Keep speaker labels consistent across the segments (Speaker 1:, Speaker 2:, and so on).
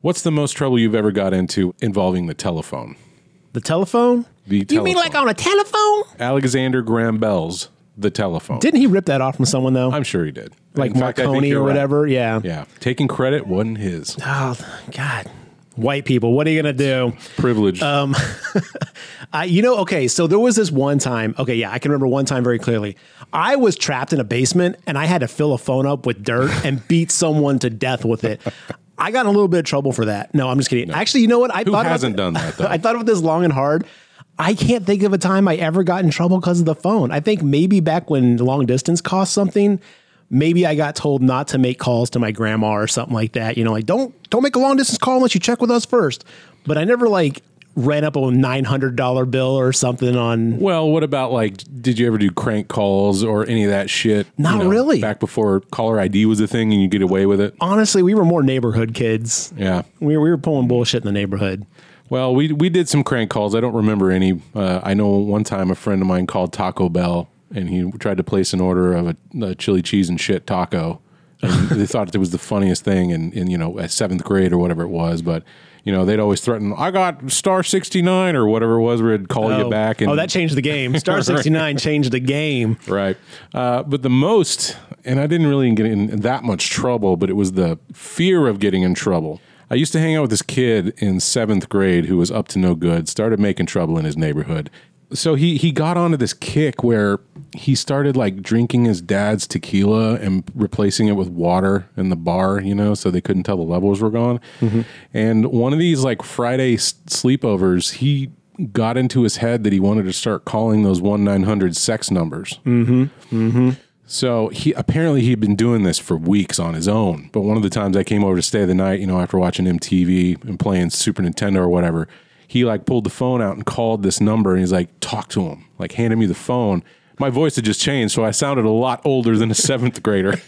Speaker 1: What's the most trouble you've ever got into involving the telephone?
Speaker 2: The telephone?
Speaker 1: The
Speaker 2: you mean like on a telephone?
Speaker 1: Alexander Graham Bell's The Telephone?
Speaker 2: Didn't he rip that off from someone though?
Speaker 1: I'm sure he did.
Speaker 2: like
Speaker 1: In fact, I think
Speaker 2: Marconi
Speaker 1: you're
Speaker 2: or
Speaker 1: right.
Speaker 2: whatever? Yeah.
Speaker 1: Yeah, taking credit wasn't his.
Speaker 2: Oh God. White people, what are you gonna do? Um,
Speaker 1: Privilege.
Speaker 2: I, you know, okay, so there was this one time. Okay, yeah, I can remember one time very clearly. I was trapped in a basement and I had to fill a phone up with dirt and beat someone to death with it. I got in a little bit of trouble for that. No, I'm just kidding. Actually, you know what? I
Speaker 1: Who
Speaker 2: thought about
Speaker 1: hasn't
Speaker 2: th-
Speaker 1: done that, though?
Speaker 2: I thought about this long and hard. I can't think of a time I ever got in trouble because of the phone. I think maybe back when long distance cost something, maybe I got told not to make calls to my grandma or something like that. You know, like don't don't make a long distance call unless you check with us first. But I never like ran up a nine hundred dollar bill or something on.
Speaker 1: well, what about like? Did you ever do crank calls or any of that shit? you
Speaker 2: Not really.
Speaker 1: Back before caller ID was a thing, and you get away with it.
Speaker 2: Honestly, we were more neighborhood kids.
Speaker 1: Yeah.
Speaker 2: We were, we were pulling bullshit in the neighborhood.
Speaker 1: Well, we we did some crank calls. I don't remember any. Uh, I know one time a friend of mine called Taco Bell and he tried to place an order of a, a chili cheese and shit taco. And they thought it was the funniest thing in, in you know at seventh grade or whatever it was, but. You know, they'd always threaten, I got star 69 or whatever it was, where it'd call you back. And
Speaker 2: oh, that changed the game. Star sixty nine changed the game.
Speaker 1: Right. Uh, but the most, and I didn't really get in that much trouble, but it was the fear of getting in trouble. I used to hang out with this kid in seventh grade who was up to no good, started making trouble in his neighborhood. So he, he got onto this kick where he started like drinking his dad's tequila and replacing it with water in the bar, you know, so they couldn't tell the levels were gone. And one of these like Friday s- sleepovers, he got into his head that he wanted to start calling those 1 900 sex numbers. So he apparently he had been doing this for weeks on his own. But one of the times I came over to stay the night, you know, after watching MTV and playing Super Nintendo or whatever, he like pulled the phone out and called this number and he's like, talk to him, like handed me the phone. My voice had just changed, so I sounded a lot older than a seventh grader.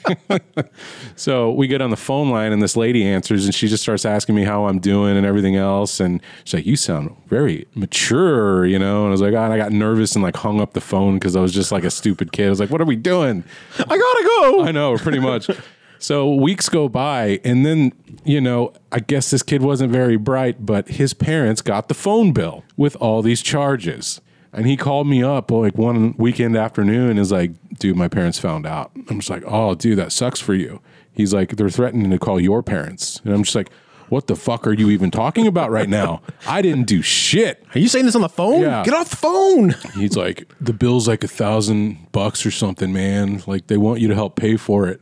Speaker 1: So we get on the phone line, and this lady answers, and she just starts asking me how I'm doing and everything else. And she's like, "You sound very mature," you know. And I was like, "God," I got nervous and like hung up the phone because I was just like a stupid kid. I was like, "What are we doing?"
Speaker 2: I gotta go.
Speaker 1: I know, pretty much. so weeks go by, and then, you know, I guess this kid wasn't very bright, but his parents got the phone bill with all these charges. And he called me up like one weekend afternoon and is like, dude, my parents found out. I'm just like, oh, dude, that sucks for you. He's like, they're threatening to call your parents. And I'm just like, what the fuck are you even talking about right now? I didn't do shit.
Speaker 2: Are you saying this on the phone?
Speaker 1: Yeah.
Speaker 2: Get off the phone.
Speaker 1: He's like, the bill's like a thousand bucks or something, man. Like they want you to help pay for it.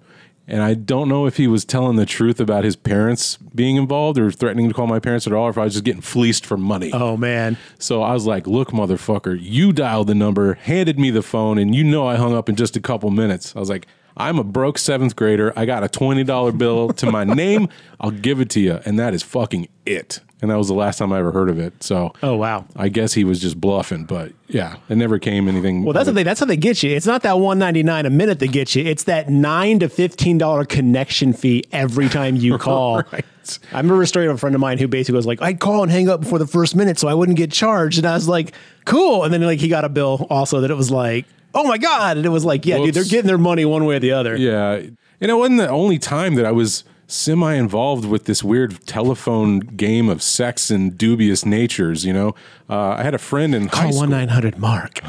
Speaker 1: And I don't know if he was telling the truth about his parents being involved or threatening to call my parents at all, or if I was just getting fleeced for money.
Speaker 2: Oh man.
Speaker 1: So I was like, look, motherfucker, you dialed the number, handed me the phone, and you know I hung up in just a couple minutes. I was like, I'm a broke seventh grader. I got a $20 bill to my name. I'll give it to you. And that is fucking it. And that was the last time I ever heard of it. So,
Speaker 2: Oh wow.
Speaker 1: I guess he was just bluffing, but yeah, it never came anything.
Speaker 2: Well, that's how they that's how they get you. It's not that one ninety nine a minute that gets you. It's that nine to fifteen dollar connection fee every time you call.
Speaker 1: Right.
Speaker 2: I remember a story of a friend of mine who basically was like, "I'd call and hang up before the first minute so I wouldn't get charged," and I was like, "Cool." And then like he got a bill also that it was like, "Oh my god!" And it was like, "Yeah, dude, they're
Speaker 1: Whoops.
Speaker 2: getting their money one way or the other."
Speaker 1: yeah, and it wasn't the only time that I was semi involved with this weird telephone game of sex and dubious natures. You know, uh, I had a friend in high
Speaker 2: Call
Speaker 1: school.
Speaker 2: one nine hundred Mark.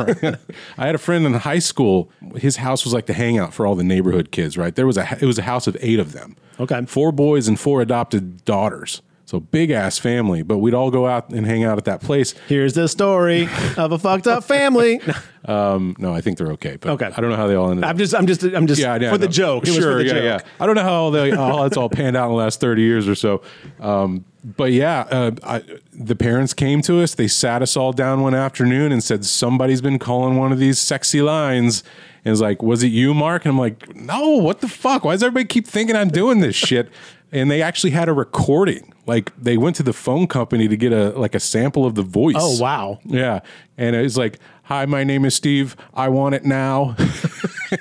Speaker 1: I had a friend in high school. His house was like the hangout for all the neighborhood kids. Right there was a it was a house of eight of them.
Speaker 2: Okay.
Speaker 1: four boys and four adopted daughters. So big ass family, but we'd all go out and hang out at that place.
Speaker 2: Here's the story of a fucked up family.
Speaker 1: Um, No, I think they're okay, but
Speaker 2: Okay.
Speaker 1: I don't know how they all ended up.
Speaker 2: I'm just, I'm just, I'm just
Speaker 1: yeah, yeah,
Speaker 2: for the
Speaker 1: no.
Speaker 2: joke. It was for the joke.
Speaker 1: I don't know how all the, all that's all panned out in the last thirty years or so. Um, but yeah, uh, I, the parents came to us. They sat us all down one afternoon and said, "Somebody's been calling one of these sexy lines." And it's like, "Was it you, Mark?" And I'm like, "No, what the fuck? Why does everybody keep thinking I'm doing this shit?" And they actually had a recording. Like they went to the phone company to get a like a sample of the voice.
Speaker 2: Oh wow.
Speaker 1: Yeah. And it was like, Hi, my name is Steve. I want it now.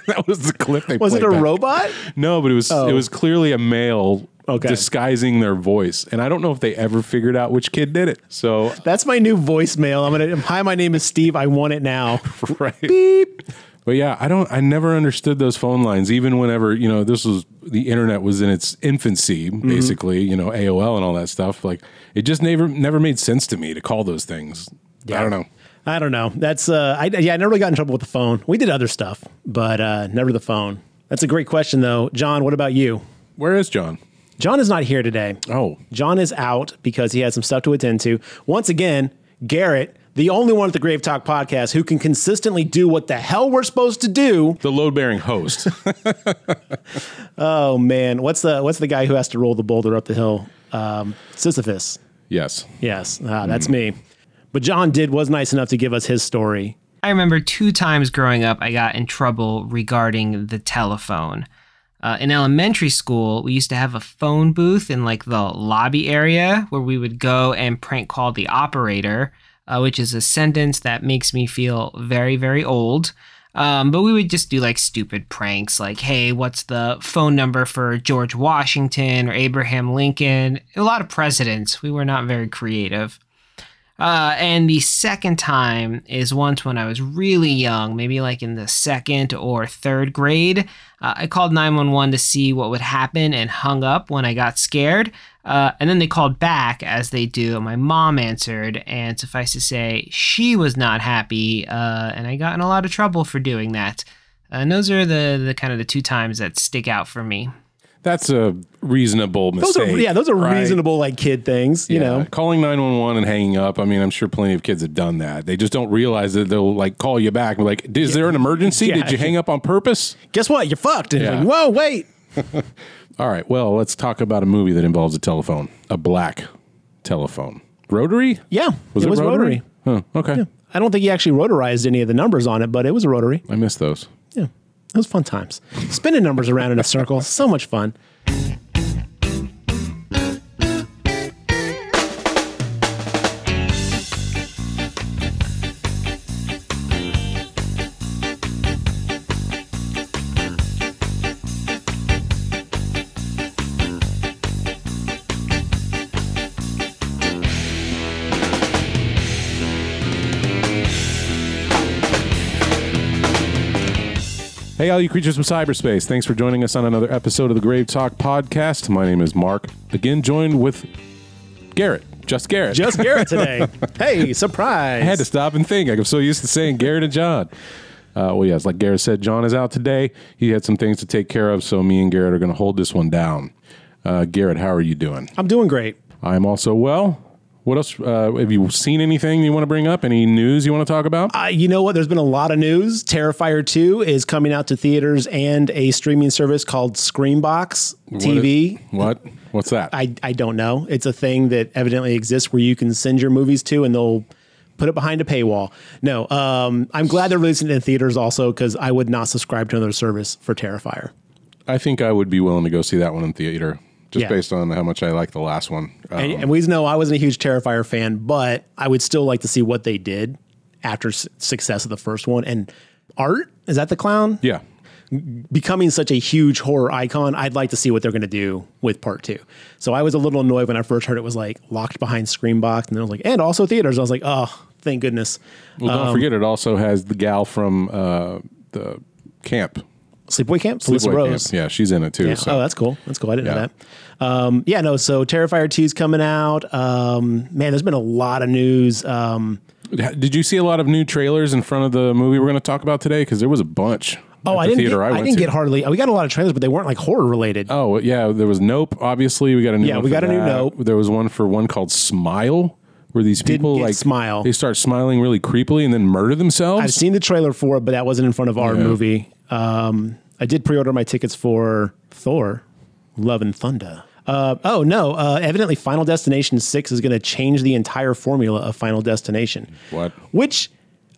Speaker 1: that was the clip they
Speaker 2: Was it
Speaker 1: played
Speaker 2: a
Speaker 1: back.
Speaker 2: robot?
Speaker 1: No, but it was it was clearly a male
Speaker 2: Okay.
Speaker 1: disguising their voice. And I don't know if they ever figured out which kid did it. So
Speaker 2: That's my new voicemail. I'm gonna. Hi, my name is Steve. I want it now.
Speaker 1: right. Beep. But yeah, I don't. I never understood those phone lines, even whenever you know this was the internet was in its infancy,
Speaker 2: Mm-hmm.
Speaker 1: basically. You know, AOL and all that stuff. Like it just never never made sense to me to call those things. I don't know.
Speaker 2: I don't know. That's uh, I yeah, I never really got in trouble with the phone. We did other stuff, but uh, never the phone. That's a great question though, John. What about you?
Speaker 1: Where is John?
Speaker 2: John is not here today.
Speaker 1: Oh,
Speaker 2: John is out because he has some stuff to attend to. Once again, Garrett, the only one at the Grave Talk podcast who can consistently do what the hell we're supposed to do.
Speaker 1: the load bearing host.
Speaker 2: Oh man, what's the what's the guy who has to roll the boulder up the hill? Um, Sisyphus.
Speaker 1: yes.
Speaker 2: Yes, ah, that's
Speaker 1: Hmm.
Speaker 2: me. But John did was nice enough to give us his story.
Speaker 3: I remember two times growing up, I got in trouble regarding the telephone. Uh, in elementary school, we used to have a phone booth in like the lobby area where we would go and prank call the operator, uh, which is a sentence that makes me feel very, very old. Um, but we would just do like stupid pranks, like, hey, what's the phone number for George Washington or Abraham Lincoln? A lot of presidents. We were not very creative. Uh, and the second time is once when I was really young, maybe like in the second or third grade. Uh, I called 911 to see what would happen and hung up when I got scared. Uh, and then they called back as they do. and My mom answered, and suffice to say, she was not happy. Uh, and I got in a lot of trouble for doing that. Uh, and those are the, the kind of the two times that stick out for me.
Speaker 1: That's a reasonable
Speaker 2: Those
Speaker 1: mistake.
Speaker 2: are yeah, those are
Speaker 1: right?
Speaker 2: reasonable like kid things, you
Speaker 1: Yeah,
Speaker 2: know.
Speaker 1: calling 911 and hanging up. I mean, I'm sure plenty of kids have done that. They just don't realize that they'll like call you back and be like, is there an emergency?
Speaker 2: Yeah.
Speaker 1: Did you hang up on purpose?
Speaker 2: Guess what? You're fucked. And you're
Speaker 1: Yeah.
Speaker 2: like, Whoa, wait.
Speaker 1: All right. Well, let's talk about a movie that involves a telephone, a black telephone. Rotary?
Speaker 2: Yeah,
Speaker 1: Was it, rotary? Huh, okay.
Speaker 2: I don't think he actually rotarized any of the numbers on it, but it was a rotary.
Speaker 1: I missed those.
Speaker 2: Yeah, it was fun times. Spinning numbers around in a circle, so much fun.
Speaker 1: Hey, all you creatures from cyberspace. Thanks for joining us on another episode of the Grave Talk podcast. My name is Mark. Again, joined with Garrett. Just Garrett.
Speaker 2: Just Garrett today. hey, surprise!
Speaker 1: I had to stop and think. I'm so used to saying Garrett and John. Uh, well, yes, like Garrett said, John is out today. He had some things to take care of, so me and Garrett are going to hold this one down. Uh, Garrett, how are you doing?
Speaker 2: I'm doing great.
Speaker 1: I'm also well. What else? Uh, have you seen anything you want to bring up? Any news you want to talk about?
Speaker 2: Uh, you know what? There's been a lot of news. Terrifier 2 is coming out to theaters and a streaming service called Screambox TV.
Speaker 1: What? What's that?
Speaker 2: I, I don't know. It's a thing that evidently exists where you can send your movies to and they'll put it behind a paywall. No, um, I'm glad they're releasing it in theaters also because I would not subscribe to another service for Terrifier.
Speaker 1: I think I would be willing to go see that one in theater, just
Speaker 2: Yeah.
Speaker 1: based on how much I like the last one. Um,
Speaker 2: And, and we know I wasn't a huge Terrifier fan, but I would still like to see what they did after s- success of the first one. And Art, is that the clown?
Speaker 1: yeah,
Speaker 2: becoming such a huge horror icon, I'd like to see what they're going to do with part two. So I was a little annoyed when I first heard it was like locked behind Screambox, and then I was like, and also theaters. I was like, oh, thank goodness.
Speaker 1: well,
Speaker 2: Um,
Speaker 1: don't forget it also has the gal from uh, the camp.
Speaker 2: Sleepaway Camp, Sleepaway
Speaker 1: Boy
Speaker 2: Rose.
Speaker 1: Camp. Yeah, she's in it too.
Speaker 2: Yeah.
Speaker 1: so.
Speaker 2: Oh, that's cool. That's cool. I didn't
Speaker 1: Yeah.
Speaker 2: know that. Um, yeah, no. So Terrifier 2 's coming out. Um, man, there's been a lot of news. Um,
Speaker 1: Did you see a lot of new trailers in front of the movie we're going to talk about today? Because there was a bunch.
Speaker 2: oh,
Speaker 1: at
Speaker 2: I
Speaker 1: the
Speaker 2: didn't. Get,
Speaker 1: theater
Speaker 2: I,
Speaker 1: went
Speaker 2: didn't
Speaker 1: to.
Speaker 2: get hardly. We got a lot of trailers, but they weren't like horror related.
Speaker 1: Oh yeah, there was Nope. Obviously, we got a new.
Speaker 2: Yeah,
Speaker 1: one
Speaker 2: we
Speaker 1: for
Speaker 2: got a new
Speaker 1: that.
Speaker 2: Nope.
Speaker 1: There was one for one called Smile, where these people
Speaker 2: get
Speaker 1: like
Speaker 2: Smile.
Speaker 1: They start smiling really creepily and then murder themselves.
Speaker 2: I've seen the trailer for it, but that wasn't in front of our
Speaker 1: Yeah.
Speaker 2: movie. Um, I did pre-order my tickets for Thor, Love and Thunder. Uh, oh no! Uh, evidently, Final Destination Six is going to change the entire formula of Final Destination.
Speaker 1: What?
Speaker 2: Which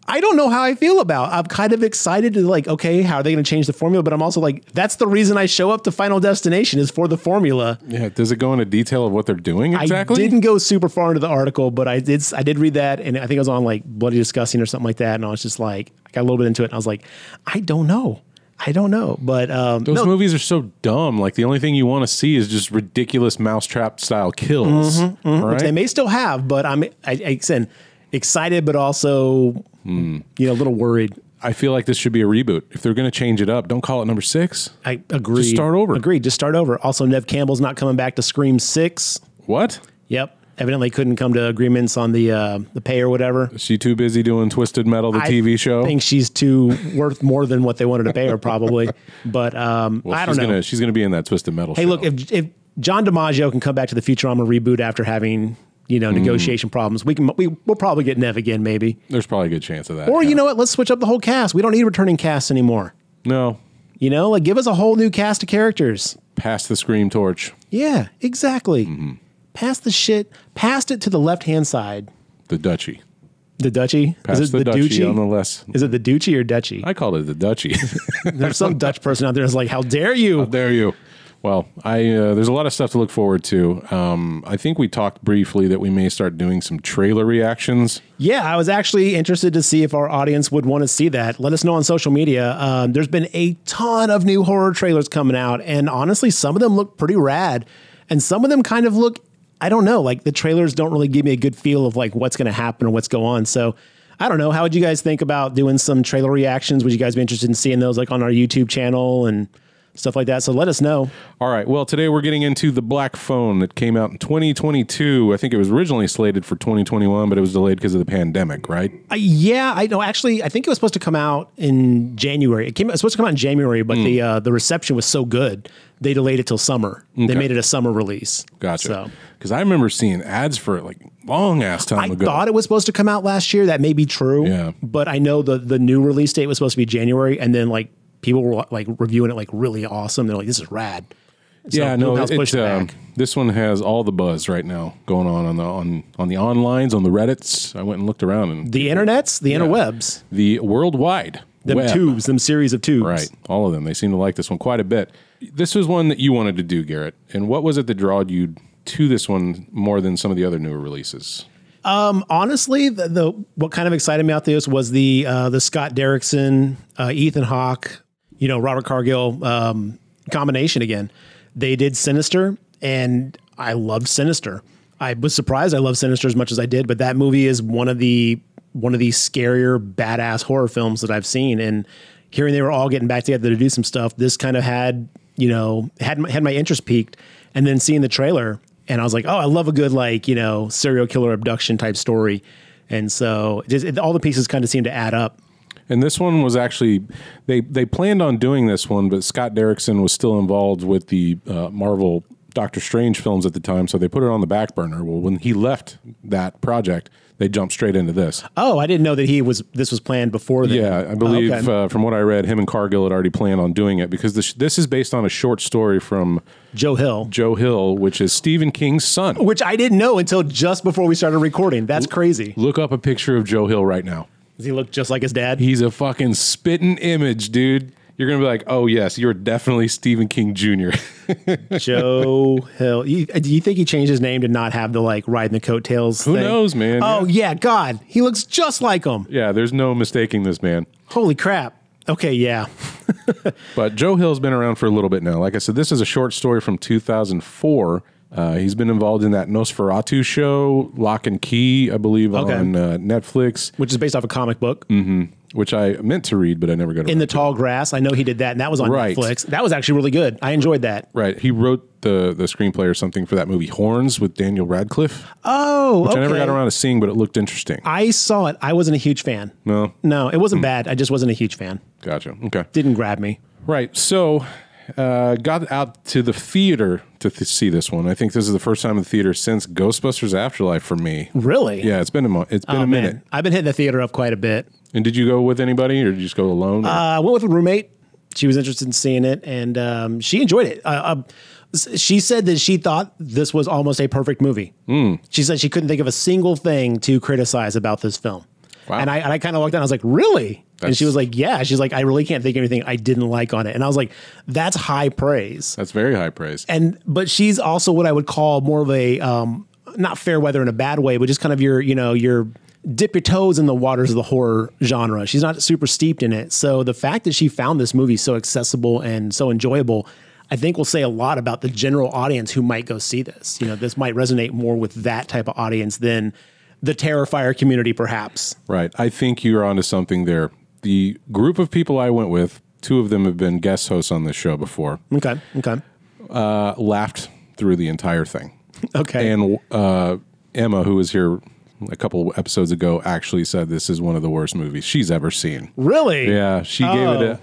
Speaker 2: I don't know how I feel about. I'm kind of excited to like, okay, how are they going to change the formula? But I'm also like, that's the reason I show up to Final Destination is for the formula.
Speaker 1: yeah, does it go into detail of what they're doing exactly?
Speaker 2: I didn't go super far into the article, but I did. I did read that, and I think I was on like Bloody Disgusting or something like that, and I was just like, I got a little bit into it, and I was like, I don't know, I don't know, but um,
Speaker 1: Those
Speaker 2: no,
Speaker 1: movies are so dumb. Like the only thing you want to see is just ridiculous mousetrap style kills. right?
Speaker 2: Mm-hmm, they may still have, but I'm I, I, again excited, but also you know a little worried.
Speaker 1: I feel like this should be a reboot. If they're going to change it up, don't call it number six.
Speaker 2: I agree.
Speaker 1: Just start over.
Speaker 2: Agreed. Just start over. Also, Nev Campbell's not coming back to Scream Six.
Speaker 1: What?
Speaker 2: Yep. Evidently couldn't come to agreements on the uh, the pay or whatever.
Speaker 1: Is she too busy doing Twisted Metal, the
Speaker 2: I
Speaker 1: TV show?
Speaker 2: I think she's too worth more than what they wanted to pay her probably. But um,
Speaker 1: Well,
Speaker 2: I don't
Speaker 1: she's
Speaker 2: know.
Speaker 1: Gonna, she's going to be in that Twisted Metal
Speaker 2: hey,
Speaker 1: show.
Speaker 2: look, if if John DiMaggio can come back to the Futurama reboot after having you
Speaker 1: Mm.
Speaker 2: know negotiation problems, we can we we'll probably get Nev again maybe.
Speaker 1: There's probably a good chance of that.
Speaker 2: Or
Speaker 1: yeah.
Speaker 2: you know what? Let's switch up the whole cast. We don't need returning casts anymore.
Speaker 1: no,
Speaker 2: You know, like give us a whole new cast of characters.
Speaker 1: pass the Scream torch.
Speaker 2: Yeah, exactly.
Speaker 1: Mm-hmm.
Speaker 2: Pass the shit. Passed it to the left hand side.
Speaker 1: The Duchy.
Speaker 2: The duchy.
Speaker 1: Pass
Speaker 2: Is it the,
Speaker 1: the, Duchy,
Speaker 2: duchy?
Speaker 1: on the less.
Speaker 2: Is it the duchy or duchy?
Speaker 1: I called it the Duchy.
Speaker 2: There's some Dutch person out there that's like, "How dare
Speaker 1: How
Speaker 2: you?"
Speaker 1: dare you? Well, I uh, there's a lot of stuff to look forward to. Um, I think we talked briefly that we may start doing some trailer reactions.
Speaker 2: Yeah, I was actually interested to see if our audience would want to see that. Let us know on social media. Um, there's been a ton of new horror trailers coming out, and honestly, some of them look pretty rad, and some of them kind of look. I don't know. Like the trailers don't really give me a good feel of like what's going to happen or what's going on. So I don't know. How would you guys think about doing some trailer reactions? Would you guys be interested in seeing those like on our YouTube channel and stuff like that? So let us know.
Speaker 1: All right. Well, today we're getting into the Black Phone that came out in 2022. I think it was originally slated for 2021, but it was delayed because of the pandemic, right?
Speaker 2: Uh, yeah, I know. Actually, I think it was supposed to come out in January. It came. It was supposed to come out in January,
Speaker 1: Hmm.
Speaker 2: but the uh, the reception was so good they delayed it till summer. They made it a summer release.
Speaker 1: Gotcha.
Speaker 2: So
Speaker 1: Because I remember seeing ads for it like long ass time
Speaker 2: I
Speaker 1: ago.
Speaker 2: thought it was supposed to come out last year. That may be true.
Speaker 1: Yeah.
Speaker 2: But I know the the new release date was supposed to be January, and then like people were like reviewing it like really awesome. They're like, "This is rad." So
Speaker 1: yeah, no,
Speaker 2: Blumhouse
Speaker 1: it,
Speaker 2: pushed it
Speaker 1: um,
Speaker 2: back.
Speaker 1: this one has all the buzz right now going on on the on on the onlines, on the Reddits. I went and looked around and
Speaker 2: The internets, the interwebs,
Speaker 1: the worldwide
Speaker 2: them
Speaker 1: web.
Speaker 2: tubes, them series of tubes.
Speaker 1: Right. All of them. They seem to like this one quite a bit. This was one that you wanted to do, Garrett. And what was it that drawed you to this one more than some of the other newer releases?
Speaker 2: honestly, the, the what kind of excited me out this was the uh, the Scott Derrickson, uh, Ethan Hawke, you know Robert Cargill um, combination again. They did Sinister, and I love Sinister. I was surprised I love Sinister as much as I did, but that movie is one of the one of the scarier badass horror films that I've seen. And hearing they were all getting back together to do some stuff, this kind of had you know had my, had my interest peaked. And then seeing the trailer, and I was like, oh, I love a good like you know serial killer abduction type story, and so just it, all the pieces kind of seem to add up.
Speaker 1: And this one was actually they they planned on doing this one, but Scott Derrickson was still involved with the uh, Marvel Doctor Strange films at the time, so they put it on the back burner. Well, when he left that project, they jumped straight into this.
Speaker 2: Oh, I didn't know that he was this was planned before. Then.
Speaker 1: Yeah, I believe
Speaker 2: Oh, okay.
Speaker 1: uh, from what I read, him and Cargill had already planned on doing it because this this is based on a short story from
Speaker 2: Joe Hill,
Speaker 1: Joe Hill, which is Stephen King's son.
Speaker 2: which I didn't know until just before we started recording. That's crazy.
Speaker 1: Look up a picture of Joe Hill right now.
Speaker 2: Does he look just like his dad?
Speaker 1: He's a fucking spitting image, dude. You're gonna be like, oh yes, you're definitely Stephen King Jr.
Speaker 2: Joe Hill. You- do you think he changed his name to not have the like riding the coattails?
Speaker 1: Who
Speaker 2: thing?
Speaker 1: knows, man?
Speaker 2: Oh yeah, God, he looks just like him.
Speaker 1: Yeah, there's no mistaking this man.
Speaker 2: Holy crap. Okay, yeah.
Speaker 1: But Joe Hill's been around for a little bit now. Like I said, this is a short story from 2004. Uh, he's been involved in that Nosferatu show, Lock and Key, I believe,
Speaker 2: Okay.
Speaker 1: on uh, Netflix,
Speaker 2: Which is based off a comic book.
Speaker 1: Mm. which I meant to read, but I never got
Speaker 2: In
Speaker 1: around
Speaker 2: the Tall Grass. I know he did that, and that was on
Speaker 1: Right.
Speaker 2: Netflix. That was actually really good. I enjoyed that.
Speaker 1: Right. He wrote the the screenplay or something for that movie Horns with Daniel Radcliffe,
Speaker 2: Oh,
Speaker 1: which I never got around to seeing, but it looked interesting.
Speaker 2: I saw it. I wasn't a huge fan.
Speaker 1: No? Mm.
Speaker 2: no, it wasn't bad. I just wasn't a huge fan.
Speaker 1: Gotcha. Okay.
Speaker 2: Didn't grab me.
Speaker 1: Right. So, uh, got out to the theater to th- see this one. I think this is the first time in the theater since Ghostbusters Afterlife for me.
Speaker 2: Really?
Speaker 1: Yeah, it's been a mo- it's been
Speaker 2: Oh,
Speaker 1: a
Speaker 2: man.
Speaker 1: minute.
Speaker 2: I've been hitting the theater up quite a bit.
Speaker 1: And did you go with anybody, or did you just go alone? or-
Speaker 2: Uh, I went with a roommate. She was interested in seeing it, and um, she enjoyed it. Uh, uh, s- she said that she thought this was almost a perfect movie.
Speaker 1: Hmm.
Speaker 2: She said she couldn't think of a single thing to criticize about this film.
Speaker 1: Wow.
Speaker 2: And I and I kind of walked down. I was like, "Really?" and
Speaker 1: That's-
Speaker 2: she was like, "Yeah." She's like, "I really can't think of anything I didn't like on it." And I was like, "That's high praise."
Speaker 1: That's very high praise.
Speaker 2: and but she's also what I would call more of a um, not fair weather in a bad way, but just kind of your you know your dip your toes in the waters of the horror genre. She's not super steeped in it, so the fact that she found this movie so accessible and so enjoyable. I think will say a lot about the general audience who might go see this. You know, this might resonate more with that type of audience than the Terrifier community, perhaps.
Speaker 1: Right. I think you're onto something there. the group of people I went with, two of them have been guest hosts on this show before,
Speaker 2: Okay. Okay.
Speaker 1: uh, laughed through the entire thing.
Speaker 2: Okay.
Speaker 1: And uh, Emma, who was here a couple episodes ago, actually said this is one of the worst movies she's ever seen.
Speaker 2: really?
Speaker 1: Yeah, she gave it
Speaker 2: Oh.
Speaker 1: a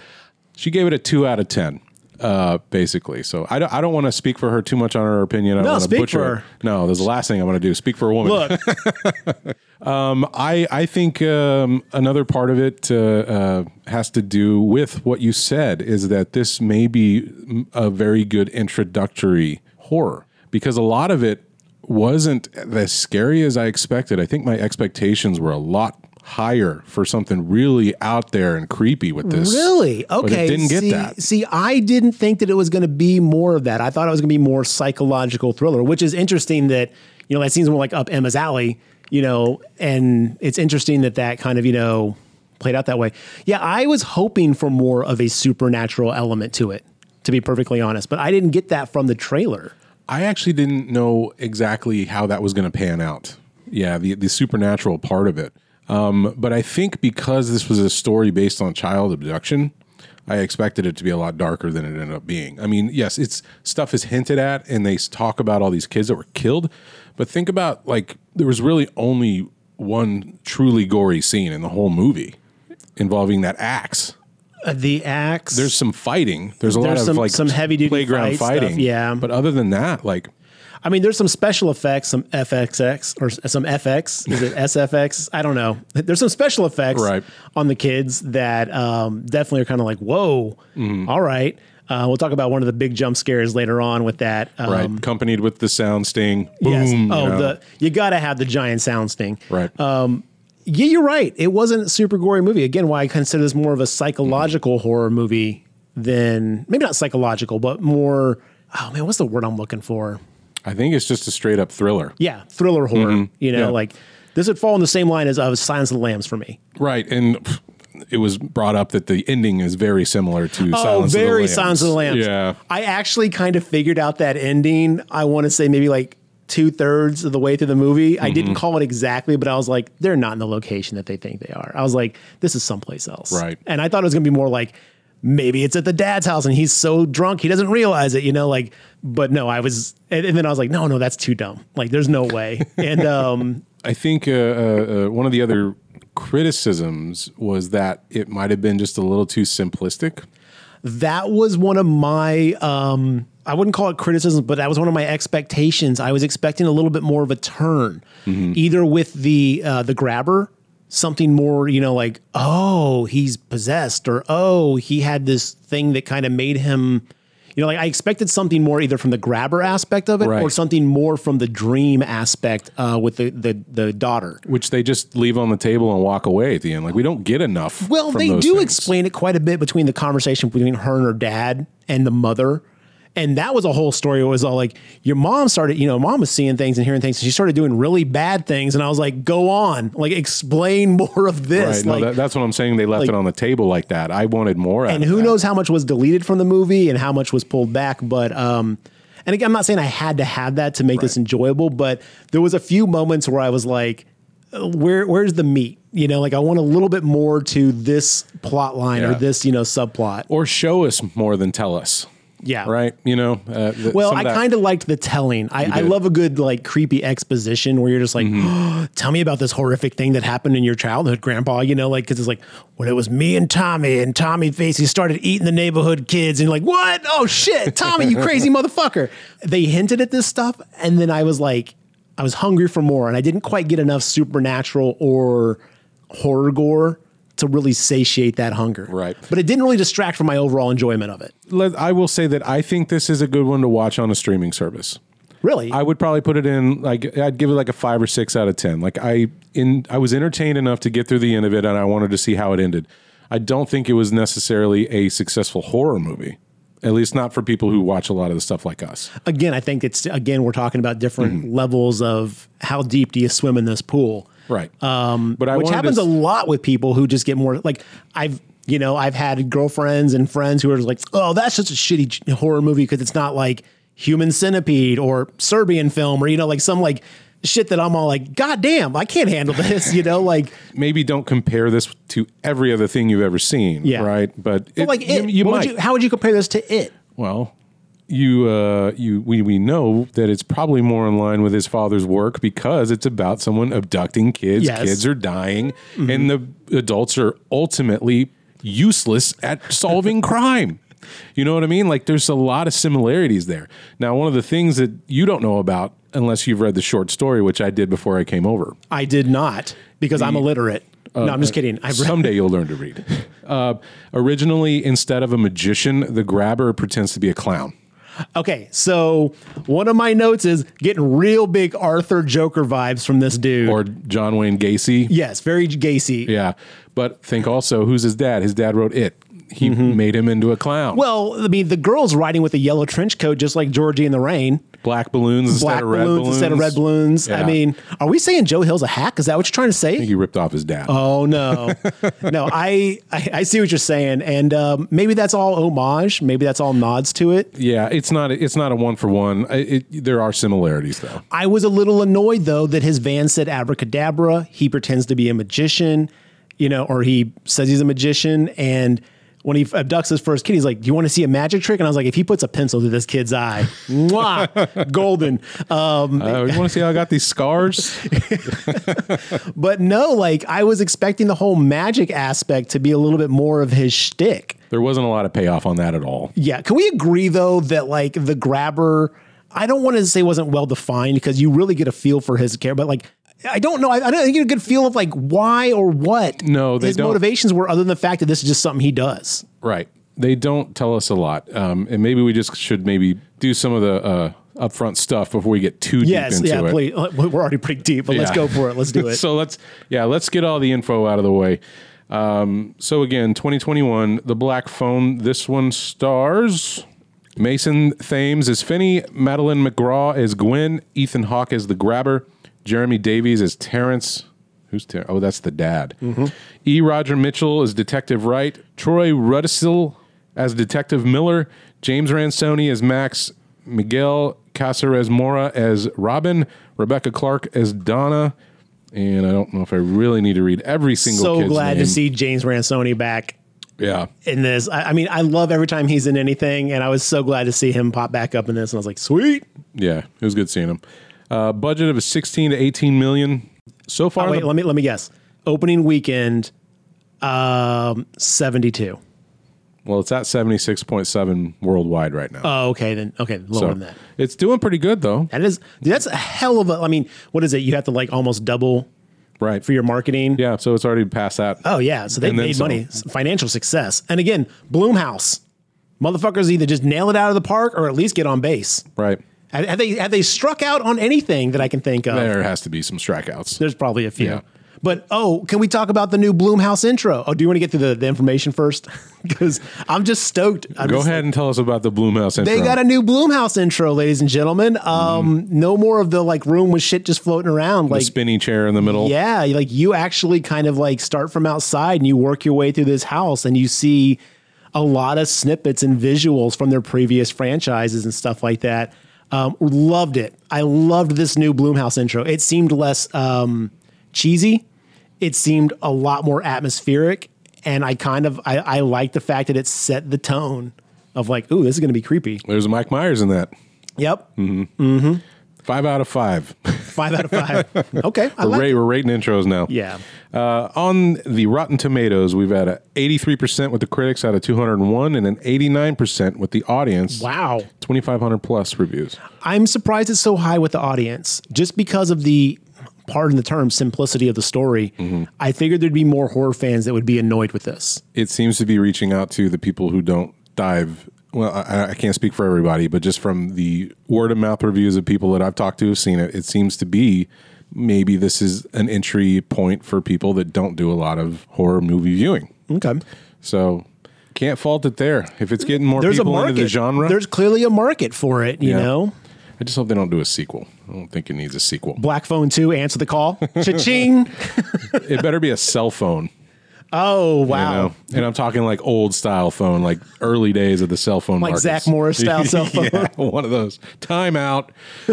Speaker 1: she gave it a two out of ten, uh, basically. So I don't I don't want to speak for her too much on her opinion. I
Speaker 2: No,
Speaker 1: don't want to
Speaker 2: speak
Speaker 1: butcher
Speaker 2: for
Speaker 1: it.
Speaker 2: her.
Speaker 1: No, that's the last thing I want to do. Speak for a woman.
Speaker 2: Look,
Speaker 1: I, I think um, another part of it uh, uh, has to do with what you said is that this may be a very good introductory horror because a lot of it wasn't as scary as I expected. I think my expectations were a lot higher for something really out there and creepy with this.
Speaker 2: Really?
Speaker 1: But it
Speaker 2: Okay.
Speaker 1: didn't get
Speaker 2: see,
Speaker 1: that.
Speaker 2: See, I didn't think that it was going to be more of that. I thought it was going to be more psychological thriller, which is interesting that, you know, that seems more like up Emma's alley, you know, and it's interesting that that kind of, you know, played out that way. Yeah, I was hoping for more of a supernatural element to it, to be perfectly honest, but I didn't get that from the trailer.
Speaker 1: I actually didn't know exactly how that was going to pan out. Yeah, the the supernatural part of it. Um, but I think because this was a story based on child abduction, I expected it to be a lot darker than it ended up being. I mean, yes, it's stuff is hinted at, and they s- talk about all these kids that were killed. But think about like there was really only one truly gory scene in the whole movie involving that axe.
Speaker 2: Uh, the axe.
Speaker 1: There's some fighting. There's a lot
Speaker 2: There's
Speaker 1: of
Speaker 2: some-
Speaker 1: like
Speaker 2: some heavy-duty
Speaker 1: playground
Speaker 2: fight stuff,
Speaker 1: fighting.
Speaker 2: yeah.
Speaker 1: but other than that, like
Speaker 2: I mean, there's some special effects, some FXX or s- some FX. Is it SFX? I don't know. There's some special effects
Speaker 1: Right.
Speaker 2: on the kids that um, definitely are kind of like, whoa,
Speaker 1: Mm-hmm.
Speaker 2: all right. Uh, we'll talk about one of the big jump scares later on with that. Um,
Speaker 1: right? Accompanied with the sound sting. Boom.
Speaker 2: Yes.
Speaker 1: you
Speaker 2: Oh,
Speaker 1: know.
Speaker 2: the uh, you got to have the giant sound sting.
Speaker 1: right.
Speaker 2: Yeah, you're right. It wasn't a super gory movie. Again, why I consider this more of a psychological
Speaker 1: Mm-hmm.
Speaker 2: horror movie than maybe not psychological, but more. Oh man, what's the word I'm looking for?
Speaker 1: I think it's just a straight up thriller.
Speaker 2: yeah, thriller horror. You know,
Speaker 1: Yeah.
Speaker 2: like this would fall in the same line as of Silence of the Lambs for me.
Speaker 1: Right. And pff, it was brought up that the ending is very similar to Silence
Speaker 2: oh,
Speaker 1: of the
Speaker 2: very
Speaker 1: Lambs.
Speaker 2: Silence of the Lambs.
Speaker 1: Yeah.
Speaker 2: I actually kind of figured out that ending. I want to say maybe like two thirds of the way through the movie. I didn't call it exactly, but I was like, they're not in the location that they think they are. I was like, this is someplace else.
Speaker 1: Right.
Speaker 2: And I thought it was gonna be more like. Maybe it's at the dad's house and he's so drunk he doesn't realize it, you know. Like, but no, I was, and, and then I was like, no, no, that's too dumb. Like, there's no way. And um,
Speaker 1: I think uh, uh, uh, one of the other criticisms was that it might have been just a little too simplistic.
Speaker 2: that was one of my um I wouldn't call it criticism, but that was one of my expectations. I was expecting a little bit more of a turn, either with the uh, the grabber, something more, you know, like oh he's possessed, or oh he had this thing that kind of made him, you know, like I expected something more either from the grabber aspect of it
Speaker 1: Right.
Speaker 2: or something more from the dream aspect uh, with the, the the daughter.
Speaker 1: Which they just leave on the table and walk away at the end. Like we don't get enough.
Speaker 2: Well,
Speaker 1: from
Speaker 2: they
Speaker 1: those
Speaker 2: do
Speaker 1: things.
Speaker 2: explain it quite a bit between the conversation between her and her dad and the mother. And that was a whole story. It was all like your mom started, you know, mom was seeing things and hearing things. And she started doing really bad things. And I was like, go on, like explain more of
Speaker 1: Right.
Speaker 2: this.
Speaker 1: No,
Speaker 2: like,
Speaker 1: that, that's what I'm saying. They left
Speaker 2: like-
Speaker 1: it on the table like that. I wanted more. out
Speaker 2: and
Speaker 1: of
Speaker 2: who
Speaker 1: that.
Speaker 2: knows how much was deleted from the movie and how much was pulled back. But, um, and again, I'm not saying I had to have that to make this enjoyable, but there was a few moments where I was like, uh, where, where's the meat? You know, like I want a little bit more to this plot line or
Speaker 1: Yeah.
Speaker 2: this, you know, subplot.
Speaker 1: Or show us more than tell us.
Speaker 2: Yeah.
Speaker 1: Right. You know. Uh, th-
Speaker 2: Well,
Speaker 1: some
Speaker 2: I
Speaker 1: that-
Speaker 2: kind of liked the telling. I, I
Speaker 1: did. Mm-hmm.
Speaker 2: love a good like creepy exposition where you're just like, tell me about this horrific thing that happened in your childhood, Grandpa. You know, like because it's like, well, it was me and Tommy, and Tommy Facey started eating the neighborhood kids, and you're like, what? Oh shit, Tommy, you crazy motherfucker! They hinted at this stuff, and then I was like, I was hungry for more, and I didn't quite get enough supernatural or horror gore to really satiate that hunger.
Speaker 1: Right.
Speaker 2: but it didn't really distract from my overall enjoyment of it.
Speaker 1: let, I will say that I think this is a good one to watch on a streaming service.
Speaker 2: Really,
Speaker 1: I would probably put it in like I'd give it like a five or six out of ten. Like I in I was entertained enough to get through the end of it, and I wanted to see how it ended. I don't think it was necessarily a successful horror movie, at least not for people who watch a lot of the stuff like us.
Speaker 2: again, I think it's again we're talking about different
Speaker 1: Mm-hmm.
Speaker 2: levels of how deep do you swim in this pool,
Speaker 1: Right. Um, but I
Speaker 2: which
Speaker 1: wanted
Speaker 2: happens
Speaker 1: to,
Speaker 2: a lot with people who just get more like I've you know I've had girlfriends and friends who are like, oh, that's just a shitty j- horror movie because it's not like Human Centipede or Serbian film or you know like some like shit that I'm all like, God damn, I can't handle this, you know, like
Speaker 1: Maybe don't compare this to every other thing you've ever seen,
Speaker 2: Yeah.
Speaker 1: right? But,
Speaker 2: but like it,
Speaker 1: you, you
Speaker 2: what would
Speaker 1: might.
Speaker 2: you- how would you compare this to it?
Speaker 1: Well, you uh, you we we know that it's probably more in line with his father's work because it's about someone abducting kids.
Speaker 2: Yes.
Speaker 1: Kids are dying, and the adults are ultimately useless at solving crime. You know what I mean? Like there's a lot of similarities there. Now, one of the things that you don't know about unless you've read the short story, which I did before I came over.
Speaker 2: I did not because I'm illiterate. no,
Speaker 1: uh,
Speaker 2: I'm just kidding. I've read,
Speaker 1: Someday you'll learn to read. Uh, originally, instead of a magician, the grabber pretends to be a clown.
Speaker 2: okay. So one of my notes is getting real big Arthur Joker vibes from this dude.
Speaker 1: or John Wayne Gacy.
Speaker 2: yes, very Gacy.
Speaker 1: Yeah. But think also who's his dad? His dad wrote it. He made him into a clown.
Speaker 2: Mm-hmm. Well, I mean, the girl's riding with a yellow trench coat, just like Georgie in the rain.
Speaker 1: black balloons instead
Speaker 2: Black
Speaker 1: of red
Speaker 2: balloons,
Speaker 1: balloons.
Speaker 2: instead of red balloons. I
Speaker 1: Yeah.
Speaker 2: mean, are we saying Joe Hill's a hack? Is that what you're trying to say?
Speaker 1: He ripped off his dad.
Speaker 2: Oh no, no! I, I I see what you're saying, and um, maybe that's all homage. Maybe that's all nods to it.
Speaker 1: yeah, it's not it's not a one for one. I- It, there are similarities though.
Speaker 2: I was a little annoyed though that his van said abracadabra. He pretends to be a magician, you know, or he says he's a magician. And when he abducts his first kid, he's like, "Do you want to see a magic trick?" And I was like, "If he puts a pencil to this kid's eye, mwah, golden." Um,
Speaker 1: Uh, you want to see how I got these scars?
Speaker 2: but no, like I was expecting the whole magic aspect to be a little bit more of his shtick.
Speaker 1: there wasn't a lot of payoff on that at all.
Speaker 2: Yeah. Can we agree though that like the grabber, I don't want to say wasn't well defined because you really get a feel for his care, but like I don't know. I, I don't get a good feel of like why or what.
Speaker 1: No, they
Speaker 2: his
Speaker 1: don't.
Speaker 2: motivations were other than the fact that this is just something he does.
Speaker 1: Right. They don't tell us a lot. Um, and maybe we just should maybe do some of the uh, upfront stuff before we get too
Speaker 2: Yes.
Speaker 1: deep into
Speaker 2: Yeah.
Speaker 1: it.
Speaker 2: Please. uh, We're already pretty deep, but let's
Speaker 1: Yeah.
Speaker 2: go for it. Let's do it.
Speaker 1: so let's yeah let's get all the info out of the way um, so again 2021 the black phone this one stars mason thames as finney madeline mcgraw as gwen ethan hawke as the grabber jeremy davies as terrence who's Ter- oh that's the dad
Speaker 2: Mm-hmm.
Speaker 1: e roger mitchell as detective wright troy rudisil as detective miller james ransoni as max miguel caceres mora as robin rebecca clark as donna and I don't know if I really need to read every single.
Speaker 2: so
Speaker 1: kid's
Speaker 2: glad
Speaker 1: name.
Speaker 2: to see James Ransoni back
Speaker 1: Yeah,
Speaker 2: in this. I, I mean, I love every time he's in anything, and I was so glad to see him pop back up in this. And I was like, sweet.
Speaker 1: yeah, it was good seeing him. Uh, budget of sixteen to eighteen million. So far,
Speaker 2: Oh, wait,
Speaker 1: the-
Speaker 2: let me let me guess. Opening weekend, um, seventy two.
Speaker 1: well, it's at seventy six point seven worldwide right now.
Speaker 2: Oh, okay then. Okay, lower
Speaker 1: So
Speaker 2: than that.
Speaker 1: it's doing pretty good though,
Speaker 2: That is dude, that's a hell of a. I mean, what is it? You have to like almost double
Speaker 1: right?
Speaker 2: for your marketing.
Speaker 1: yeah, so it's already past that.
Speaker 2: Oh yeah, so they
Speaker 1: And then
Speaker 2: made
Speaker 1: some.
Speaker 2: money, S- financial success, and again, Bloomhouse, motherfuckers either just nail it out of the park or at least get on base.
Speaker 1: right
Speaker 2: Have, have they have they struck out on anything that I can think of?
Speaker 1: there has to be some strikeouts.
Speaker 2: There's probably a few.
Speaker 1: Yeah.
Speaker 2: But oh, can we talk about the new Bloomhouse intro? Oh, do you want to get to the, the information first? Because I'm just stoked. I'm
Speaker 1: Go
Speaker 2: just-
Speaker 1: ahead and tell us about the Blue Mouse intro.
Speaker 2: They got a new Bloomhouse intro, ladies and gentlemen. Um, no more of the like room with shit just floating around.
Speaker 1: the
Speaker 2: Like,
Speaker 1: spinny chair in the middle.
Speaker 2: yeah, you- like you actually kind of like start from outside and you work your way through this house and you see a lot of snippets and visuals from their previous franchises and stuff like that. Um, loved it. I loved this new Bloomhouse intro. It seemed less um, cheesy. It seemed a lot more atmospheric, and I kind of I, I like the fact that it set the tone of like, ooh, this is going to be creepy.
Speaker 1: There's Mike Myers in that.
Speaker 2: Yep.
Speaker 1: Five out of five.
Speaker 2: Five out of five. Okay. I like
Speaker 1: Rate, we're rating intros now.
Speaker 2: Yeah.
Speaker 1: Uh, on the Rotten Tomatoes, we've had a 83% with the critics out of 201 and an 89% with the audience.
Speaker 2: Wow.
Speaker 1: 2,500 plus reviews.
Speaker 2: I'm surprised it's so high with the audience just because of the, pardon the term, simplicity of the story.
Speaker 1: Mm-hmm.
Speaker 2: I figured there'd be more horror fans that would be annoyed with this.
Speaker 1: It seems to be reaching out to the people who don't dive. Well, I, I can't speak for everybody, but just from the word of mouth reviews of people that I've talked to who've seen it, it seems to be maybe this is an entry point for people that don't do a lot of horror movie viewing.
Speaker 2: Okay.
Speaker 1: So can't fault it there. If it's getting more
Speaker 2: There's a
Speaker 1: people
Speaker 2: market.
Speaker 1: into the genre,
Speaker 2: There's clearly a market for it, you
Speaker 1: Yeah.
Speaker 2: know?
Speaker 1: I just hope they don't do a sequel. I don't think it needs a sequel.
Speaker 2: Black Phone 2, answer the call. Cha-ching.
Speaker 1: it better be a cell phone.
Speaker 2: Oh,
Speaker 1: You
Speaker 2: wow.
Speaker 1: know? And I'm talking like old style phone, like early days of the cell phone.
Speaker 2: Like
Speaker 1: markets.
Speaker 2: Zach Morris style cell phone.
Speaker 1: yeah, one of those. Timeout.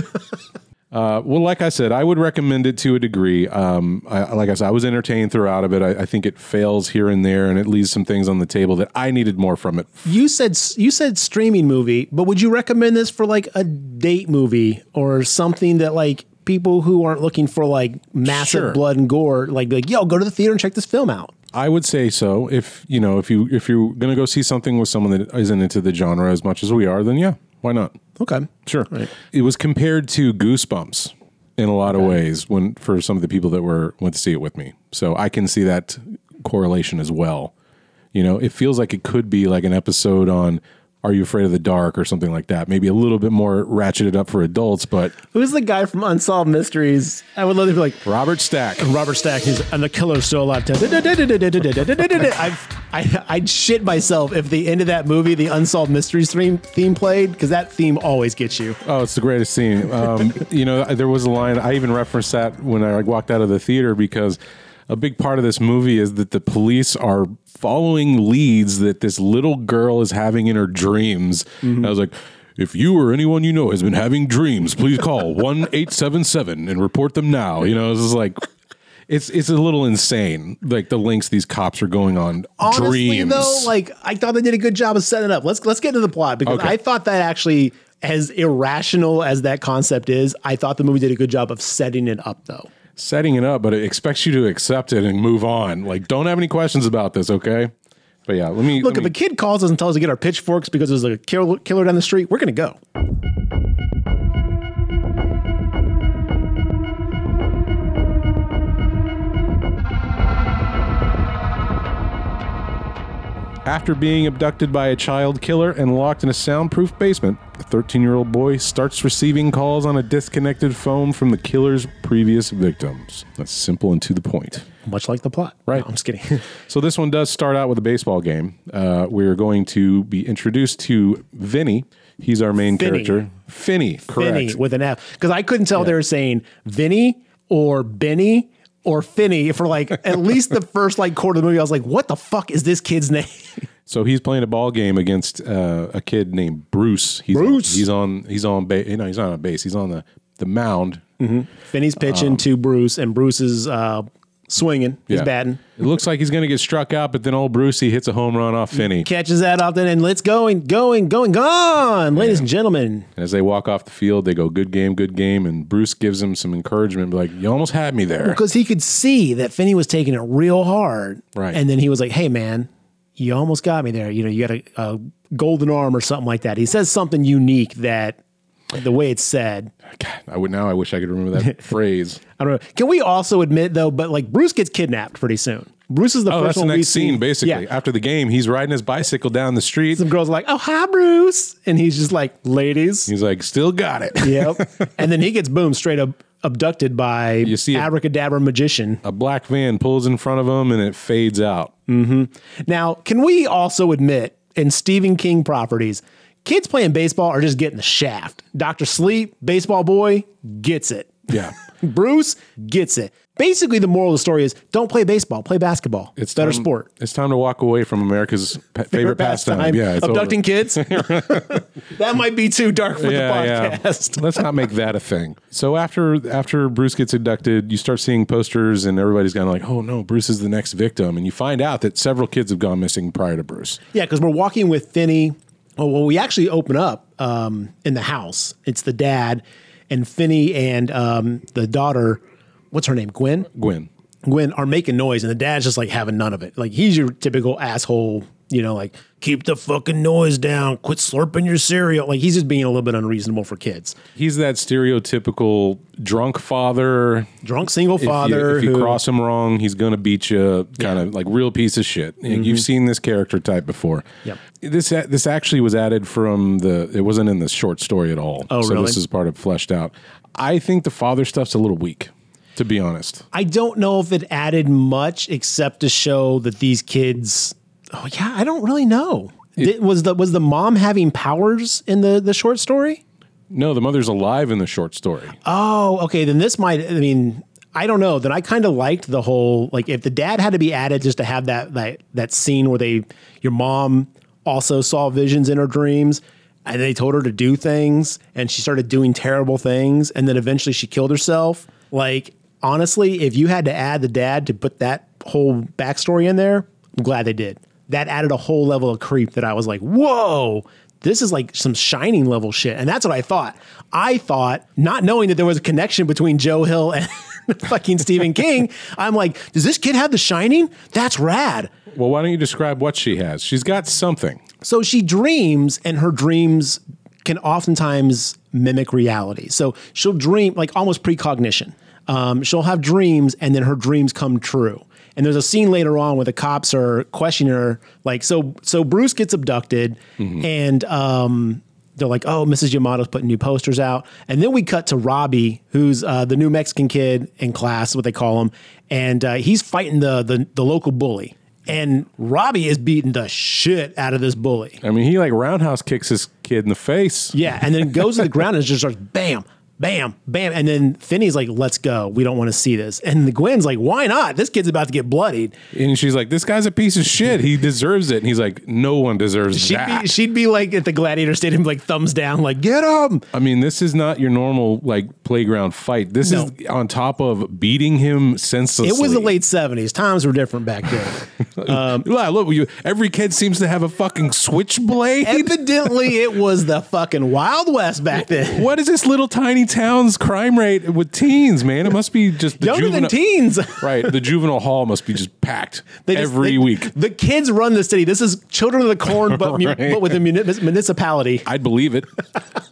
Speaker 1: Uh, well, like I said, I would recommend it to a degree. Um, I, like I said, I was entertained throughout of it. I, I think it fails here and there, and it leaves some things on the table that I needed more from it.
Speaker 2: You said you said streaming movie, but would you recommend this for like a date movie or something that like people who aren't looking for like massive
Speaker 1: Sure.
Speaker 2: blood and gore like be like yo go to the theater and check this film out.
Speaker 1: I would say so. If you know, if you if you're gonna go see something with someone that isn't into the genre as much as we are, then yeah, why not?
Speaker 2: Okay.
Speaker 1: Sure. It was compared to Goosebumps in a lot of ways when for some of the people that were went to see it with me. So I can see that correlation as well. You know, it feels like it could be like an episode on Are You Afraid of the Dark or something like that. Maybe a little bit more ratcheted up for adults, but
Speaker 2: Who's the guy from Unsolved Mysteries? I would love to be like
Speaker 1: Robert Stack.
Speaker 2: Robert Stack. He's and the killer's still alive. I've, I I'd shit myself if the end of that movie, the Unsolved Mysteries theme theme played because that theme always gets you.
Speaker 1: Oh, it's the greatest scene. Um, you know, there was a line I even referenced that when I walked out of the theater because a big part of this movie is that the police are following leads that this little girl is having in her dreams. And I was like, if you or anyone you know has been having dreams, please call one eight seven seven and report them now. You know, it's just like. It's it's a little insane, like the links these cops are going on.
Speaker 2: honestly
Speaker 1: dreams,
Speaker 2: though like i thought they did a good job of setting it up let's let's get into the plot because
Speaker 1: Okay.
Speaker 2: i thought that actually as irrational as that concept is i thought the movie did a good job of setting it up though
Speaker 1: setting it up, but it expects you to accept it and move on. Like, don't have any questions about this, okay? But yeah, let me
Speaker 2: look
Speaker 1: let
Speaker 2: if
Speaker 1: me-
Speaker 2: a kid calls us and tells us to get our pitchforks because there's a killer, killer down the street we're gonna go
Speaker 1: After being abducted by a child killer and locked in a soundproof basement, the 13 year old boy starts receiving calls on a disconnected phone from the killer's previous victims. That's simple and to the point.
Speaker 2: much like the plot
Speaker 1: Right.
Speaker 2: No, i'm just kidding
Speaker 1: So this one does start out with a baseball game. Uh, we're going to be introduced to Vinny. He's our main
Speaker 2: Finny.
Speaker 1: character. Finny, correct.
Speaker 2: Vinny with an F because I couldn't tell they were saying Vinny or Benny or Finny for like at least the first like quarter of the movie. I was like, what the fuck is this kid's name?
Speaker 1: So he's playing a ball game against uh, a kid named Bruce. He's
Speaker 2: Bruce.
Speaker 1: he's on. He's on. Ba- you know, he's not on base. He's on the the mound.
Speaker 2: Mm-hmm. Finney's pitching to Bruce, and Bruce is uh, swinging. He's
Speaker 1: Um, Yeah.
Speaker 2: batting.
Speaker 1: It looks like he's going to get struck out, but then old Brucey hits a home run off Finney.
Speaker 2: Catches that out then, and let's going, going, going, gone, ladies and gentlemen.
Speaker 1: And as they walk off the field, they go, "Good game, good game." And Bruce gives him some encouragement, like, "You almost had me there."
Speaker 2: Because he could see that Finney was taking it real hard.
Speaker 1: Right.
Speaker 2: And then he was like, hey, man, you almost got me there. You know, you got a, a golden arm or something like that. He says something unique that the way it's said.
Speaker 1: God, I would now. I wish I could remember that phrase.
Speaker 2: I don't know. Can we also admit, though, but like Bruce gets kidnapped pretty soon. Bruce is the
Speaker 1: Oh,
Speaker 2: first
Speaker 1: that's the
Speaker 2: one we
Speaker 1: next
Speaker 2: see-
Speaker 1: scene. Basically,
Speaker 2: Yeah.
Speaker 1: after the game, he's riding his bicycle down the street.
Speaker 2: Some girls are like, oh, hi, Bruce. And he's just like, ladies.
Speaker 1: He's like, "Still got it."
Speaker 2: Yep. and then he gets boom straight up abducted by you
Speaker 1: see it.
Speaker 2: abracadabra magician.
Speaker 1: A black van pulls in front of him, and it fades out.
Speaker 2: Now, can we also admit in Stephen King properties, kids playing baseball are just getting the shaft. Dr. Sleep, baseball boy, gets it.
Speaker 1: Yeah.
Speaker 2: Bruce gets it. Basically, the moral of the story is don't play baseball, play basketball. It's better
Speaker 1: time-
Speaker 2: sport.
Speaker 1: It's time to walk away from America's pa- favorite pastime. Yeah, it's
Speaker 2: abducting kids. that might be too dark
Speaker 1: over.
Speaker 2: for the
Speaker 1: Yeah, yeah.
Speaker 2: podcast.
Speaker 1: Let's not make that a thing. So after after Bruce gets abducted, you start seeing posters, and everybody's kind of like, "Oh no, Bruce is the next victim," and you find out that several kids have gone missing prior to Bruce.
Speaker 2: Yeah, because we're walking with Finney. Oh, well, we actually open up um, in the house. It's the dad and Finney and um, the daughter. What's her name? Gwen.
Speaker 1: Gwen.
Speaker 2: Gwen are making noise, and the dad's just like having none of it. Like he's your typical asshole. You know, like keep the fucking noise down. Quit slurping your cereal. Like he's just being a little bit unreasonable for kids.
Speaker 1: He's that stereotypical drunk father.
Speaker 2: Drunk single
Speaker 1: If you-
Speaker 2: father.
Speaker 1: if you,
Speaker 2: who-
Speaker 1: cross him wrong, he's gonna beat you. Kind of like real piece of shit. And You've seen this character type before.
Speaker 2: Mm-hmm. Yep.
Speaker 1: This a- this actually was added from the. It wasn't in the short story at all.
Speaker 2: Oh,
Speaker 1: so
Speaker 2: really?
Speaker 1: This is part of fleshed out. I think the father stuff's a little weak, to be honest.
Speaker 2: I don't know if it added much except to show that these kids. Oh yeah, I don't really know. Did- was the was the mom having powers in the the short story?
Speaker 1: No, the mother's alive in the short story.
Speaker 2: Oh, okay. Then this might. I mean, I don't know. Then I kind of liked the whole like if the dad had to be added just to have that that that scene where they your mom also saw visions in her dreams. and they told her to do things and she started doing terrible things and then eventually she killed herself like honestly if you had to add the dad to put that whole backstory in there i'm glad they did that added a whole level of creep that i was like whoa this is like some shining level shit and that's what i thought i thought not knowing that there was a connection between joe hill and fucking stephen king i'm like does this kid have the shining that's rad
Speaker 1: Well, why don't you describe what she has? She's got something.
Speaker 2: so she dreams, and her dreams can oftentimes mimic reality. So she'll dream like almost precognition. Um, she'll have dreams, and then her dreams come true. And there's a scene later on where the cops are questioning her, like so. So Bruce gets abducted, and um, they're like, "Oh, Mrs. Yamada's putting new posters out." And then we cut to Robbie, who's uh, the new Mexican kid in class, is what they call him, and uh, he's fighting the the, the local bully. And Robbie is beating the shit out of this bully.
Speaker 1: I mean, he like roundhouse kicks his kid in the face.
Speaker 2: Yeah. And then goes to the ground and just starts bam, bam, bam. And then Finney's like, let's go. We don't want to see this. And the Gwen's like, why not? This kid's about to get bloodied.
Speaker 1: And she's like, "This guy's a piece of shit. He deserves it." And he's like, "No one deserves
Speaker 2: She'd
Speaker 1: that."
Speaker 2: be she'd be like at the gladiator stadium, like thumbs down, like, get him.
Speaker 1: I mean, this is not your normal like playground fight. This
Speaker 2: No.
Speaker 1: is on top of beating him senselessly.
Speaker 2: It was the late 70s. Times were different back then.
Speaker 1: Um, Yeah, look, you, every kid seems to have a fucking switchblade.
Speaker 2: Evidently, it was the fucking Wild West back then.
Speaker 1: what is this little tiny town's crime rate with teens, man? It must be just the
Speaker 2: Younger
Speaker 1: juvenile-
Speaker 2: than teens.
Speaker 1: right? The juvenile hall must be just packed
Speaker 2: They just-
Speaker 1: every
Speaker 2: they-
Speaker 1: week.
Speaker 2: The kids run the city. This is children of the corn, but, mu-
Speaker 1: Right.
Speaker 2: but with a muni- municipality.
Speaker 1: I'd believe it.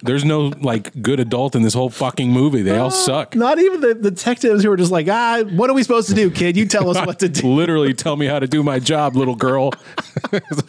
Speaker 1: There's no like good adult in this whole fucking movie. They
Speaker 2: Uh,
Speaker 1: all suck.
Speaker 2: Not even the detectives who are just like, ah, what are we supposed to do, kid? You tell us what to do.
Speaker 1: Literally, tell me how to do my job, little girl.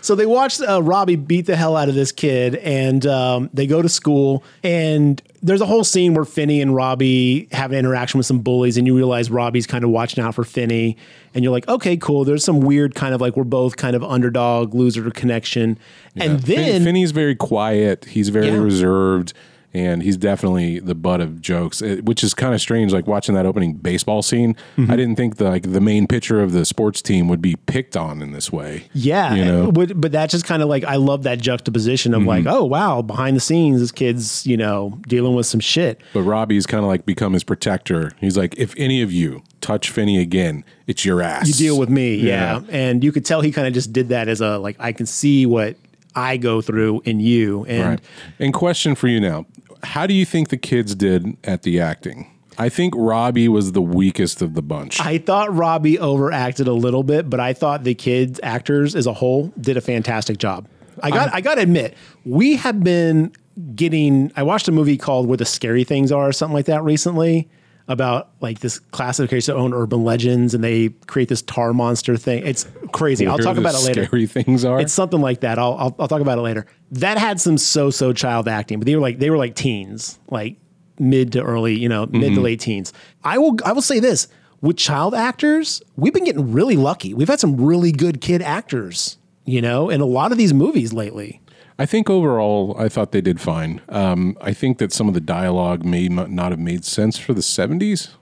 Speaker 2: So they watch uh, Robbie beat the hell out of this kid, and um, they go to school. And there's a whole scene where Finney and Robbie have an interaction with some bullies, and you realize Robbie's kind of watching out for Finney. And you're like, okay, cool. There's some weird kind of like we're both kind of underdog loser connection. And then
Speaker 1: Fin- Finney's very quiet. He's very
Speaker 2: Yeah.
Speaker 1: reserved, and he's definitely the butt of jokes, eh, which is kind of strange. Like watching that opening baseball scene,
Speaker 2: Mm-hmm.
Speaker 1: I didn't think the, like the main pitcher of the sports team would be picked on in this way.
Speaker 2: Yeah,
Speaker 1: you know, Mm-hmm.
Speaker 2: but, but that's just kind of like I love that juxtaposition of like, oh wow, behind the scenes, this kid's you know dealing with some shit.
Speaker 1: But Robbie's kind of like become his protector. He's like, if any of you touch Finney again, it's your ass.
Speaker 2: You deal with me,
Speaker 1: Yeah.
Speaker 2: yeah. And you could tell he kind of just did that as a like, I can see what I go through in you, and
Speaker 1: Right. And question for you now: How do you think the kids did at the acting? I think Robbie was the weakest of the bunch.
Speaker 2: I thought Robbie overacted a little bit, but I thought the kids actors as a whole did a fantastic job. I got i got to admit, we have been getting I watched a movie called Where the Scary Things Are or something like that recently about like this classification of own urban legends and they create this tar monster thing. It's crazy. I'll
Speaker 1: Where
Speaker 2: talk
Speaker 1: the
Speaker 2: about it later.
Speaker 1: Scary things are.
Speaker 2: It's something like that. I'll, I'll I'll talk about it later. That had some so-so child acting, but they were like they were like teens, like mid to early, you know, mid
Speaker 1: Mm-hmm.
Speaker 2: to late teens. I will I will say this with child actors, we've been getting really lucky. We've had some really good kid actors, you know, in a lot of these movies lately.
Speaker 1: I think overall, I thought they did fine. Um, I think that some of the dialogue may m- not have made sense for the 70s.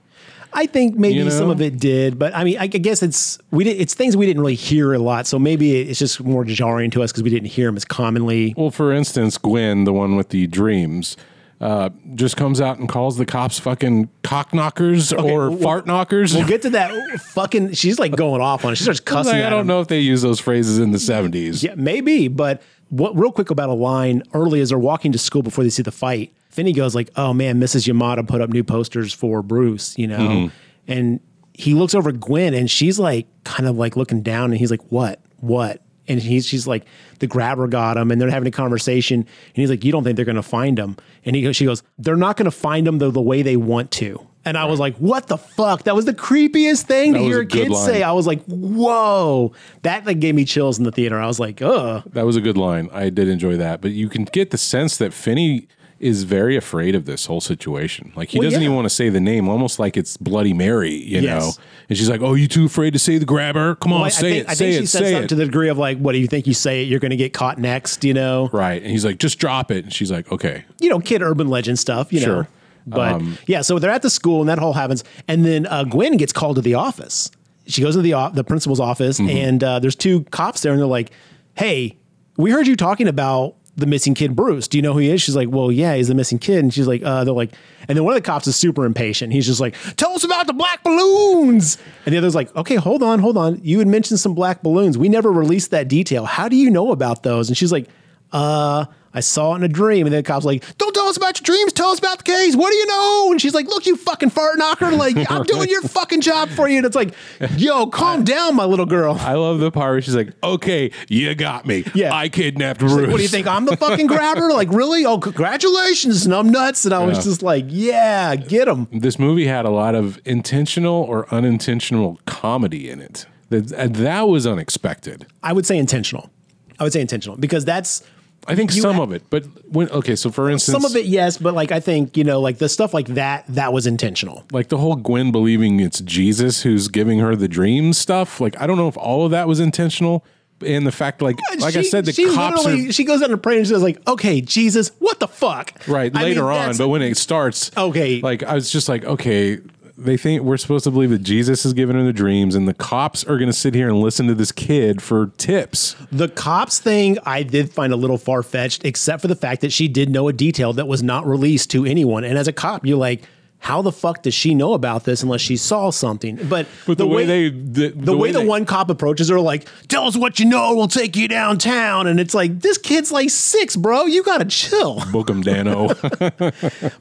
Speaker 2: I think maybe
Speaker 1: You
Speaker 2: some
Speaker 1: know?
Speaker 2: of it did, but I mean, I, I guess it's we did, it's things we didn't really hear a lot, so maybe it's just more jarring to us because we didn't hear them as commonly.
Speaker 1: Well, for instance, Gwen, the one with the dreams, uh, just comes out and calls the cops fucking cock knockers or
Speaker 2: well-
Speaker 1: fart knockers.
Speaker 2: We'll get to that fucking. She's like going off on it. She starts cussing.
Speaker 1: Like,
Speaker 2: at
Speaker 1: I don't
Speaker 2: him.
Speaker 1: know if they use those phrases in the 70s.
Speaker 2: Yeah, maybe. But what real quick about a line early as they're walking to school before they see the fight, Finney goes like, "Oh man, Mrs. Yamada put up new posters for Bruce," you know, and he looks over at Gwen and she's like, kind of like looking down, and he's like, "What? What?" And he's she's like, "The grabber got him," and they're having a conversation, and he's like, "You don't think they're going to find him?" And he goes, she goes, "They're not going to find him the, the way they want to." And I was like, "What the fuck?" That was the creepiest thing to
Speaker 1: was
Speaker 2: hear
Speaker 1: a
Speaker 2: a
Speaker 1: good
Speaker 2: kid
Speaker 1: line.
Speaker 2: say. I was like, whoa, that like gave me chills in the theater. I was like, ugh.
Speaker 1: That was a good line. I did enjoy that. But you can get the sense that Finney is very afraid of this whole situation. Like he
Speaker 2: Well,
Speaker 1: doesn't
Speaker 2: yeah.
Speaker 1: even want to say the name, almost like it's Bloody Mary, you
Speaker 2: Yes.
Speaker 1: know. And she's like, "Oh, you too afraid to say the grabber? Come on,
Speaker 2: I- I
Speaker 1: say
Speaker 2: think,
Speaker 1: it,
Speaker 2: I
Speaker 1: say
Speaker 2: think she
Speaker 1: it,
Speaker 2: said
Speaker 1: say
Speaker 2: something
Speaker 1: it."
Speaker 2: to the degree of like, what do you think you say it, you're going to get caught next, you know?
Speaker 1: right. And he's like, "Just drop it." And she's like, "Okay."
Speaker 2: You know, kid urban legend stuff, you know?
Speaker 1: Sure.
Speaker 2: But yeah, so they're at the school and that whole happens. And then uh, Gwen gets called to the office. She goes to the, o- the principal's office and uh, there's two cops there and they're like, hey, we heard you talking about the missing kid Bruce. Do you know who he is? She's like, well, yeah, he's the missing kid. And she's like, uh, they're like, and then one of the cops is super impatient. He's just like, tell us about the black balloons. And the other's like, okay, hold on, hold on. You had mentioned some black balloons. We never released that detail. How do you know about those? And she's like, uh, I saw it in a dream. And then the cop's like, don't tell us about your dreams. Tell us about the case. What do you know? And she's like, look, you fucking fart knocker. Like, I'm doing your fucking job for you. And it's like, yo, calm down, my little girl.
Speaker 1: I love the part where she's like, "Okay, you got me.
Speaker 2: Yeah.
Speaker 1: I kidnapped Bruce."
Speaker 2: What do you think? I'm the fucking grabber? Like, really? Oh, congratulations. And I'm nuts. And I was
Speaker 1: Yeah.
Speaker 2: just like, yeah, get him.
Speaker 1: This movie had a lot of intentional or unintentional comedy in it. That and that was unexpected.
Speaker 2: I would say intentional. I would say intentional because that's
Speaker 1: I think
Speaker 2: You
Speaker 1: some
Speaker 2: ha-
Speaker 1: of it, but when okay, so for instance,
Speaker 2: some of it, yes. But like, I think, you know, like the stuff like that, that was intentional.
Speaker 1: like the whole Gwen believing it's Jesus who's giving her the dream stuff. Like I don't know if all of that was intentional, and the fact like like I
Speaker 2: Uh, She-
Speaker 1: said, the
Speaker 2: she
Speaker 1: cops are
Speaker 2: literally, she goes out and prays and says like, okay, Jesus, what the fuck?
Speaker 1: right
Speaker 2: I mean,
Speaker 1: later on
Speaker 2: that's-
Speaker 1: but when it starts
Speaker 2: Okay.
Speaker 1: like i was just like okay they think we're supposed to believe that jesus is giving her the dreams and the cops are going to sit here and listen to this kid for tips
Speaker 2: The cops thing I did find a little far fetched, except for the fact that she did know a detail that was not released to anyone. And as a cop, you're like, how the fuck does she know about this unless she saw something? But,
Speaker 1: but the, way, they the,
Speaker 2: the, way, the
Speaker 1: they-
Speaker 2: one cop approaches her, like, tell us what you know, we'll take you downtown. And it's like, this kid's like six, bro. You gotta chill.
Speaker 1: book 'em, dano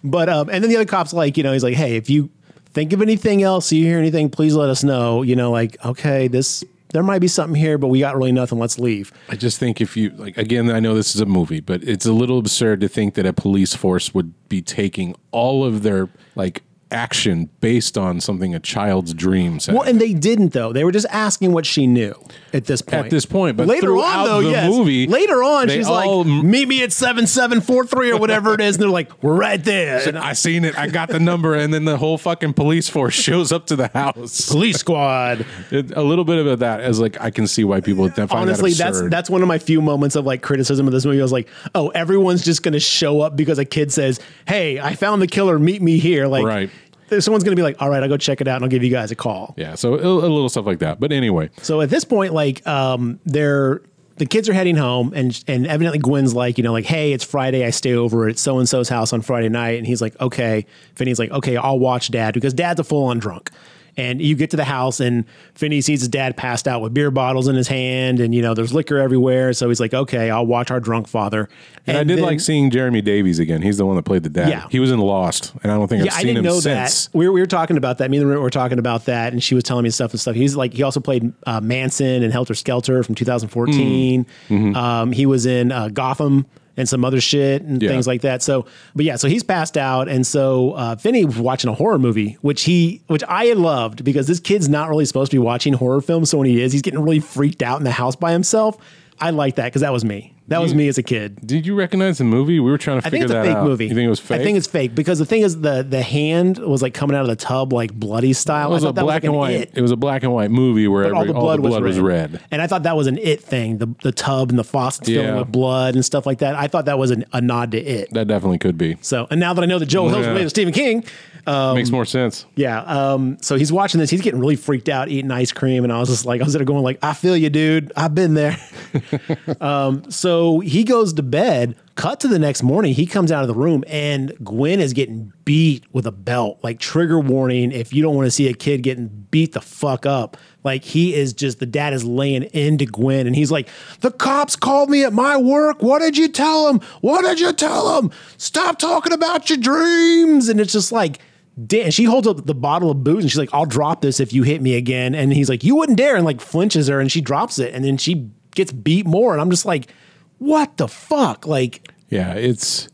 Speaker 2: But um, and then the other cop's like, you know, he's like, hey, if you think of anything else, you hear anything, please let us know. You know, like, okay, this there might be something here, but we got really nothing. Let's leave.
Speaker 1: i just think if you like again i know this is a movie but it's a little absurd to think that a police force would be taking all of their like action based on something a child's dreams
Speaker 2: Well, and they didn't though. They were just asking what she knew at this point.
Speaker 1: At this point, but
Speaker 2: later on
Speaker 1: throughout
Speaker 2: though,
Speaker 1: the
Speaker 2: yes.
Speaker 1: movie,
Speaker 2: later on,
Speaker 1: they
Speaker 2: she's
Speaker 1: all-
Speaker 2: like, "Meet me at seven seven four three or whatever it is," and they're like, "We're right there." And
Speaker 1: I seen it. I got the number, and then the whole fucking police force shows up to the house.
Speaker 2: police squad.
Speaker 1: It, a little bit of that as like I can see why people would find
Speaker 2: Honestly,
Speaker 1: that
Speaker 2: that's
Speaker 1: absurd.
Speaker 2: that's one of my few moments of like criticism of this movie. I was like, "Oh, everyone's just going to show up because a kid says, "Hey, I found the killer. Meet me here." Like
Speaker 1: Right.
Speaker 2: there's- Someone's going to be like, "All right, I'll go check it out and I'll give you guys a call."
Speaker 1: yeah. So a, a little stuff like that. But anyway,
Speaker 2: So at this point, like, um, they're the kids are heading home, and and evidently Gwen's like, you know, like, hey, it's Friday, I stay over at so and so's house on Friday night, and he's like, okay. Finney's like, okay, I'll watch Dad because Dad's a full on drunk. And you get to the house, and Finney sees his dad passed out with beer bottles in his hand, and you know there's liquor everywhere. So he's like, "Okay, I'll watch our drunk father."
Speaker 1: and, I did
Speaker 2: then-
Speaker 1: like seeing Jeremy Davies again. He's the one that played the dad.
Speaker 2: Yeah.
Speaker 1: He was in Lost, and I don't think
Speaker 2: yeah,
Speaker 1: I've
Speaker 2: I
Speaker 1: seen
Speaker 2: didn't
Speaker 1: him
Speaker 2: know
Speaker 1: since.
Speaker 2: that. We were, we were talking about that. Me and the roommate were talking about that, and she was telling me stuff and stuff. He was like, he also played uh, Manson and Helter Skelter from
Speaker 1: Mm.
Speaker 2: 2014.
Speaker 1: Mm-hmm.
Speaker 2: Um, he was in uh, Gotham and some other shit and
Speaker 1: Yeah.
Speaker 2: things like that. So, but yeah, so he's passed out, and so uh, Finney was watching a horror movie, which he, which I loved because this kid's not really supposed to be watching horror films. So when he is, he's getting really freaked out in the house by himself. I like that because that was me. That
Speaker 1: Mm.
Speaker 2: was me as a kid.
Speaker 1: Did you recognize the movie? We were trying to
Speaker 2: I think
Speaker 1: figure
Speaker 2: it's a
Speaker 1: that
Speaker 2: fake
Speaker 1: out.
Speaker 2: movie.
Speaker 1: You think it was fake?
Speaker 2: I think it's fake because the thing is the the hand was like coming out of the tub like bloody style.
Speaker 1: it was a
Speaker 2: I thought that
Speaker 1: black
Speaker 2: was like
Speaker 1: and
Speaker 2: an
Speaker 1: white.
Speaker 2: It.
Speaker 1: It was a black and white movie where
Speaker 2: All
Speaker 1: every,
Speaker 2: the blood,
Speaker 1: was, red.
Speaker 2: and I thought that was an it thing. The the tub and the faucets filling
Speaker 1: Yeah.
Speaker 2: with blood and stuff like that. I thought that was an, a nod to it.
Speaker 1: That definitely could be.
Speaker 2: So, and now that I know that Joel Hill's
Speaker 1: Yeah.
Speaker 2: related to Stephen King,
Speaker 1: Makes more sense.
Speaker 2: yeah. Um, so he's watching this. He's getting really freaked out, eating ice cream, and I was just like, I was there going like, I feel you, dude. I've been there. um, so he goes to bed. Cut to the next morning. He comes out of the room, and Gwen is getting beat with a belt. Like trigger warning if you don't want to see a kid getting beat the fuck up. Like he is just the dad is laying into Gwen, and he's like, "The cops called me at my work. What did you tell them? What did you tell them? Stop talking about your dreams." And it's just like. Dan, she holds up the bottle of booze and she's like, I'll drop this if you hit me again. And he's like, You wouldn't dare. And like flinches her and she drops it. And then she gets beat more. And I'm just like, What the fuck? Like,
Speaker 1: Yeah, it's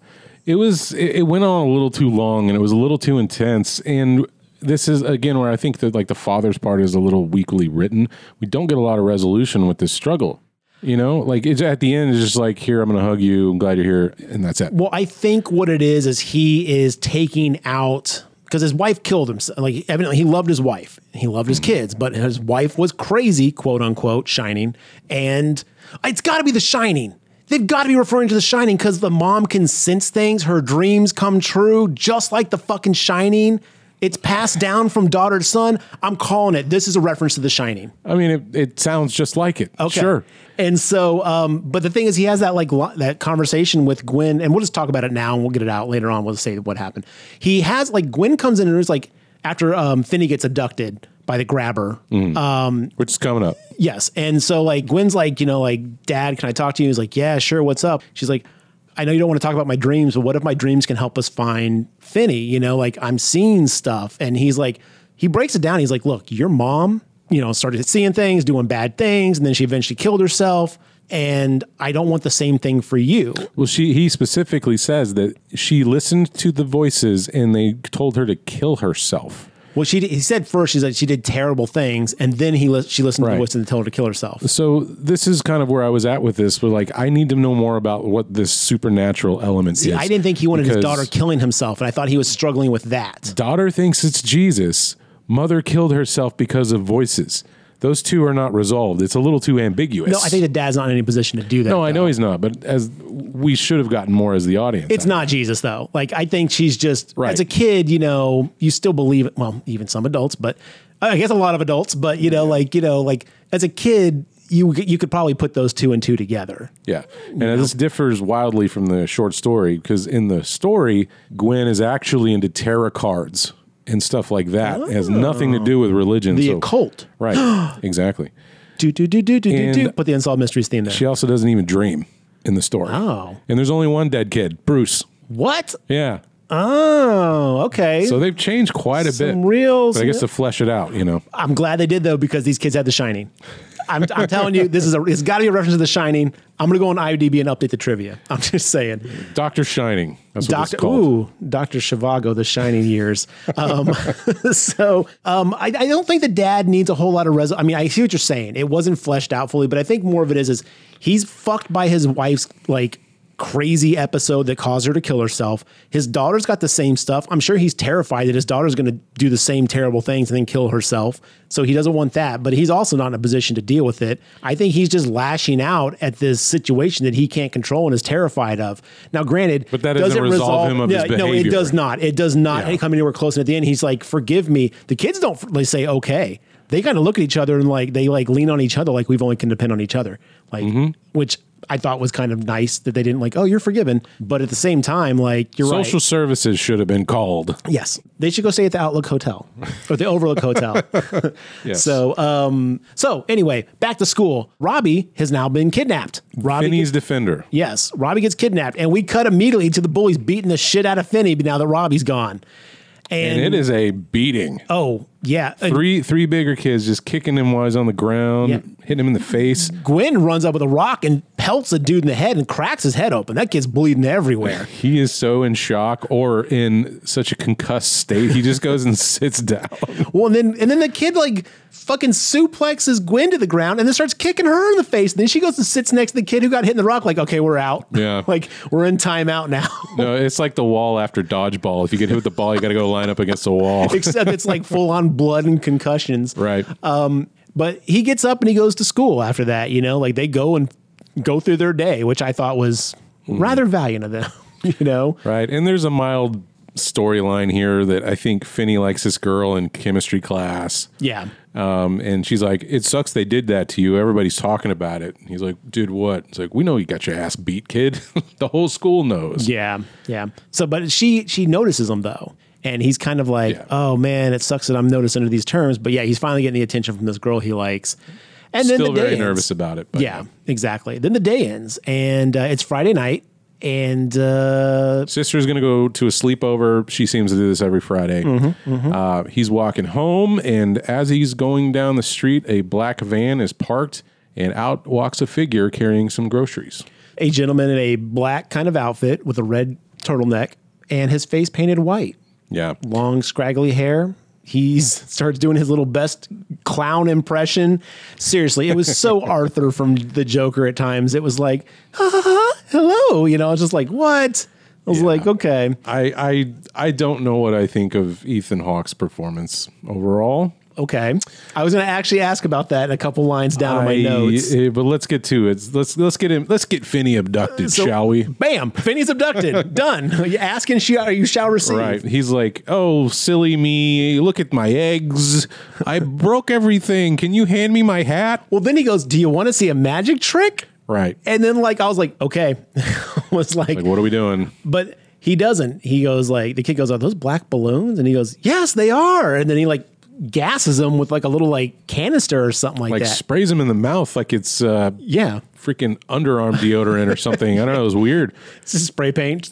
Speaker 1: it was it, it went on a little too long and it was a little too intense and this is again where I think that like the father's part is a little weakly written. We don't get a lot of resolution with this struggle. You know, like it's at the end it's just like here I'm going to hug you, I'm glad you're here and that's it.
Speaker 2: well, I think what it is is he is taking out because his wife killed him. Like, evidently, he loved his wife. He loved his kids, but his wife was crazy, quote unquote, shining. And it's got to be the shining. They've got to be referring to the shining because the mom can sense things. Her dreams come true, just like the fucking shining. It's passed down from daughter to son. I'm calling it. This is a reference to The Shining.
Speaker 1: I mean, it, it sounds just like it.
Speaker 2: Okay.
Speaker 1: Sure.
Speaker 2: And so, um, but the thing is, he has that like lo- that conversation with Gwen, and we'll just talk about it now, and we'll get it out later on. We'll say what happened. He has like Gwen comes in and is like after um, Finney gets abducted by the grabber.
Speaker 1: Which is coming up.
Speaker 2: Yes, and so like Gwen's like you know like Dad, can I talk to you? He's like, Yeah, sure. What's up? She's like. I know you don't want to talk about my dreams, but what if my dreams can help us find Finney? You know, like I'm seeing stuff. And he's like, he breaks it down. He's like, look, your mom, you know, started seeing things, doing bad things, and then she eventually killed herself. And I don't want the same thing for you.
Speaker 1: Well, she he specifically says that she listened to the voices and they told her to kill herself.
Speaker 2: Well, she did, he said first, she's like, she did terrible things. And then he lis- she listened to
Speaker 1: Right.
Speaker 2: the voice and told her to kill herself.
Speaker 1: So this is kind of where I was at with this, but like I need to know more about what this supernatural element is.
Speaker 2: I didn't think he wanted his
Speaker 1: because
Speaker 2: daughter killing himself. And I thought he was struggling with that.
Speaker 1: Daughter thinks it's Jesus. Mother killed herself because of voices. Those two are not resolved. It's a little too ambiguous.
Speaker 2: No, I think the dad's not in any position to do that.
Speaker 1: No, I
Speaker 2: though.
Speaker 1: know he's not, but as we should have gotten more as the audience.
Speaker 2: It's not Jesus though. Like I think she's just
Speaker 1: Right.
Speaker 2: as a kid, you know, you still believe well, even some adults, but I guess a lot of adults, but you know, like, you know, like as a kid, you you could probably put those two and two together.
Speaker 1: Yeah. And this differs wildly from the short story because in the story, Gwen is actually into tarot cards and stuff like that. It has nothing to do with religion.
Speaker 2: Oh. The
Speaker 1: so-
Speaker 2: occult.
Speaker 1: Right. exactly.
Speaker 2: Do do do do do do
Speaker 1: And-
Speaker 2: do put the unsolved mysteries theme there.
Speaker 1: She also doesn't even dream in the story.
Speaker 2: Wow.
Speaker 1: And there's only one dead kid, Bruce.
Speaker 2: what?
Speaker 1: Yeah.
Speaker 2: Oh, okay.
Speaker 1: So they've changed quite a
Speaker 2: Some
Speaker 1: bit.
Speaker 2: real-
Speaker 1: But I guess to flesh it out, you know.
Speaker 2: I'm glad they did though because these kids had The Shining. I'm, I'm telling you, this is a it's got to be a reference to The Shining. I'm gonna go on IMDb and update the trivia. I'm just saying.
Speaker 1: Doctor Shining. That's what it's
Speaker 2: Doctor
Speaker 1: called.
Speaker 2: Ooh, Doctor Shivago, The Shining Years. Um, so um, I, I don't think the dad needs a whole lot of res. I mean, I see what you're saying. It wasn't fleshed out fully, but I think more of it is is he's fucked by his wife's like crazy episode that caused her to kill herself. His daughter's got the same stuff. I'm sure he's terrified that his daughter's going to do the same terrible things and then kill herself. So he doesn't want that, but he's also not in a position to deal with it. I think he's just lashing out at this situation that he can't control and is terrified of. Now, granted,
Speaker 1: But that doesn't resolve him of his
Speaker 2: No, it
Speaker 1: behavior.
Speaker 2: does not. It does not
Speaker 1: Yeah.
Speaker 2: come anywhere close. And at the end, he's like, "Forgive me." The kids don't really say okay. They kind of look at each other and like they like lean on each other, like we've only can depend on each other, like
Speaker 1: Mm-hmm.
Speaker 2: which I thought was kind of nice that they didn't like, "Oh, you're forgiven," but at the same time, like you're
Speaker 1: Social
Speaker 2: right.
Speaker 1: services should have been called.
Speaker 2: Yes, they should go stay at the Outlook Hotel or the Overlook Hotel.
Speaker 1: Yes.
Speaker 2: So, um, so anyway, back to school. Robbie has now been kidnapped. Robbie
Speaker 1: Finney's defender.
Speaker 2: Yes, Robbie gets kidnapped, and we cut immediately to the bullies beating the shit out of Finney. But now that Robbie's gone, and,
Speaker 1: And it is a beating.
Speaker 2: oh yeah, and
Speaker 1: three three bigger kids just kicking him while he's on the ground,
Speaker 2: Yeah.
Speaker 1: hitting him in the face.
Speaker 2: Gwen runs up with a rock and pelts a dude in the head and cracks his head open. That kid's bleeding everywhere.
Speaker 1: He is so in shock or in such a concussed state, he just goes and sits down.
Speaker 2: well, and then and then the kid like fucking suplexes Gwen to the ground and then starts kicking her in the face. And then she goes and sits next to the kid who got hit in the rock. Like, okay, we're out.
Speaker 1: Yeah.
Speaker 2: like we're in timeout now.
Speaker 1: No, it's like the wall after dodgeball. If you get hit with the ball, you got to go line up against the wall.
Speaker 2: Except it's like full on blood and concussions.
Speaker 1: Right.
Speaker 2: But he gets up and he goes to school after that, you know, like they go and go through their day, which I thought was rather valiant of them, you know.
Speaker 1: Mm-hmm. Right. And there's a mild storyline here that I think Finney likes this girl in chemistry class.
Speaker 2: Yeah.
Speaker 1: Um, and she's like, It sucks they did that to you. Everybody's talking about it. And he's like, Dude, what? It's like, We know you got your ass beat, kid. the whole school knows.
Speaker 2: Yeah. Yeah. So but she she notices him though. And he's kind of like,
Speaker 1: Yeah.
Speaker 2: "Oh man, it sucks that I'm noticed under these terms." But yeah, he's finally getting the attention from this girl he likes. And then
Speaker 1: Still
Speaker 2: the day
Speaker 1: very
Speaker 2: ends.
Speaker 1: nervous about it. But
Speaker 2: Yeah, exactly. Then the day ends, and uh, it's Friday night, and uh,
Speaker 1: Sister's going to go to a sleepover. She seems to do this every Friday.
Speaker 2: Mm-hmm,
Speaker 1: Uh, he's walking home, and as he's going down the street, a black van is parked, and out walks a figure carrying some groceries.
Speaker 2: a gentleman in a black kind of outfit with a red turtleneck and his face painted white.
Speaker 1: Yeah.
Speaker 2: long scraggly hair. He starts doing his little best clown impression. Seriously, it was so Arthur from the Joker at times. It was like, hello, you know. I was just like, what? I was like, okay,
Speaker 1: I, I I don't know what I think of Ethan Hawke's performance overall.
Speaker 2: Okay. I was going to actually ask about that a couple lines down on my notes.
Speaker 1: I- eh, but let's get to it. Let's let's get him. Let's get Finney abducted,
Speaker 2: So-
Speaker 1: shall we?
Speaker 2: Bam! Finney's abducted. Done. You ask and she, you shall receive.
Speaker 1: Right. He's like, "Oh, silly me! Look at my eggs. I broke everything. Can you hand me my hat?"
Speaker 2: Well, then he goes, "Do you want to see a magic trick?"
Speaker 1: Right.
Speaker 2: And then like I was like, "Okay," was like,
Speaker 1: Like, what are we doing?
Speaker 2: but he doesn't. He goes like the kid goes, "Are those black balloons?" And he goes, "Yes, they are." And then he like gasses him with like a little like canister or something like,
Speaker 1: Like
Speaker 2: that.
Speaker 1: sprays him in the mouth like it's uh,
Speaker 2: yeah,
Speaker 1: freaking underarm deodorant or something. I don't know. It was weird.
Speaker 2: it's just spray paint.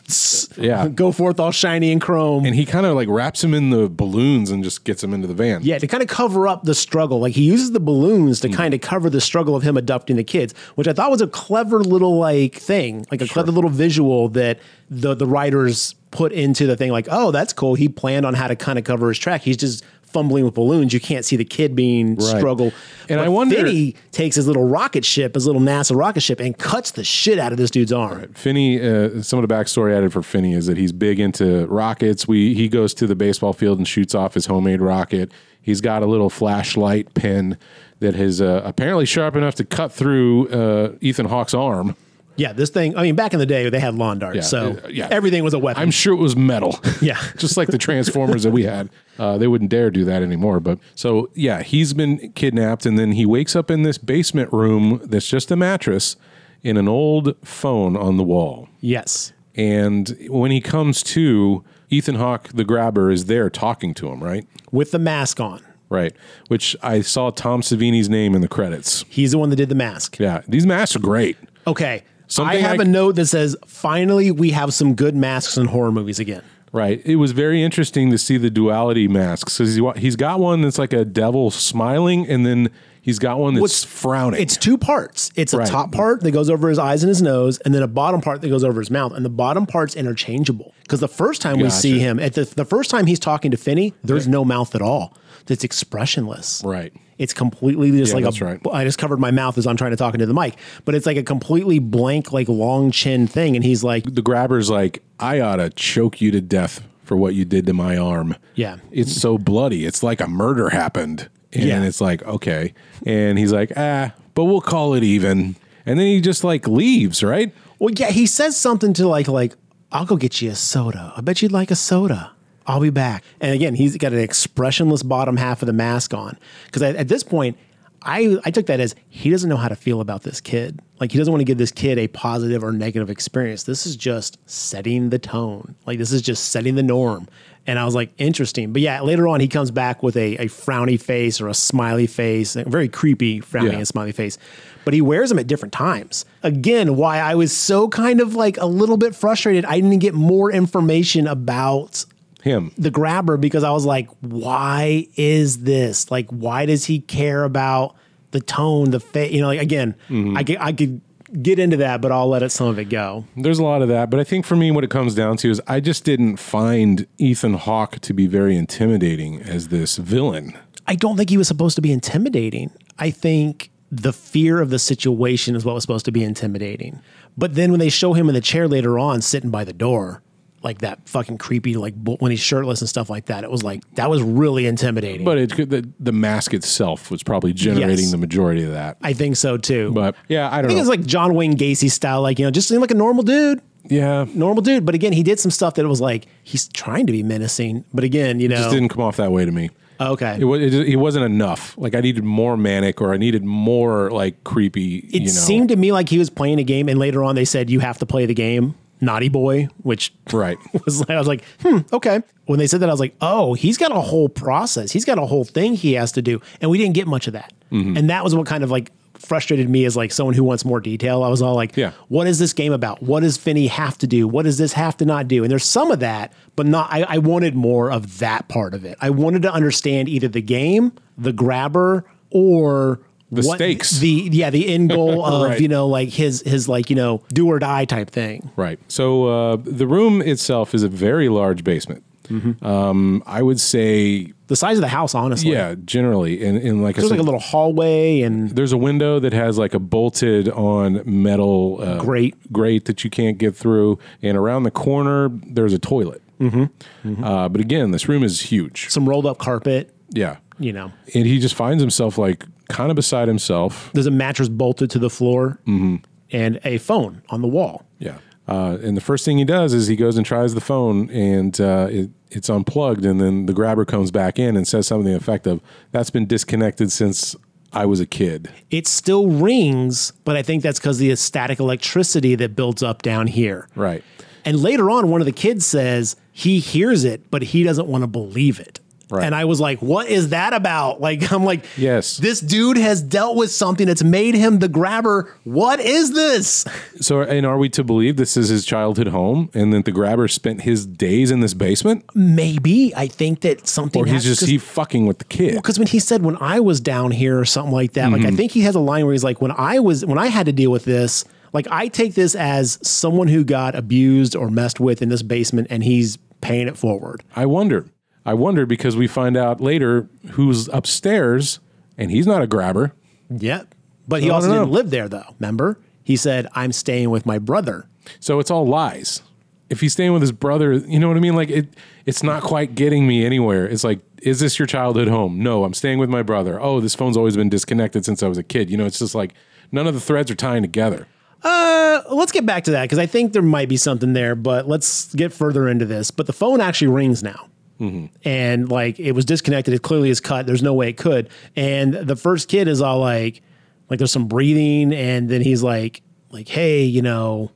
Speaker 1: Yeah.
Speaker 2: go forth all shiny and chrome.
Speaker 1: And he kind of like wraps him in the balloons and just gets him into the van.
Speaker 2: Yeah, to kind of cover up the struggle. Like he uses the balloons
Speaker 1: Hmm.
Speaker 2: to kind of cover the struggle of him adopting the kids, which I thought was a clever little like thing, like a clever little visual that the the writers put into the thing. Like, oh, that's cool. He planned on how to kind of cover his track. He's just fumbling with balloons. You can't see the kid being struggle.
Speaker 1: And I wonder-
Speaker 2: Finney takes his little rocket ship, his little NASA rocket ship, and cuts the shit out of this dude's arm.
Speaker 1: Finney, uh, some of the backstory added for Finney is that he's big into rockets. We he goes to the baseball field and shoots off his homemade rocket. He's got a little flashlight pen that is uh, apparently sharp enough to cut through uh, Ethan Hawke's arm.
Speaker 2: Yeah, this thing. I mean, back in the day, they had lawn darts,
Speaker 1: Yeah,
Speaker 2: so
Speaker 1: uh, yeah.
Speaker 2: everything was a weapon.
Speaker 1: I'm sure it was metal.
Speaker 2: Yeah.
Speaker 1: just like the Transformers that we had. Uh, they wouldn't dare do that anymore. But so, yeah, he's been kidnapped. And then he wakes up in this basement room that's just a mattress in an old phone on the wall.
Speaker 2: yes.
Speaker 1: And when he comes to, Ethan Hawke, the grabber, is there talking to him, right?
Speaker 2: With the mask on.
Speaker 1: Right. Which I saw Tom Savini's name in the credits.
Speaker 2: He's the one that did the mask.
Speaker 1: Yeah. These masks are great.
Speaker 2: Okay.
Speaker 1: Something
Speaker 2: I have
Speaker 1: I
Speaker 2: a
Speaker 1: c-
Speaker 2: note that says, finally, we have some good masks in horror movies again.
Speaker 1: Right. It was very interesting to see the duality masks because he, wa- he's got one that's like a devil smiling, and then he's got one that's
Speaker 2: What's-
Speaker 1: frowning.
Speaker 2: It's two parts. It's
Speaker 1: Right.
Speaker 2: a top part that goes over his eyes and his nose, and then a bottom part that goes over his mouth. And the bottom part's interchangeable. Because the first time we
Speaker 1: Gotcha.
Speaker 2: see him, at the, the first time he's talking to Finney, there's no mouth at all. It's expressionless.
Speaker 1: right.
Speaker 2: It's completely just
Speaker 1: Yeah,
Speaker 2: like
Speaker 1: that's
Speaker 2: a. I
Speaker 1: right.
Speaker 2: just covered my mouth as I'm trying to talk into the mic, but it's like a completely blank, like long chin thing. And he's like,
Speaker 1: The grabber's like, I ought to choke you to death for what you did to my arm.
Speaker 2: Yeah.
Speaker 1: It's so bloody. It's like a murder happened. And
Speaker 2: Yeah.
Speaker 1: it's like, okay. And he's like, ah, but we'll call it even. And then he just like leaves, right?
Speaker 2: Well, yeah, he says something to like like I'll go get you a soda. I bet you'd like a soda. I'll be back. And again, he's got an expressionless bottom half of the mask on because at, at this point, I I took that as he doesn't know how to feel about this kid. Like he doesn't want to give this kid a positive or negative experience. This is just setting the tone. Like this is just setting the norm. And I was like, interesting. But yeah, later on, he comes back with a, a frowny face or a smiley face, a very creepy frowning
Speaker 1: Yeah.
Speaker 2: and smiley face. But he wears them at different times. Again, why I was so kind of like a little bit frustrated. I didn't get more information about
Speaker 1: Him.
Speaker 2: the grabber because I was like, why is this? Like, why does he care about the tone, the face? You know, like again, I, could, I could get into that, but I'll let it, some of it go.
Speaker 1: There's a lot of that, but I think for me, what it comes down to is I just didn't find Ethan Hawke to be very intimidating as this villain.
Speaker 2: I don't think he was supposed to be intimidating. I think the fear of the situation is what was supposed to be intimidating. But then when they show him in the chair later on, sitting by the door, like that fucking creepy, like bu- when he's shirtless and stuff like that, it was like that was really intimidating.
Speaker 1: But it could, the, the mask itself was probably generating
Speaker 2: Yes.
Speaker 1: the majority of that.
Speaker 2: I think so too.
Speaker 1: But yeah, I
Speaker 2: I
Speaker 1: don't
Speaker 2: think
Speaker 1: know.
Speaker 2: it's like John Wayne Gacy style, like you know, just seem like a normal dude,
Speaker 1: yeah,
Speaker 2: normal dude. But again, he did some stuff that was like he's trying to be menacing, but again, you know,
Speaker 1: just didn't come off that way to me.
Speaker 2: okay,
Speaker 1: It, was, it, it wasn't enough. Like I needed more manic, or I needed more like creepy.
Speaker 2: it
Speaker 1: you know,
Speaker 2: seemed to me like he was playing a game and later on they said you have to play the game naughty boy which
Speaker 1: right.
Speaker 2: was like i was like hmm okay when they said that i was like oh he's got a whole process he's got a whole thing he has to do and we didn't get much of that
Speaker 1: Mm-hmm.
Speaker 2: and that was what kind of like frustrated me as like someone who wants more detail i was all like
Speaker 1: Yeah.
Speaker 2: what is this game about what does finney have to do what does this have to not do and there's some of that but not i, I wanted more of that part of it i wanted to understand either the game the grabber or the
Speaker 1: stakes.
Speaker 2: the yeah the end goal of
Speaker 1: Right.
Speaker 2: you know like his his like you know do or die type thing
Speaker 1: Right. So uh, the room itself is a very large basement.
Speaker 2: Mm-hmm.
Speaker 1: Um, I would say,
Speaker 2: the size of the house honestly
Speaker 1: yeah, generally, in, in like a,
Speaker 2: there's like a little hallway and
Speaker 1: there's a window that has like a bolted on metal uh,
Speaker 2: Grate.
Speaker 1: grate that you can't get through, and around the
Speaker 2: Mm-hmm.
Speaker 1: corner there's a toilet. Uh, but again, this room is huge.
Speaker 2: some rolled up carpet
Speaker 1: Yeah.
Speaker 2: You know,
Speaker 1: And he just finds himself like kind of beside himself.
Speaker 2: there's a mattress bolted to the floor
Speaker 1: Mm-hmm.
Speaker 2: and a phone on the wall.
Speaker 1: Yeah. Uh, and the first thing he does is he goes and tries the phone and uh, it, it's unplugged. And then the grabber comes back in and says something to the effect of, That's been disconnected since I was a kid.
Speaker 2: It still rings, but I think that's because the static electricity that builds up down here.
Speaker 1: Right.
Speaker 2: And later on, one of the kids says he hears it, but he doesn't want to believe it.
Speaker 1: Right.
Speaker 2: And I was like, what is that about? Like, I'm like,
Speaker 1: Yes.
Speaker 2: this dude has dealt with something that's made him the grabber. What is this?
Speaker 1: So, and are we to believe this is his childhood home and that the grabber spent his days in this basement?
Speaker 2: Maybe I think that something
Speaker 1: Or he's just he fucking with the kid?
Speaker 2: because when he said when I was down here or something like that, like I think he has a line where he's like, when I was when I had to deal with this, like I take this as someone who got abused or messed with in this basement, and he's paying it forward.
Speaker 1: I wonder. I wonder because we find out later who's upstairs and he's not a grabber.
Speaker 2: Yep. But he
Speaker 1: So I
Speaker 2: also
Speaker 1: don't
Speaker 2: didn't
Speaker 1: know.
Speaker 2: live there though. Remember, he said, "I'm staying with my brother."
Speaker 1: So it's all lies. If he's staying with his brother, you know what I mean? Like it it's not quite getting me anywhere. It's like, is this your childhood home? No, I'm staying with my brother. Oh, this phone's always been disconnected since I was a kid. You know, it's just like none of the threads are tying together.
Speaker 2: Uh, let's get back to that because I think there might be something there, but let's get further into this. But the phone actually rings now.
Speaker 1: Mm-hmm.
Speaker 2: And like it was disconnected, it clearly is cut. There's no way it could. And the first kid is all like, like there's some breathing, and then he's like, like, hey, you know,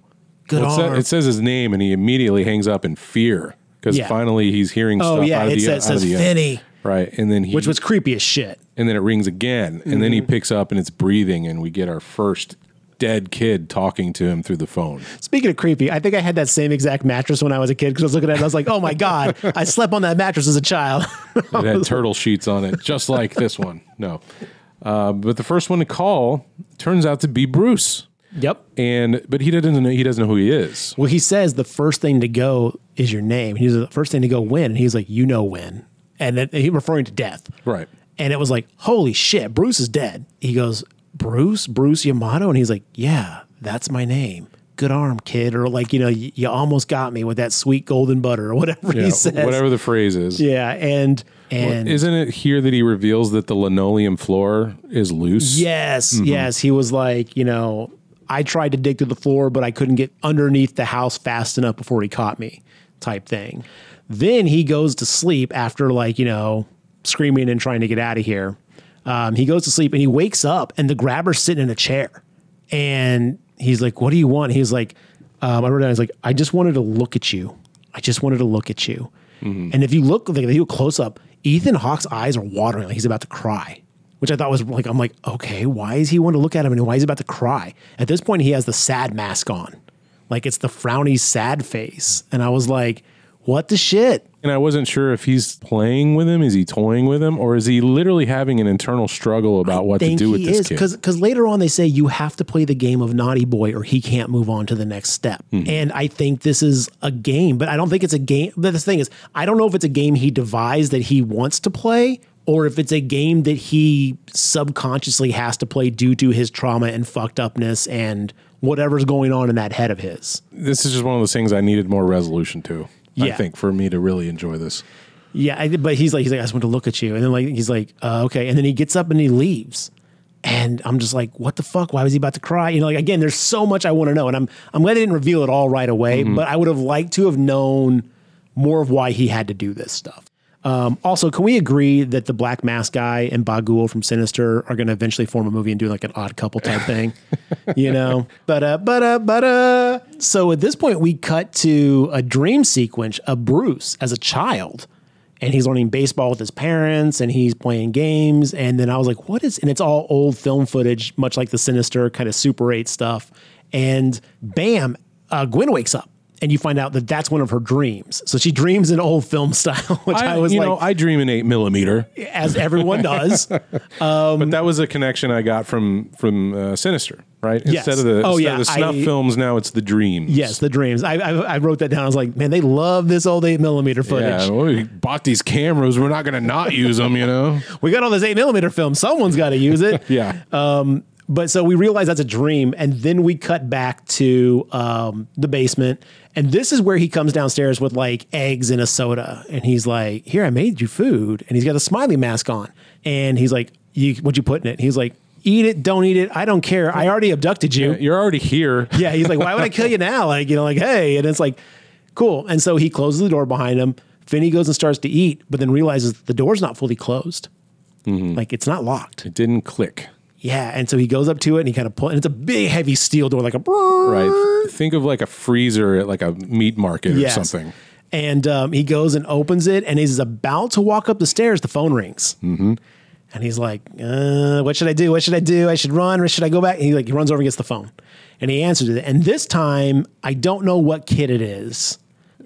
Speaker 2: good
Speaker 1: It, sa-
Speaker 2: arm.
Speaker 1: it says his name and he immediately hangs up in fear because
Speaker 2: Yeah.
Speaker 1: finally he's hearing
Speaker 2: oh
Speaker 1: stuff
Speaker 2: yeah,
Speaker 1: out of
Speaker 2: it
Speaker 1: the,
Speaker 2: sa-
Speaker 1: out
Speaker 2: it
Speaker 1: of
Speaker 2: says
Speaker 1: the uh,
Speaker 2: Finny,
Speaker 1: right. And then he
Speaker 2: which was Mm-hmm. creepy as shit.
Speaker 1: and then it rings again and then he picks up and it's breathing and we get our first dead kid talking to him through the phone
Speaker 2: Speaking of creepy, I think I had that same exact mattress when I was a kid because I was looking at it. I was like, oh my god, I slept on that mattress as a child.
Speaker 1: it had turtle sheets on it just like this one no uh, but the first one to call turns out to be bruce
Speaker 2: yep.
Speaker 1: and but he doesn't know he doesn't know who he is
Speaker 2: Well, he says the first thing to go is your name. He's the first thing to go when, and he's like, you know when, and then he referring to death.
Speaker 1: right
Speaker 2: And it was like, holy shit, Bruce is dead. He goes, Bruce, Bruce Yamato, and he's like, yeah, that's my name. Good arm, kid, or like you know, y- you almost got me with that sweet golden butter or whatever
Speaker 1: yeah,
Speaker 2: he says.
Speaker 1: whatever the phrase is
Speaker 2: Yeah, and and
Speaker 1: isn't it here that he reveals that the linoleum floor is loose
Speaker 2: Yes, yes. He was like, you know, I tried to dig through the floor, but I couldn't get underneath the house fast enough before he caught me, type thing. Then he goes to sleep after, like, you know, screaming and trying to get out of here. Um, he goes to sleep and he wakes up, and the grabber's sitting in a chair. And he's like, What do you want? He's like, um, I wrote down, he's like, I just wanted to look at you. I just wanted to look at you. And if you look, like, if you go close up, Ethan Hawke's eyes are watering, like he's about to cry which I thought was like, I'm like, okay, why is he want to look at him and why is he about to cry? At this point, he has the sad mask on, like it's the frowny, sad face. And I was like, what the shit?
Speaker 1: And I wasn't sure if he's playing with him, is he toying with him, or is he literally having an internal struggle about what to
Speaker 2: Think
Speaker 1: do with
Speaker 2: he
Speaker 1: this
Speaker 2: is
Speaker 1: kid?
Speaker 2: because because later on they say you have to play the game of naughty boy or he can't move on to the next step.
Speaker 1: Hmm.
Speaker 2: And I think this is a game, but I don't think it's a game. But the thing is, I don't know if it's a game he devised that he wants to play. Or if it's a game that he subconsciously has to play due to his trauma and fucked upness and whatever's going on in that head of his.
Speaker 1: This is just one of those things I needed more resolution to.
Speaker 2: Yeah.
Speaker 1: I think for me to really enjoy this.
Speaker 2: Yeah, I, but he's like, he's like, I just want to look at you, and then like, he's like, uh, okay, and then he gets up and he leaves, and I'm just like, what the fuck? Why was he about to cry? You know, like again, there's so much I want to know, and I'm I'm glad they didn't reveal it all right away, but I would have liked to have known more of why he had to do this stuff. Um, also, can we agree that the Black Mask guy and Bagul from Sinister are going to eventually form a movie and do like an odd couple type thing? you know? But, uh, but, uh, but, uh. So at this point, we cut to a dream sequence of Bruce as a child. And he's learning baseball with his parents and he's playing games. And then I was like, what is, and it's all old film footage, much like the Sinister kind of Super 8 stuff. And bam, uh, Gwen wakes up. And you find out that that's one of her dreams. So she dreams in old film style, which I,
Speaker 1: I,
Speaker 2: was
Speaker 1: you
Speaker 2: like,
Speaker 1: know, I dream in eight millimeter,
Speaker 2: as everyone does.
Speaker 1: but that was a connection I got from from uh, Sinister, right?
Speaker 2: Yes.
Speaker 1: Instead of the,
Speaker 2: Oh,
Speaker 1: instead
Speaker 2: yeah,
Speaker 1: of the snuff
Speaker 2: I-
Speaker 1: films, now it's the dreams.
Speaker 2: yes, the dreams. I, I I wrote that down. I was like, man, they love this old eight millimeter footage.
Speaker 1: Yeah, well, we bought these cameras. We're not going to not use them, you know.
Speaker 2: We got all this eight millimeter film. Someone's got to use it.
Speaker 1: Yeah,
Speaker 2: But so we realize that's a dream, and then we cut back to um, the basement, And this is where he comes downstairs with like eggs and a soda. And he's like, Here, I made you food. And he's got a smiley mask on. And he's like, you, What'd you put in it? He's like, Eat it, don't eat it. I don't care. I already abducted you.
Speaker 1: You're already here.
Speaker 2: Yeah, he's like, why would I kill you now? Like, you know, like, hey. And it's like, cool. And so he closes the door behind him. Finney goes and starts to eat, but then realizes that the door's not fully closed. Like, it's not locked.
Speaker 1: It didn't click.
Speaker 2: Yeah. And so he goes up to it and he kind of pulls, and it's a big, heavy steel door, like a
Speaker 1: Right. Think of like a freezer at like a meat market
Speaker 2: Yes.
Speaker 1: or something.
Speaker 2: And um, he goes and opens it, and he's about to walk up the stairs. The phone rings, mm-hmm. and he's like, uh, "What should I do? What should I do? I should run, or should I go back?" And he like he runs over and gets the phone, and he answers it. And this time, I don't know what kid it is.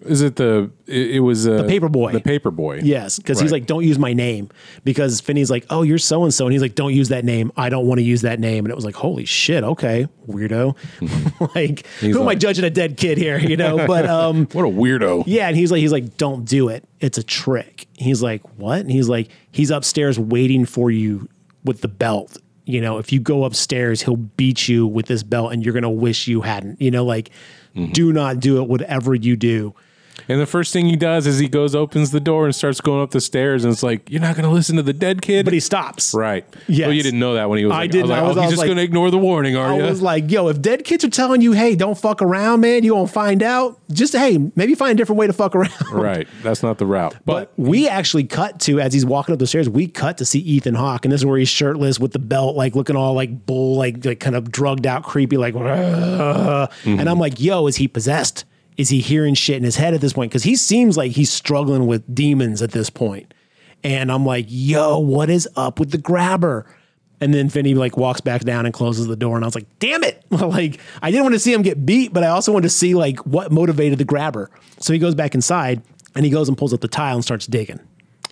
Speaker 1: Is it the? It, it was uh, the
Speaker 2: Paperboy.
Speaker 1: The paper boy.
Speaker 2: Yes, because he's
Speaker 1: Right.
Speaker 2: like, "Don't use my name," because Finney's like, "Oh, you're so and so," and he's like, "Don't use that name. I don't want to use that name." And it was like, "Holy shit, okay, weirdo." like, who am I
Speaker 1: Mm-hmm. like-
Speaker 2: judging a dead kid here? You know, but um.
Speaker 1: What a weirdo.
Speaker 2: Yeah, and he's like, he's like, don't do it. It's a trick. He's like, what? And he's like, he's upstairs waiting for you with the belt. You know, if you go upstairs, he'll beat you with this belt, and you're gonna wish you hadn't. You know, like,
Speaker 1: Mm-hmm.
Speaker 2: do not do it. Whatever you do,
Speaker 1: And the first thing he does is he goes, opens the door, and starts going up the stairs. And it's like, you're not going to listen to the dead kid.
Speaker 2: but he stops.
Speaker 1: right.
Speaker 2: Yes.
Speaker 1: Oh, you didn't know that when he was.
Speaker 2: I
Speaker 1: like,
Speaker 2: didn't. I
Speaker 1: I was
Speaker 2: was-
Speaker 1: like,
Speaker 2: I
Speaker 1: oh,
Speaker 2: was
Speaker 1: he's just
Speaker 2: like-
Speaker 1: going to ignore the warning, are
Speaker 2: I
Speaker 1: you?
Speaker 2: was like, yo, if dead kids are telling you, hey, don't fuck around, man, you won't find out. Just hey, maybe find a different way to fuck around.
Speaker 1: right. That's not the route. But,
Speaker 2: But we actually cut to as he's walking up the stairs. We cut to see Ethan Hawke, and this is where he's shirtless with the belt, like looking all like bull, like like kind of drugged out, creepy, like. "Ugh." And I'm like, yo, is he possessed? Is he hearing shit in his head at this point? Because he seems like he's struggling with demons at this point. And I'm like, yo, what is up with the grabber? And then Finney like walks back down and closes the door, and I was like, "Damn it!" like I didn't want to see him get beat, but I also wanted to see like what motivated the grabber. So he goes back inside and he goes and pulls up the tile and starts digging.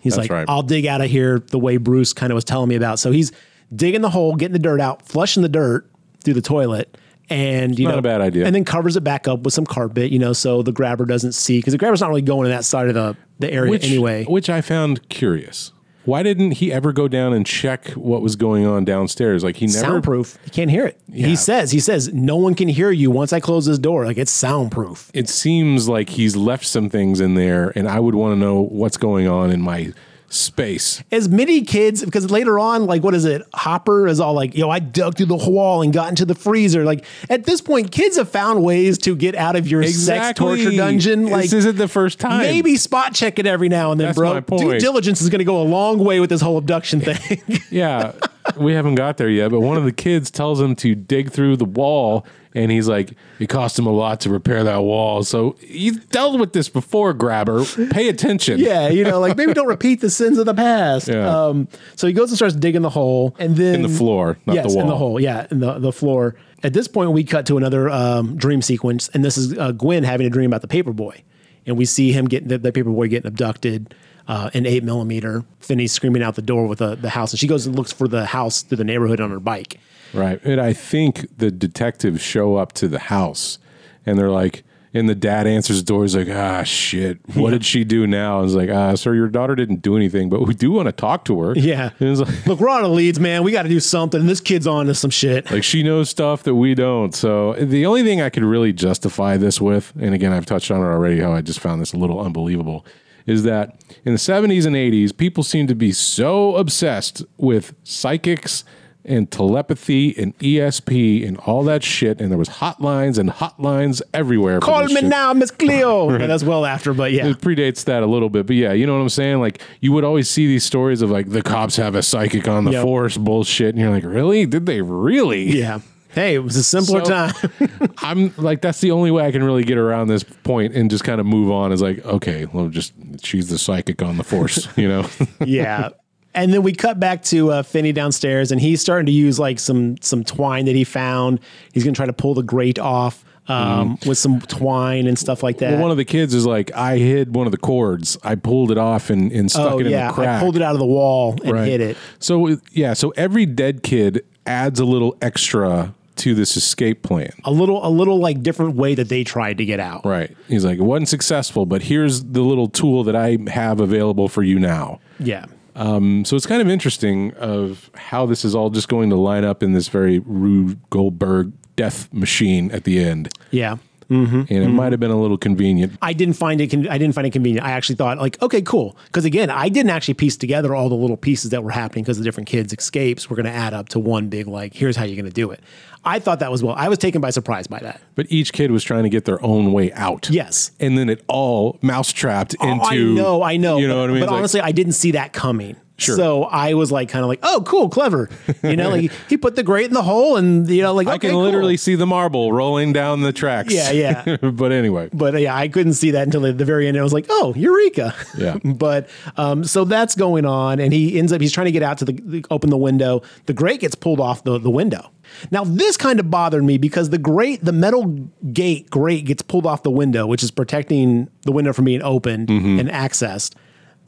Speaker 2: He's
Speaker 1: That's
Speaker 2: like,
Speaker 1: right.
Speaker 2: "I'll dig out of here the way Bruce kind of was telling me about." So he's digging the hole, getting the dirt out, flushing the dirt through the toilet, and you
Speaker 1: Not
Speaker 2: know,
Speaker 1: a bad idea.
Speaker 2: And then covers it back up with some carpet, you know, so the grabber doesn't see because the grabber's not really going to that side of the the area
Speaker 1: which,
Speaker 2: anyway.
Speaker 1: which I found curious. Why didn't he ever go down and check what was going on downstairs? Like he never.
Speaker 2: soundproof. You can't hear it. He says, he says, no one can hear you once I close this door. Like it's soundproof.
Speaker 1: It seems like he's left some things in there, and I would want to know what's going on in my space.
Speaker 2: As many kids, because later on, like what is it? Hopper is all like, yo, I dug through the wall and got into the freezer. Like at this point, kids have found ways to get out of your sex torture dungeon. Like
Speaker 1: this isn't the first time.
Speaker 2: maybe spot check it every now and then,
Speaker 1: That's
Speaker 2: bro.
Speaker 1: my
Speaker 2: Due
Speaker 1: point.
Speaker 2: diligence is gonna go a long way with this whole abduction thing.
Speaker 1: Yeah, we haven't got there yet, but one of the kids tells him to dig through the wall, and he's like, "It cost him a lot to repair that wall." So you've dealt with this before, grabber. Pay attention.
Speaker 2: yeah, you know, like maybe don't repeat the sins of the past.
Speaker 1: Yeah.
Speaker 2: Um so he goes and starts digging the hole and then
Speaker 1: in the floor, not
Speaker 2: yes,
Speaker 1: the wall.
Speaker 2: in the hole. Yeah, in the, the floor. At this point, we cut to another um, dream sequence, and this is uh, Gwen having a dream about the paper boy, and we see him getting the, the paper boy getting abducted uh, in eight millimeter. Finney's screaming out the door with the, the house, and she goes and looks for the house through the neighborhood on her bike.
Speaker 1: Right. And I think the detectives show up to the house and they're like, and the dad answers the door. He's like, ah, shit. What did she do now? And it's like, ah, sir, your daughter didn't do anything, but we do want to talk to her.
Speaker 2: Yeah.
Speaker 1: And it's like,
Speaker 2: Look, we're on the leads, man. We got to do something. and This kid's on to some shit.
Speaker 1: like, she knows stuff that we don't. So the only thing I could really justify this with, and again, I've touched on it already, how I just found this a little unbelievable, is that in the 70s and 80s, people seem to be so obsessed with psychics and telepathy and ESP and all that shit. And there was hotlines and hotlines everywhere. for
Speaker 2: Call
Speaker 1: this
Speaker 2: me
Speaker 1: shit.
Speaker 2: now, Miss Cleo. And that's well after, but yeah.
Speaker 1: It predates that a little bit, but yeah, you know what I'm saying? Like, you would always see these stories of like the cops have a psychic on the
Speaker 2: Yep.
Speaker 1: force bullshit, and you're like, really? Did they really?
Speaker 2: Yeah. Hey, it was a simpler
Speaker 1: So-
Speaker 2: time.
Speaker 1: I'm like that's the only way I can really get around this point and just kind of move on is like okay well just she's the psychic on the force you know
Speaker 2: yeah. And then we cut back to uh, Finney downstairs, and he's starting to use like some some twine that he found. He's gonna try to pull the grate off um, with some twine and stuff like that.
Speaker 1: Mm. well, one of the kids is like I hid one of the cords I pulled it off and, and stuck
Speaker 2: oh
Speaker 1: it in
Speaker 2: yeah,
Speaker 1: the crack
Speaker 2: I pulled it out of the wall and hit it.
Speaker 1: so yeah so every dead kid adds a little extra to this escape plan
Speaker 2: A little a little like different way that they tried to get out.
Speaker 1: right he's like it wasn't successful but here's the little tool that I have available for you now
Speaker 2: Yeah.
Speaker 1: So it's kind of interesting of how this is all just
Speaker 2: Mm-hmm.
Speaker 1: going to line up in this very Rube Goldberg death machine at the end.
Speaker 2: Yeah.
Speaker 1: and it
Speaker 2: Mm-hmm.
Speaker 1: might have been a little convenient.
Speaker 2: I didn't find it. Con- I didn't find it convenient. I actually thought like, okay, cool. Because again, I didn't actually piece together all the little pieces that were happening because the different kids' escapes were going to add up to one big like, here's how you're going to do it. I thought that was well. I was taken by surprise by that.
Speaker 1: But each kid was trying to get their own way out.
Speaker 2: Yes.
Speaker 1: and then it all mousetrapped into.
Speaker 2: Oh, I know, I know.
Speaker 1: You know
Speaker 2: but,
Speaker 1: what I mean?
Speaker 2: But
Speaker 1: It's like-
Speaker 2: honestly, I didn't see that coming.
Speaker 1: Sure.
Speaker 2: So I was like, kind of like, oh, cool, clever. You know, like he put the grate in the hole, and you know, like
Speaker 1: I
Speaker 2: okay,
Speaker 1: can literally
Speaker 2: cool.
Speaker 1: see the marble rolling down the tracks.
Speaker 2: Yeah, yeah.
Speaker 1: but anyway,
Speaker 2: But uh, yeah, I couldn't see that until at the very end. I was like, oh, eureka.
Speaker 1: Yeah.
Speaker 2: but um, so that's going on, and he ends up he's trying to get out to the, the open the window. The grate gets pulled off the, the window. Now this kind of bothered me because the grate, the metal gate grate gets pulled off the window, which is protecting the window from being opened
Speaker 1: Mm-hmm.
Speaker 2: and accessed.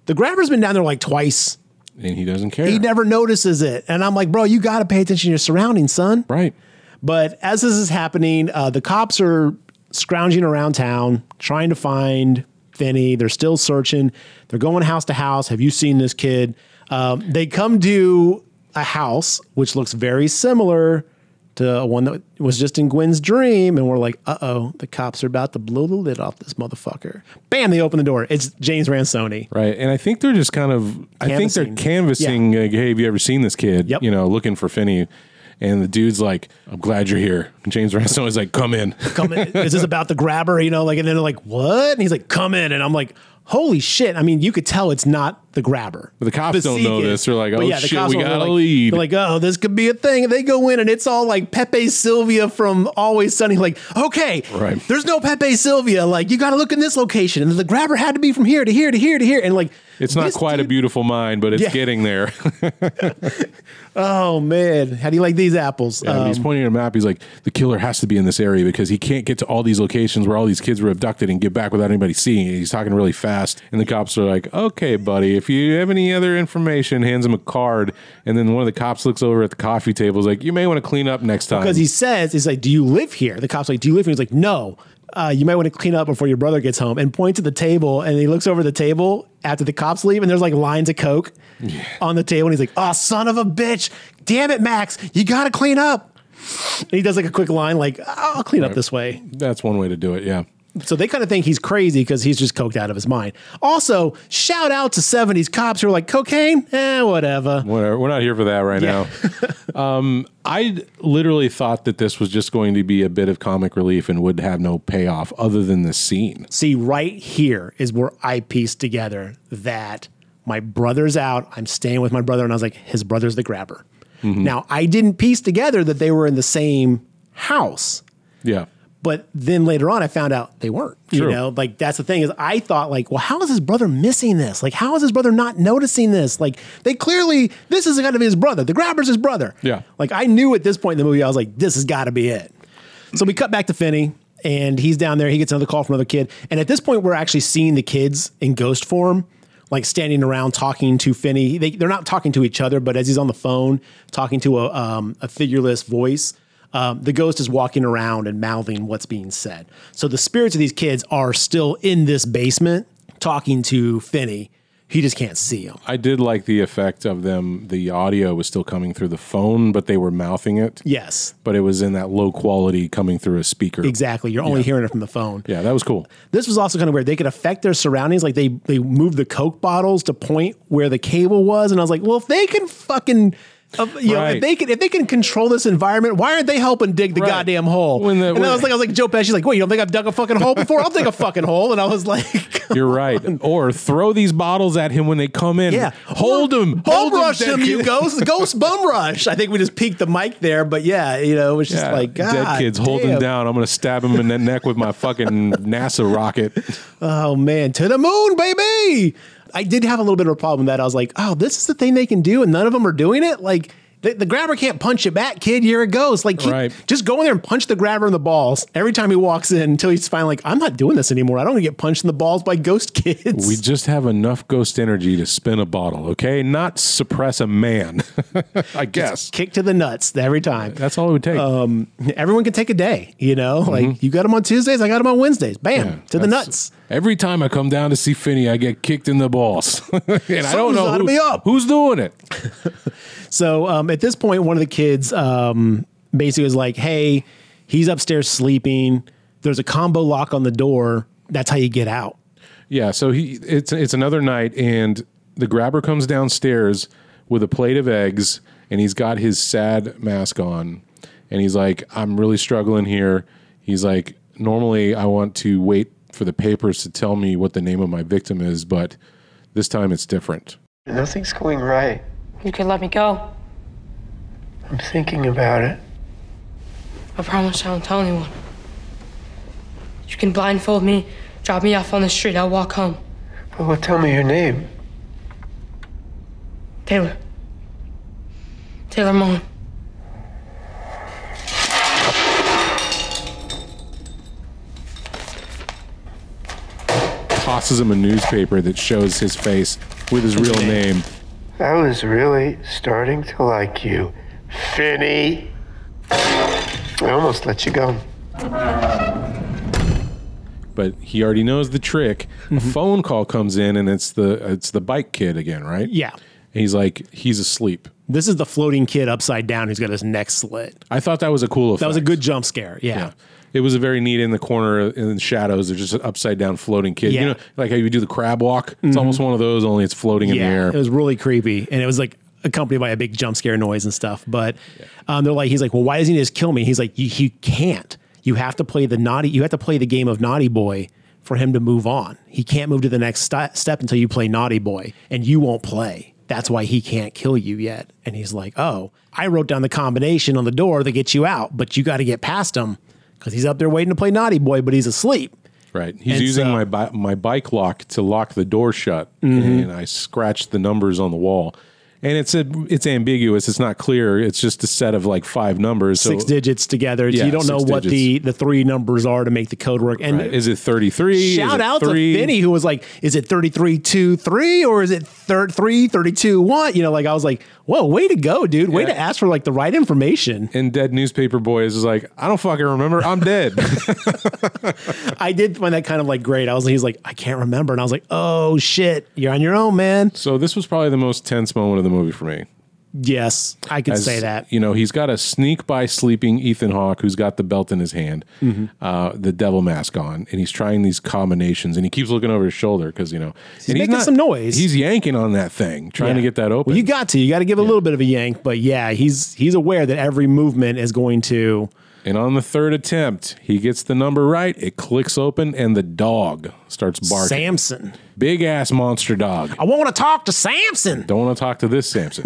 Speaker 2: The grabber's been down there like twice.
Speaker 1: and he doesn't care.
Speaker 2: He never notices it. And I'm like, bro, you got to pay attention to your surroundings, son.
Speaker 1: right.
Speaker 2: But as this is happening, uh, the cops are scrounging around town trying to find Finney. They're still searching. They're going house to house. Have you seen this kid? Um, they come to a house which looks very similar to one that was just in Gwen's dream. And we're like, uh oh, the cops are about to blow the lid off this motherfucker. Bam, they open the door. It's James Ransoni.
Speaker 1: Right. And I think they're just kind of, I think they're canvassing,
Speaker 2: Canvassing.
Speaker 1: like, hey, have you ever seen this kid?
Speaker 2: Yep.
Speaker 1: You know, looking for Finney. And the dude's like, I'm glad you're here. And James Ransome is like, come in.
Speaker 2: come in. Is this about the grabber? You know, like, and then they're like, what? And he's like, come in. And I'm like, holy shit. I mean, you could tell it's not the grabber.
Speaker 1: But the cops don't know
Speaker 2: Besieged.
Speaker 1: this. They're like,
Speaker 2: But
Speaker 1: oh,
Speaker 2: the
Speaker 1: shit,
Speaker 2: cops
Speaker 1: we
Speaker 2: don't know.
Speaker 1: got
Speaker 2: They're
Speaker 1: a
Speaker 2: like-
Speaker 1: lead.
Speaker 2: They're like, oh, this could be a thing. And they go in and it's all like Pepe Sylvia from Always Sunny. Like, okay,
Speaker 1: Right.
Speaker 2: there's no Pepe Sylvia. Like, you got to look in this location. And the grabber had to be from here to here to here to here. And like,
Speaker 1: it's not
Speaker 2: this
Speaker 1: quite a
Speaker 2: dude-
Speaker 1: beautiful mind, but it's
Speaker 2: Yeah.
Speaker 1: getting there.
Speaker 2: Oh, man. How do you like these apples?
Speaker 1: And
Speaker 2: Um,
Speaker 1: he's pointing at a map. He's like, the killer has to be in this area because he can't get to all these locations where all these kids were abducted and get back without anybody seeing it. He's talking really fast. And the cops are like, okay, buddy, if you have any other information, hands him a card. And then one of the cops looks over at the coffee table. Is like, you may want to clean up next time.
Speaker 2: because he says, he's like, Do you live here? The cop's like, Do you live here? He's like, No. Uh, you might want to clean up before your brother gets home and points at the table and he looks over the table after the cops leave and there's like lines of coke on the table and he's like, Oh, son of a bitch. Damn it, Max. You gotta clean up. And he does like a quick line, like, I'll clean up this way.
Speaker 1: That's one way to do it. Yeah.
Speaker 2: So they kind of think he's crazy because he's just coked out of his mind. Also, shout out to 70s cops who are like, cocaine? Eh, whatever.
Speaker 1: Whatever. We're not here for that right
Speaker 2: Yeah.
Speaker 1: now. um, I literally thought that this was just going to be a bit of comic relief and would have no payoff other than this scene.
Speaker 2: See, right here is where I pieced together that my brother's out. I'm staying with my brother. And I was like, his brother's the grabber. Now, I didn't piece together that they were in the same house.
Speaker 1: Yeah.
Speaker 2: But then later on, I found out they weren't.
Speaker 1: True.
Speaker 2: You know, like that's the thing is I thought like, well, how is his brother missing this? Like, how is his brother not noticing this? Like, they clearly this is going to be his brother. The grabber's his brother.
Speaker 1: Yeah.
Speaker 2: Like I knew at this point in the movie, I was like, this has got to be it. So we cut back to Finney, and he's down there. He gets another call from another kid, and at this point, we're actually seeing the kids in ghost form. Like standing around talking to Finney, they, they're not talking to each other, but as he's on the phone talking to a, um, a figureless voice, um, the ghost is walking around and mouthing what's being said. So the spirits of these kids are still in this basement talking to Finney. He just can't see them.
Speaker 1: I did like the effect of them. The audio was still coming through the phone, but they were mouthing it.
Speaker 2: Yes,
Speaker 1: But it was in that low quality coming through a speaker.
Speaker 2: exactly. You're only hearing it from the phone.
Speaker 1: Yeah, that was cool.
Speaker 2: This was also kind of weird. They could affect their surroundings. Like they they moved the Coke bottles to point where the cable was, and I was like, well, if they can fucking. uh, you know,
Speaker 1: Right.
Speaker 2: if they can if they can control this environment, why aren't they helping dig the
Speaker 1: Right.
Speaker 2: goddamn hole?
Speaker 1: When the-
Speaker 2: and
Speaker 1: when-
Speaker 2: I was like, I was like, Joe Pesci's like, wait, you don't think I've dug a fucking hole before? I'll dig a fucking hole. And I was like,
Speaker 1: You're right. Or throw these bottles at him when they come in.
Speaker 2: Yeah,
Speaker 1: Hold
Speaker 2: Or
Speaker 1: him.
Speaker 2: Bum
Speaker 1: Hold him,
Speaker 2: rush
Speaker 1: dead
Speaker 2: him, you
Speaker 1: kid.
Speaker 2: ghost, ghost bum rush. I think we just peaked the mic there, but yeah, you know, it was just
Speaker 1: Yeah,
Speaker 2: like God,
Speaker 1: dead kids. Hold him
Speaker 2: damn.
Speaker 1: down. I'm gonna stab him in the neck with my fucking NASA rocket.
Speaker 2: Oh man, to the moon, baby! I did have a little bit of a problem with that I was like, oh, this is the thing they can do, and none of them are doing it. Like the, the grabber can't punch you back, kid. You're a ghost. Like, keep,
Speaker 1: Right.
Speaker 2: just go in there and punch the grabber in the balls every time he walks in until he's finally like, I'm not doing this anymore. I don't want to get punched in the balls by ghost kids.
Speaker 1: We just have enough ghost energy to spin a bottle, okay? Not suppress a man. I guess
Speaker 2: kick to the nuts every time.
Speaker 1: that's all it would take.
Speaker 2: Um, everyone can take a day, you know. Like you got them on Tuesdays, I got them on Wednesdays. Bam,
Speaker 1: Mm-hmm. Yeah,
Speaker 2: to the
Speaker 1: that's-
Speaker 2: nuts.
Speaker 1: Every time I come down to see Finney, I get kicked in the balls, and I don't
Speaker 2: Something's
Speaker 1: know
Speaker 2: gotta
Speaker 1: who-
Speaker 2: be up.
Speaker 1: who's doing it.
Speaker 2: So um, at this point, one of the kids um, basically was like, "Hey, he's upstairs sleeping. there's a combo lock on the door. That's how you get out.
Speaker 1: Yeah, so he it's it's another night and the grabber comes downstairs with a plate of eggs and he's got his sad mask on and he's like I'm really struggling here. He's like normally I want to wait for the papers to tell me what the name of my victim is, but this time it's different.
Speaker 4: Nothing's going right.
Speaker 5: You could let me go.
Speaker 4: I'm thinking about it.
Speaker 5: I promise I won't tell anyone. You can blindfold me, drop me off on the street, I'll walk home.
Speaker 4: But well, tell me your name.
Speaker 5: Taylor. Taylor Mullen.
Speaker 1: Tosses him a newspaper that shows his face with his real name.
Speaker 4: I was really starting to like you, Finny. I almost let you go.
Speaker 1: But he already knows the trick. A phone call comes in and it's the it's the bike kid again, right?
Speaker 2: Yeah.
Speaker 1: And he's like he's asleep.
Speaker 2: This is the floating kid upside down who's got his neck slit.
Speaker 1: I thought that was a cool effect.
Speaker 2: That was a good jump scare. Yeah.
Speaker 1: Yeah. It was a very neat in the corner in the shadows. There's just an upside down floating kid.
Speaker 2: Yeah. Mm-hmm.
Speaker 1: You know, like how you do the crab walk. It's almost one of those, only it's floating in the air.
Speaker 2: It was really creepy. And it was like accompanied by a big jump scare noise and stuff. But um, they're like, he's like, well, why doesn't he just kill me? He's like, you, you can't. You have to play the naughty, you have to play the game of naughty boy for him to move on. He can't move to the next sti step until you play naughty boy and you won't play. That's why he can't kill you yet. And he's like, oh, I wrote down the combination on the door that gets you out, but you got to get past him because he's up there waiting to play naughty boy, but he's asleep.
Speaker 1: Right. He's
Speaker 2: And
Speaker 1: using
Speaker 2: so-
Speaker 1: my bi- my bike lock to lock the door shut,
Speaker 2: Mm-hmm.
Speaker 1: and I scratched the numbers on the wall. And it's a it's ambiguous. It's not clear. It's just a set of like five numbers. So
Speaker 2: Six digits together. so
Speaker 1: Yeah,
Speaker 2: you don't know
Speaker 1: six
Speaker 2: what the, the three numbers are to make the code work. And
Speaker 1: right. uh, Is it thirty three?
Speaker 2: Shout out
Speaker 1: three?
Speaker 2: to Vinny who was like, is it 33 2 3 or is it thir- 3 32 1? You know, like I was like, whoa, way to go, dude. Way
Speaker 1: Yeah.
Speaker 2: to ask for like the right information.
Speaker 1: And dead newspaper boys is like, I don't fucking remember. I'm dead.
Speaker 2: I did find that kind of like great. I was he's like, I can't remember. And I was like, oh shit, you're on your own, man.
Speaker 1: so this was probably the most tense moment of the movie for me.
Speaker 2: Yes, I could
Speaker 1: As,
Speaker 2: say that.
Speaker 1: You know, he's got to sneak by sleeping Ethan Hawke, who's got the belt in his hand,
Speaker 2: Mm-hmm.
Speaker 1: uh, the devil mask on, and he's trying these combinations, and he keeps looking over his shoulder because you know he's
Speaker 2: making some noise.
Speaker 1: He's yanking on that thing, trying to
Speaker 2: Yeah.
Speaker 1: get that open.
Speaker 2: Well, you got to. You got to give a little bit of a yank, but yeah, he's he's aware that every movement is going to
Speaker 1: and on the third attempt, he gets the number right. It clicks open, and the dog starts barking.
Speaker 2: Samson.
Speaker 1: Big ass monster dog.
Speaker 2: I want to talk to Samson.
Speaker 1: Don't want to talk to this Samson.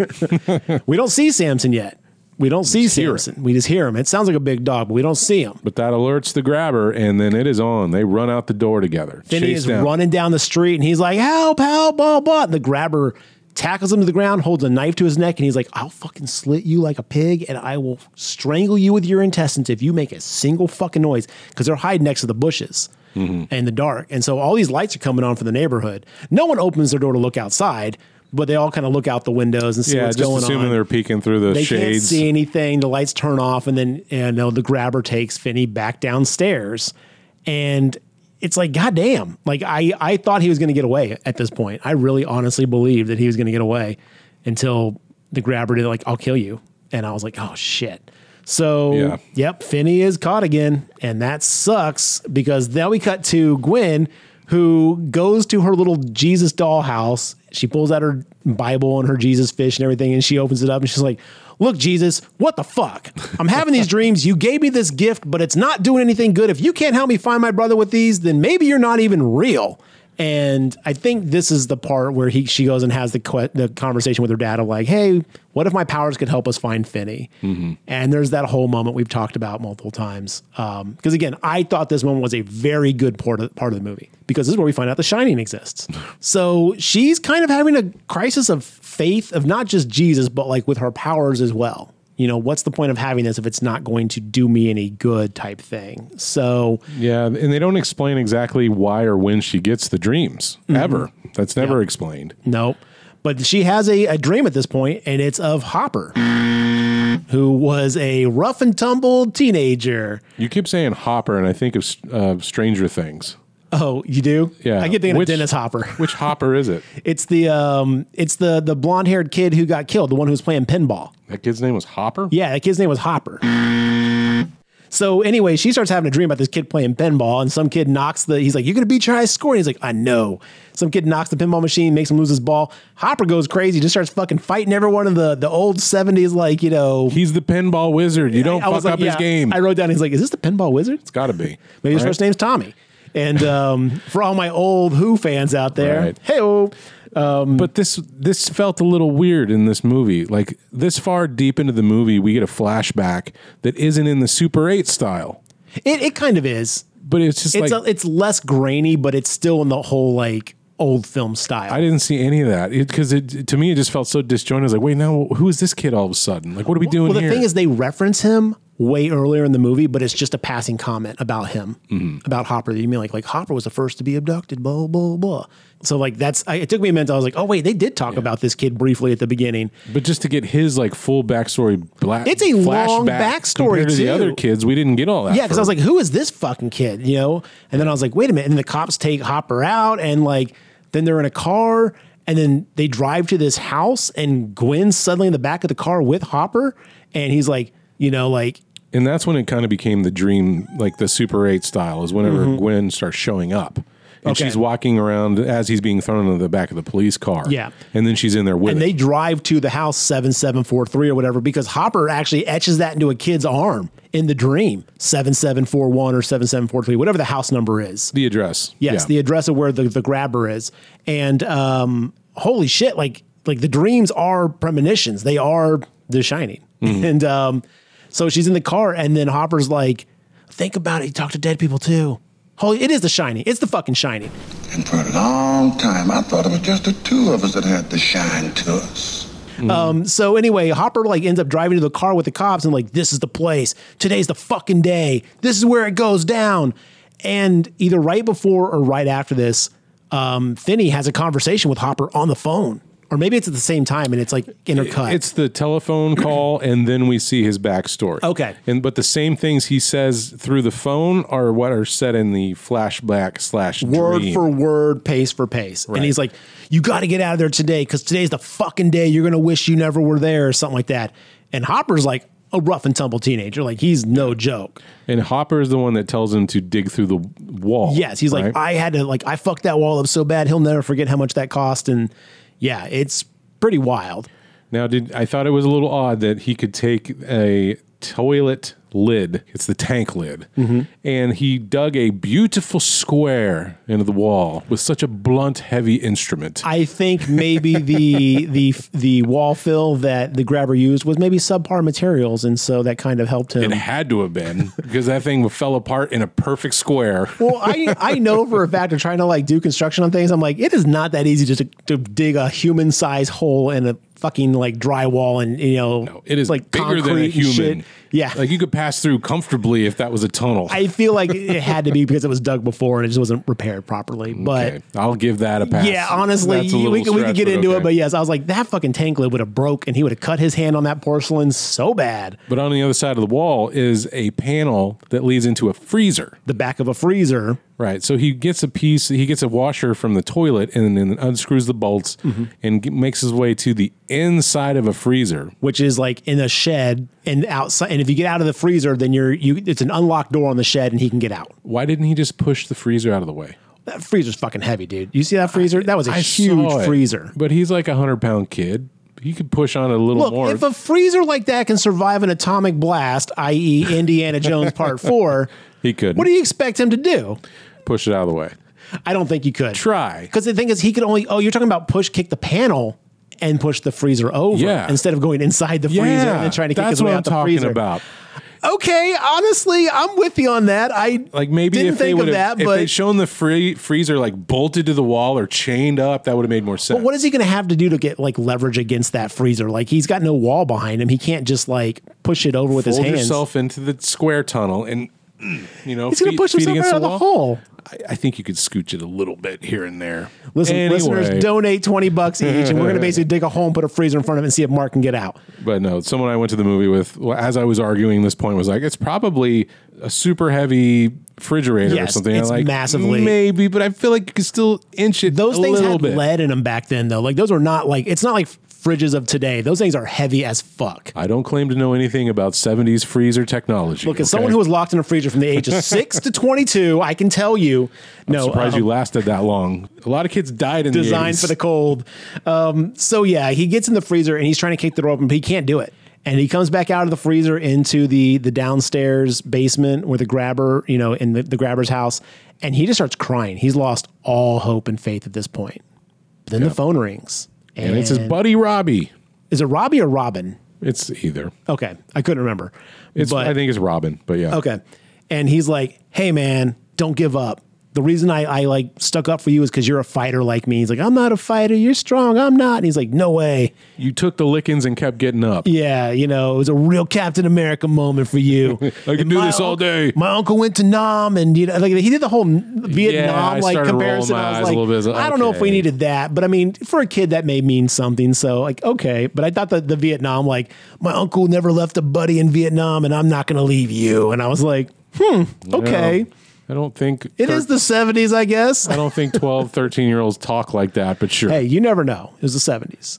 Speaker 2: We don't see Samson yet. We don't see
Speaker 1: hear him.
Speaker 2: Samson. We just hear him. It sounds like a big dog, but we don't see him.
Speaker 1: but that alerts the grabber, and then it is on. They run out the door together.
Speaker 2: Then he
Speaker 1: Chase
Speaker 2: is
Speaker 1: down.
Speaker 2: running down the street and he's like, help, help, blah, blah. And the grabber tackles him to the ground, holds a knife to his neck, and he's like, I'll fucking slit you like a pig and I will strangle you with your intestines if you make a single fucking noise because they're hiding next to the bushes
Speaker 1: Mm-hmm.
Speaker 2: in the dark. And so all these lights are coming on for the neighborhood. No one opens their door to look outside, but they all kind of look out the windows and see
Speaker 1: Yeah,
Speaker 2: what's
Speaker 1: just
Speaker 2: going
Speaker 1: assuming
Speaker 2: on.
Speaker 1: they're peeking through the
Speaker 2: they
Speaker 1: shades.
Speaker 2: can't see anything. The lights turn off, and then and uh, the grabber takes Finney back downstairs, and it's like goddamn. Like I I thought he was going to get away at this point. I really honestly believed that he was going to get away until the grabber did like I'll kill you, and I was like oh shit. So
Speaker 1: Yeah.
Speaker 2: yep, Finney is caught again, and that sucks because now we cut to Gwen. Who goes to her little Jesus doll house? She pulls out her Bible and her Jesus fish and everything, and she opens it up and she's like, Look, Jesus, what the fuck? I'm having these dreams. You gave me this gift, but it's not doing anything good. If you can't help me find my brother with these, then maybe you're not even real. And I think this is the part where he she goes and has the que- the conversation with her dad of like, hey, what if my powers could help us find Finney? And there's that whole moment we've talked about multiple times. Because again, I thought this moment was a very good part of, part of the movie because this is where we find out The Shining exists. so she's kind of having a crisis of faith of not just Jesus, but like with her powers as well. You know, what's the point of having this if it's not going to do me any good type thing? So
Speaker 1: Yeah, and they don't explain exactly why or when she gets the dreams
Speaker 2: Mm-hmm.
Speaker 1: ever. That's never explained.
Speaker 2: Nope. But she has a, a dream at this point, and it's of Hopper, who was a rough and tumble teenager.
Speaker 1: You keep saying Hopper, and I think of uh, Stranger Things.
Speaker 2: Oh, you do?
Speaker 1: Yeah.
Speaker 2: I get thinking
Speaker 1: Which-
Speaker 2: of Dennis Hopper.
Speaker 1: Which Hopper is it?
Speaker 2: It's the um, it's the the blonde haired kid who got killed, the one who was playing pinball.
Speaker 1: That kid's name was Hopper.
Speaker 2: Yeah, that kid's name was Hopper. So anyway, she starts having a dream about this kid playing pinball, and some kid knocks the. He's like, "You're gonna beat your high score." And he's like, "I know." Some kid knocks the pinball machine, makes him lose his ball. Hopper goes crazy, just starts fucking fighting every one of the the old '70s like you know.
Speaker 1: He's the pinball wizard. You don't
Speaker 2: I
Speaker 1: fuck
Speaker 2: was like,
Speaker 1: up
Speaker 2: yeah.
Speaker 1: his game.
Speaker 2: I wrote down. He's like, "Is this the pinball wizard?"
Speaker 1: it's got to be.
Speaker 2: Maybe his
Speaker 1: Right?
Speaker 2: first name's Tommy. And um, for all my old Who fans out there,
Speaker 1: Right.
Speaker 2: hey oh, hey,
Speaker 1: But this this felt a little weird in this movie. Like this far deep into the movie, we get a flashback that isn't in the Super Eight style.
Speaker 2: it, it kind of is.
Speaker 1: But it's just
Speaker 2: It's
Speaker 1: like
Speaker 2: a, it's less grainy, but it's still in the whole like old film style.
Speaker 1: I didn't see any of that because it, to me it just felt so disjointed. I was like, wait, now who is this kid all of a sudden? Like, what are we doing
Speaker 2: well, the
Speaker 1: here?
Speaker 2: thing is, they reference him way earlier in the movie, but it's just a passing comment about him,
Speaker 1: Mm-hmm.
Speaker 2: about Hopper. You mean like like Hopper was the first to be abducted, blah blah blah. So like that's I, it took me a minute. I was like, oh wait, they did talk about this kid briefly at the beginning.
Speaker 1: but just to get his like full backstory, black
Speaker 2: It's a long backstory,
Speaker 1: compared to the
Speaker 2: too.
Speaker 1: other kids. We didn't get all that.
Speaker 2: Yeah, because I was like, who is this fucking kid? You know? And then I was like, wait a minute. And the cops take Hopper out, and like, then they're in a car, and then they drive to this house, and Gwen's suddenly in the back of the car with Hopper, and he's like, you know, like,
Speaker 1: and that's when it kind of became the dream, like the Super Eight style, is whenever Gwen starts showing up. And
Speaker 2: Mm-hmm. Okay.
Speaker 1: she's walking around as he's being thrown into the back of the police car.
Speaker 2: Yeah.
Speaker 1: And then she's in there with
Speaker 2: and
Speaker 1: him.
Speaker 2: they drive to the house 7743 or whatever, because Hopper actually etches that into a kid's arm in the dream 7741 or 7743, whatever the house number is.
Speaker 1: the address.
Speaker 2: Yes,
Speaker 1: Yeah.
Speaker 2: the address of where the, the grabber is. And um, holy shit, like like the dreams are premonitions. They are the shining. And um, so she's in the car, and then Hopper's like, think about it. You talk to dead people too. Holy, it is the shining. It's the fucking shining.
Speaker 6: And for a long time, I thought it was just the two of us that had the shine to us.
Speaker 2: Um, So anyway, Hopper like ends up driving to the car with the cops and like, this is the place. Today's the fucking day. This is where it goes down. And either right before or right after this, um, Finney has a conversation with Hopper on the phone. Or maybe it's at the same time and it's like intercut.
Speaker 1: It's the telephone call, and then we see his backstory.
Speaker 2: Okay.
Speaker 1: And but the same things he says through the phone are what are said in the flashback slash
Speaker 2: word
Speaker 1: dream.
Speaker 2: for word, pace for pace.
Speaker 1: Right.
Speaker 2: And he's like, you got to get out of there today because today's the fucking day you're going to wish you never were there or something like that. And Hopper's like a rough and tumble teenager. Like he's no joke.
Speaker 1: And Hopper is the one that tells him to dig through the wall.
Speaker 2: Yes, he's
Speaker 1: right?
Speaker 2: like, I had to like, I fucked that wall up so bad. He'll never forget how much that cost. And yeah, it's pretty wild.
Speaker 1: Now, did I thought it was a little odd that he could take a toilet lid? It's the tank lid,
Speaker 2: Mm-hmm.
Speaker 1: and he dug a beautiful square into the wall with such a blunt, heavy instrument.
Speaker 2: I think maybe the the the wall fill that the grabber used was maybe subpar materials, and so that kind of helped him.
Speaker 1: it had to have been because that thing fell apart in a perfect square.
Speaker 2: well, I I know for a fact of trying to like do construction on things. I'm like, it is not that easy just to, to dig a human size hole in a fucking like drywall and you know
Speaker 1: No, it is
Speaker 2: like
Speaker 1: bigger than
Speaker 2: concrete
Speaker 1: a
Speaker 2: and
Speaker 1: human.
Speaker 2: shit. Yeah,
Speaker 1: like you could pass through comfortably if that was a tunnel.
Speaker 2: I feel like it had to be because it was dug before and it just wasn't repaired properly. But
Speaker 1: okay, I'll give that a pass.
Speaker 2: Yeah, honestly,
Speaker 1: That's a
Speaker 2: you- we
Speaker 1: little
Speaker 2: could, we
Speaker 1: stretch,
Speaker 2: could get into
Speaker 1: okay.
Speaker 2: it, but yes, I was like, that fucking tank lid would have broke, and he would have cut his hand on that porcelain so bad.
Speaker 1: But on the other side of the wall is a panel that leads into a freezer.
Speaker 2: The back of a freezer.
Speaker 1: Right. So he gets a piece, he gets a washer from the toilet and then unscrews the bolts
Speaker 2: Mm-hmm.
Speaker 1: and g- makes his way to the inside of a freezer.
Speaker 2: Which is like in a shed and outside, and if you get out of the freezer, then you're you. It's an unlocked door on the shed, and he can get out.
Speaker 1: Why didn't he just push the freezer out of the way?
Speaker 2: That freezer's fucking heavy, dude. You see that freezer? That was a
Speaker 1: I saw
Speaker 2: huge
Speaker 1: it,
Speaker 2: freezer.
Speaker 1: But he's like a 100 pound kid. He could push on it a little
Speaker 2: Look,
Speaker 1: more.
Speaker 2: if a freezer like that can survive an atomic blast, i.e., Indiana Jones Part Four,
Speaker 1: he could
Speaker 2: what do you expect him to do?
Speaker 1: push it out of the way.
Speaker 2: I don't think you could.
Speaker 1: Try.
Speaker 2: Because the thing is, he could only. Oh, you're talking about push kick the panel and push the freezer over
Speaker 1: Yeah.
Speaker 2: instead of going inside the freezer and then trying to kick
Speaker 1: that's
Speaker 2: his way
Speaker 1: what I'm
Speaker 2: out the
Speaker 1: talking
Speaker 2: freezer.
Speaker 1: about.
Speaker 2: Okay, honestly, I'm with you on that. I
Speaker 1: Like maybe
Speaker 2: didn't
Speaker 1: if they
Speaker 2: think
Speaker 1: would
Speaker 2: of
Speaker 1: have,
Speaker 2: that,
Speaker 1: if
Speaker 2: but
Speaker 1: they'd shown the free freezer like bolted to the wall or chained up, that would have made more sense.
Speaker 2: but what is he going to have to do to get like leverage against that freezer? Like he's got no wall behind him. He can't just like push it over with
Speaker 1: Fold
Speaker 2: his hands.
Speaker 1: yourself into the square tunnel and you know
Speaker 2: he's going to
Speaker 1: feet-
Speaker 2: push
Speaker 1: feet
Speaker 2: himself
Speaker 1: against
Speaker 2: out of the
Speaker 1: wall.
Speaker 2: hole.
Speaker 1: I, I think you could scooch it a little bit here and there.
Speaker 2: Listen,
Speaker 1: Anyway,
Speaker 2: listeners, donate twenty bucks each, and we're going to basically dig a hole and put a freezer in front of it and see if Mark can get out.
Speaker 1: But no, someone I went to the movie with, well, as I was arguing this point, was like, it's probably a super heavy refrigerator or
Speaker 2: Yes,
Speaker 1: something.
Speaker 2: it's
Speaker 1: like
Speaker 2: massively-
Speaker 1: maybe, but I feel like you can still inch it.
Speaker 2: Those
Speaker 1: a
Speaker 2: things
Speaker 1: little
Speaker 2: had
Speaker 1: bit.
Speaker 2: lead in them back then, though. Like those are not like it's not like fridges of today. Those things are heavy as fuck.
Speaker 1: I don't claim to know anything about 70s freezer technology.
Speaker 2: Look, as someone who was locked in a freezer from the age of six to twenty-two, I can tell you, no,
Speaker 1: surprised
Speaker 2: um,
Speaker 1: you lasted that long. A lot of kids died in
Speaker 2: designed
Speaker 1: the 80s.
Speaker 2: for the cold. Um, so yeah, he gets in the freezer and he's trying to kick the door open, but he can't do it. And he comes back out of the freezer into the the downstairs basement where the grabber, you know, in the, the grabber's house, and he just starts crying. He's lost all hope and faith at this point. But then the phone rings,
Speaker 1: and it's his buddy Robbie.
Speaker 2: Is it Robbie or Robin?
Speaker 1: It's either.
Speaker 2: Okay, I couldn't remember.
Speaker 1: It's
Speaker 2: But-
Speaker 1: I think it's Robin, but yeah.
Speaker 2: Okay. And he's like, hey, man, don't give up. The reason I, I like stuck up for you is because you're a fighter like me. He's like, I'm not a fighter. You're strong. I'm not. And he's like, no way.
Speaker 1: You took the lickings and kept getting up.
Speaker 2: Yeah, you know, it was a real Captain America moment for you. I
Speaker 1: can do this all day.
Speaker 2: My uncle went to Nam, and you know, like he did the whole Vietnam
Speaker 1: I
Speaker 2: like
Speaker 1: started rolling
Speaker 2: comparison.
Speaker 1: my
Speaker 2: I was
Speaker 1: eyes a
Speaker 2: like,
Speaker 1: little bit. I was like,
Speaker 2: I don't know if we
Speaker 1: okay.
Speaker 2: needed that, but I mean, for a kid, that may mean something. So, like, okay, but I thought that the Vietnam, like, my uncle never left a buddy in Vietnam, and I'm not going to leave you. And I was like, hmm, okay.
Speaker 1: No, I don't think
Speaker 2: It is the 70s, I guess.
Speaker 1: I don't think 12, 13 year olds talk like that, but sure.
Speaker 2: hey, you never know. It was the 70s.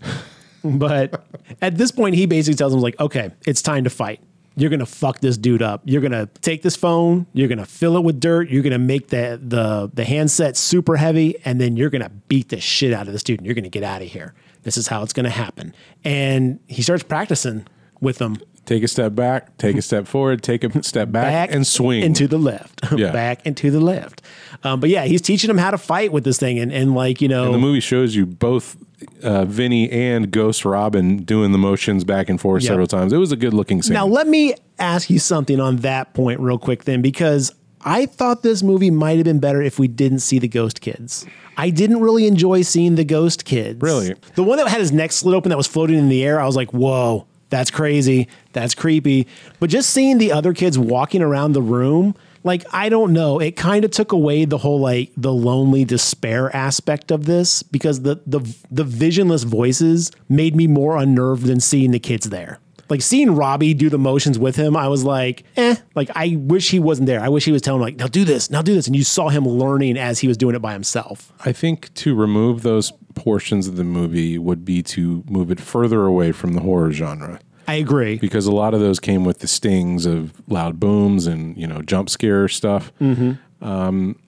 Speaker 2: But at this point, he basically tells him, like, okay, it's time to fight. You're gonna fuck this dude up. You're gonna take this phone. You're gonna fill it with dirt. You're gonna make the the the handset super heavy, and then you're gonna beat the shit out of this dude. And you're gonna get out of here. This is how it's gonna happen. And he starts practicing with them
Speaker 1: Take a step back, take a step forward, take a step back,
Speaker 2: back
Speaker 1: and swing.
Speaker 2: into the left,
Speaker 1: Yeah.
Speaker 2: back and to the left. Um, but yeah, he's teaching him how to fight with this thing, and and like you know,
Speaker 1: the movie shows you both uh, Vinny and Ghost Robin doing the motions back and forth
Speaker 2: Yeah.
Speaker 1: several times. It was a good looking scene.
Speaker 2: Now, let me ask you something on that point, real quick, then, because I thought this movie might have been better if we didn't see the Ghost Kids. I didn't really enjoy seeing the Ghost Kids.
Speaker 1: Really?
Speaker 2: The one that had his neck slit open that was floating in the air, I was like, whoa, that's crazy. That's creepy. But just seeing the other kids walking around the room, like, I don't know. It kind of took away the whole, like, the lonely despair aspect of this because the, the, the visionless voices made me more unnerved than seeing the kids there. Like seeing Robbie do the motions with him, I was like, eh. Like I wish he wasn't there. I wish he was telling him, like, now do this, now do this, and you saw him learning as he was doing it by himself.
Speaker 1: I think to remove those portions of the movie would be to move it further away from the horror genre.
Speaker 2: I agree.
Speaker 1: because a lot of those came with the stings of loud booms and you know jump scare stuff. Um,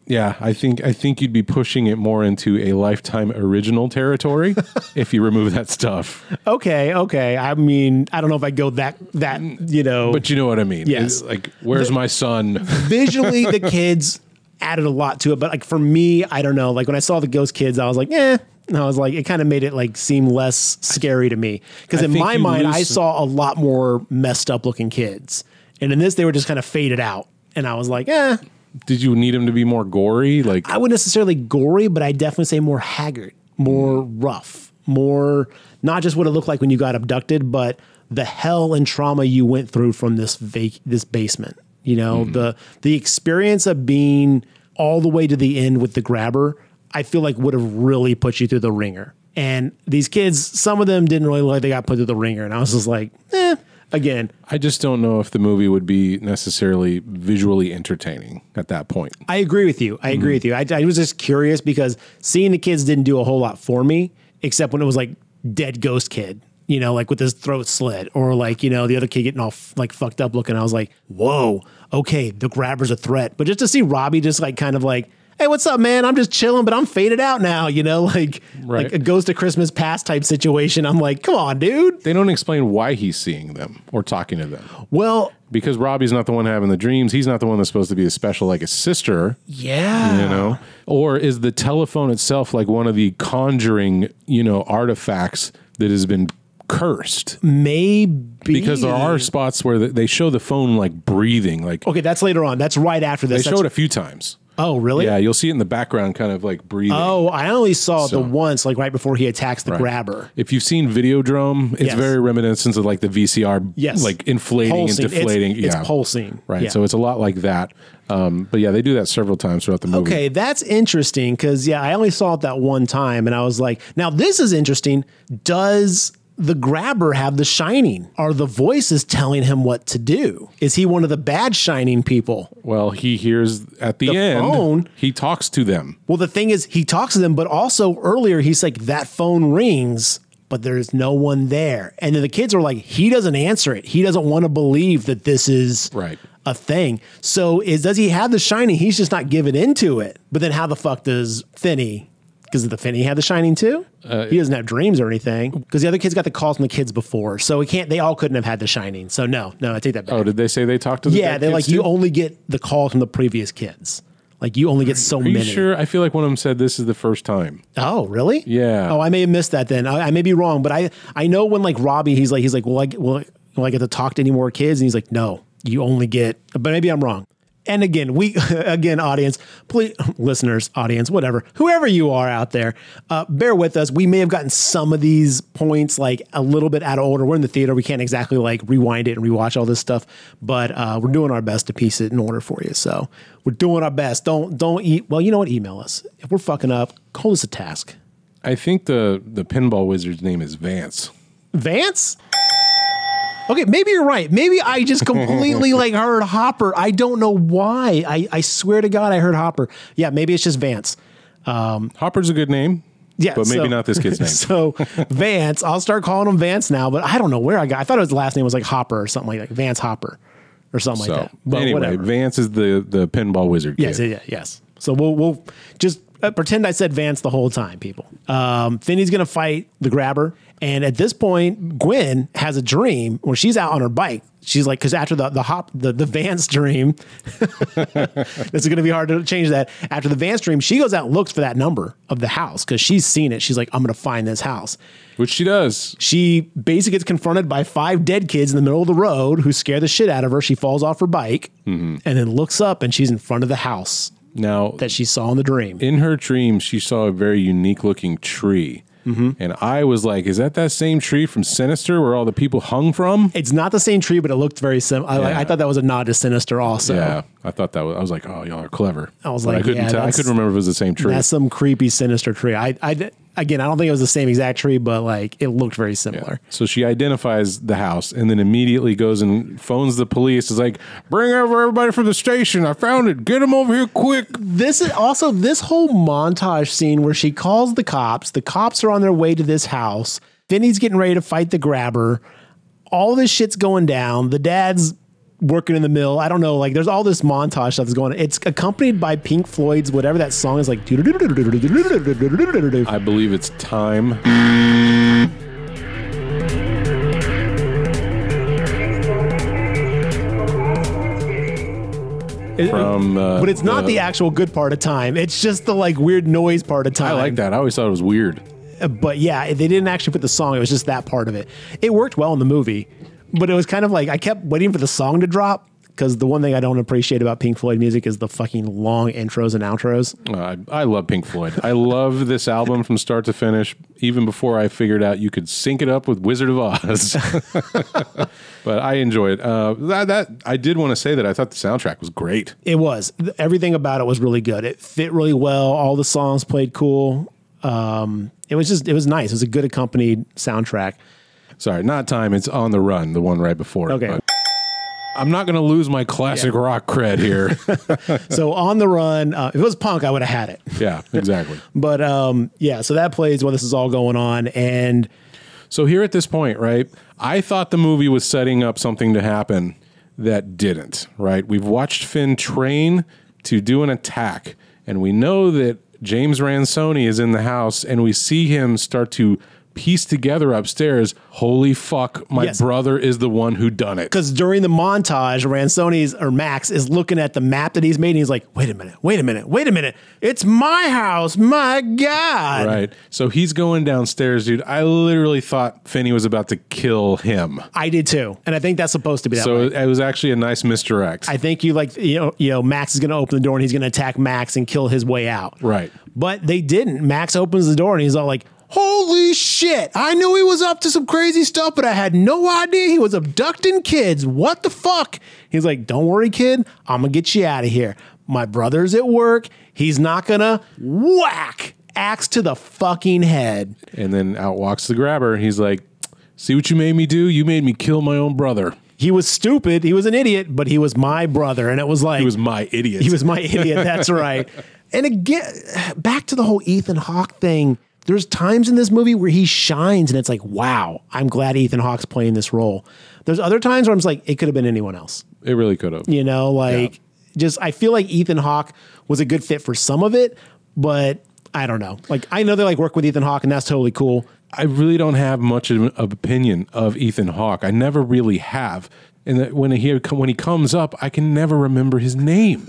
Speaker 1: yeah, I think I think you'd be pushing it more into a lifetime original territory if you remove that stuff.
Speaker 2: Okay, okay. I mean, I don't know if I go that that you know,
Speaker 1: But you know what I mean.
Speaker 2: Yes.
Speaker 1: It's like, where's my son?
Speaker 2: visually the kids added a lot to it. But like for me, I don't know. Like when I saw the Ghost Kids, I was like, eh. And I was like, it kind of made it like seem less scary to me because
Speaker 1: I
Speaker 2: in
Speaker 1: think
Speaker 2: my
Speaker 1: you
Speaker 2: mind,
Speaker 1: lose
Speaker 2: I
Speaker 1: some-
Speaker 2: saw a lot more messed up looking kids, and in this, they were just kind of faded out. And I was like, eh.
Speaker 1: Did you need him to be more gory? Like
Speaker 2: I wouldn't necessarily gory, but I definitely say more haggard, more rough, more not just what it looked like when you got abducted, but the hell and trauma you went through from this vac- this basement. You know, the the experience of being all the way to the end with the grabber, I feel like would have really put you through the ringer. And these kids, some of them didn't really look like they got put through the ringer. And I was just like, eh, again,
Speaker 1: I just don't know if the movie would be necessarily visually entertaining at that point.
Speaker 2: I agree with you. I agree
Speaker 1: Mm-hmm.
Speaker 2: with you. I, I was just curious because seeing the kids didn't do a whole lot for me, except when it was like dead ghost kid, you know, like with his throat slit, or like you know the other kid getting all f- like fucked up looking. I was like, whoa, okay, the grabber's a threat. But just to see Robbie just like kind of like, hey, what's up, man? I'm just chilling, but I'm faded out now, you know, like
Speaker 1: Right.
Speaker 2: like a ghost of Christmas past type situation. I'm like, come on, dude.
Speaker 1: They don't explain why he's seeing them or talking to them.
Speaker 2: Well,
Speaker 1: Because Robbie's not the one having the dreams. He's not the one that's supposed to be a special like his sister.
Speaker 2: yeah,
Speaker 1: you know or is the telephone itself like one of the conjuring you know artifacts that has been cursed
Speaker 2: maybe
Speaker 1: because there are spots where th- they show the phone like breathing like
Speaker 2: Okay, that's later on. That's right after
Speaker 1: they
Speaker 2: this.
Speaker 1: show it a
Speaker 2: Oh, That's,
Speaker 1: few times
Speaker 2: oh, really?
Speaker 1: yeah you'll see it in the background kind of like breathing
Speaker 2: Oh, I only saw
Speaker 1: So-
Speaker 2: the once, like right before he attacks the grabber.
Speaker 1: if you've seen Videodrome, it's
Speaker 2: Yes.
Speaker 1: very reminiscent of like the VCR,
Speaker 2: Yes.
Speaker 1: like inflating
Speaker 2: Pulsing.
Speaker 1: and
Speaker 2: It's-
Speaker 1: deflating.
Speaker 2: it's pulsing.
Speaker 1: right?
Speaker 2: Yeah.
Speaker 1: So it's a lot like that. Um, but yeah, they do that several times throughout the movie.
Speaker 2: Okay, that's interesting because yeah, I only saw it that one time, and I was like, now this is interesting. Does the grabber have the shining? Are the voices telling him what to do? Is he one of the bad shining people?
Speaker 1: Well, he hears at the,
Speaker 2: The
Speaker 1: end,
Speaker 2: phone.
Speaker 1: he talks to them.
Speaker 2: Well, the thing is, he talks to them, but also earlier he's like, that phone rings, but there's no one there. And then the kids are like, he doesn't answer it. He doesn't want to believe that this is
Speaker 1: Right.
Speaker 2: a thing. So is does he have the shining? He's just not giving into it. But then how the fuck does Finney? Because the Finney have the shining too.
Speaker 1: Uh,
Speaker 2: he doesn't have dreams or anything. Because the other kids got the calls from the kids before, so he can't. They all couldn't have had the shining. So no, no, I take that back.
Speaker 1: Oh, did they say they talked to the
Speaker 2: yeah,
Speaker 1: dead
Speaker 2: they're like
Speaker 1: kids
Speaker 2: you
Speaker 1: too?
Speaker 2: only get the calls from the previous kids. Like you only get so
Speaker 1: Are you
Speaker 2: many.
Speaker 1: sure? I feel like one of them said this is the first time.
Speaker 2: Oh, really?
Speaker 1: Yeah.
Speaker 2: Oh, I may have missed that then. I, I may be wrong, but I I know when like Robbie, he's like he's like, well, I, will, I- will I get to talk to any more kids? And he's like, no, you only get. But maybe I'm wrong. And again, we again, audience, please, listeners, audience, whatever, whoever you are out there, uh, bear with us. We may have gotten some of these points like a little bit out of order. We're in the theater; we can't exactly like rewind it and rewatch all this stuff, but uh, we're doing our best to piece it in order for you. So we're doing our best. Don't don't eat. Well, you know what? Email us if we're fucking up. Hold us a task.
Speaker 1: I think the the pinball wizard's name is Vance.
Speaker 2: Vance? Okay, maybe you're right. Maybe I just completely like heard Hopper. I don't know why. I, I swear to God, I heard Hopper. Yeah, maybe it's just Vance.
Speaker 1: Hopper's a good name.
Speaker 2: Yeah,
Speaker 1: but maybe
Speaker 2: so-
Speaker 1: not this kid's name.
Speaker 2: so Vance, I'll start calling him Vance now, but I don't know where I got. I thought his last name was like Hopper or something like that, Vance Hopper or something
Speaker 1: So
Speaker 2: like that. But
Speaker 1: anyway,
Speaker 2: whatever.
Speaker 1: Vance is the the pinball wizard.
Speaker 2: Yes,
Speaker 1: kid.
Speaker 2: yeah, yes. So we'll we'll just uh, pretend I said Vance the whole time, people. Um, Finney's gonna fight the grabber, and at this point, Gwen has a dream where she's out on her bike. She's like, because after the the hop the the Vance dream, this is gonna be hard to change that. After the Vance dream, she goes out and looks for that number of the house because she's seen it. She's like, I'm gonna find this house.
Speaker 1: which she does.
Speaker 2: She basically gets confronted by five dead kids in the middle of the road who scare the shit out of her. She falls off her bike and then looks up and she's in front of the house
Speaker 1: Now,
Speaker 2: that she saw in the dream.
Speaker 1: in her dream, she saw a very unique looking tree.
Speaker 2: Mm-hmm.
Speaker 1: And I was like, is that that same tree from Sinister where all the people hung from?
Speaker 2: It's not the same tree, but it looked very similar. I, like- I
Speaker 1: Yeah.
Speaker 2: thought that was a nod to Sinister also.
Speaker 1: Yeah, I thought that was. I was like, "Oh, y'all are clever."
Speaker 2: I was
Speaker 1: But
Speaker 2: like,
Speaker 1: I couldn't.
Speaker 2: yeah,
Speaker 1: tell, I
Speaker 2: that's-
Speaker 1: couldn't remember if it was the same tree.
Speaker 2: That's some creepy Sinister tree. I, I, again, I don't think it was the same exact tree, but like it looked very similar.
Speaker 1: So she identifies the house and then immediately goes and phones the police. Is like, "Bring over everybody from the station. I found it. Get them over here quick."
Speaker 2: This is also this whole montage scene where she calls the cops. The cops are on their way to this house. Finney's getting ready to fight the grabber. All this shit's going down. The dad's working in the mill. I don't know. Like there's all this montage stuff that's going on. It's accompanied by Pink Floyd's whatever that song is like.
Speaker 1: I believe it's time. From, uh,
Speaker 2: But it's not the actual good part of time. It's just the like weird noise part of time.
Speaker 1: I like that. I always thought it was weird.
Speaker 2: But yeah, they didn't actually put the song. It was just that part of it. It worked well in the movie, but it was kind of like I kept waiting for the song to drop because the one thing I don't appreciate about Pink Floyd music is the fucking long intros and outros.
Speaker 1: Uh, I, I love Pink Floyd. I love this album from start to finish. Even before I figured out you could sync it up with Wizard of Oz, but I enjoy it. Uh, that, that I did want to say that I thought the soundtrack was great.
Speaker 2: It was Th- everything about it was really good. It fit really well. All the songs played cool. Um, it was just it was nice. It was a good accompanied soundtrack.
Speaker 1: Sorry, not time. It's on the run, the one right before. it,
Speaker 2: Okay.
Speaker 1: but- I'm not going to lose my classic rock cred here.
Speaker 2: so on the run, uh, if it was punk, I would have had it.
Speaker 1: yeah, exactly.
Speaker 2: But um, yeah, so that plays while this is all going on, and
Speaker 1: So here at this point, right, I thought the movie was setting up something to happen that didn't, right? We've watched Finn train to do an attack, and we know that James Ransoni is in the house, and we see him start to piece together upstairs. Holy fuck, my
Speaker 2: Yes.
Speaker 1: brother is the one who done it.
Speaker 2: because during the montage, Ransoni's or Max is looking at the map that he's made, and he's like, "Wait a minute, wait a minute, wait a minute! It's my house, my god!"
Speaker 1: Right. So he's going downstairs, dude. I literally thought Finney was about to kill him.
Speaker 2: I did too, and I think that's supposed to be that.
Speaker 1: So
Speaker 2: way.
Speaker 1: it was actually a nice misdirect.
Speaker 2: I think you like you know, you know Max is going to open the door and he's going to attack Max and kill his way out.
Speaker 1: Right.
Speaker 2: But they didn't. Max opens the door and he's all like, "Holy shit! I knew he was up to some crazy stuff, but I had no idea he was abducting kids. What the fuck?" He's like, "Don't worry, kid. I'm gonna get you out of here. My brother's at work. He's not gonna whack axe to the fucking head."
Speaker 1: and then out walks the grabber. He's like, See what you made me do? You made me kill my own brother.
Speaker 2: He was stupid. He was an idiot, but he was my brother. And it was like,
Speaker 1: He was my idiot.
Speaker 2: He was my idiot. That's right. And again, back to the whole Ethan Hawke thing. There's times in this movie where he shines, and it's like, wow, I'm glad Ethan Hawke's playing this role. There's other times where I'm just like, it could have been anyone else.
Speaker 1: it really could have.
Speaker 2: You know, like just I feel like Ethan Hawke was a good fit for some of it, but I don't know. Like I know they like work with Ethan Hawke, and that's totally cool.
Speaker 1: I really don't have much of an of opinion of Ethan Hawke. I never really have. And that when he when he comes up, I can never remember his name,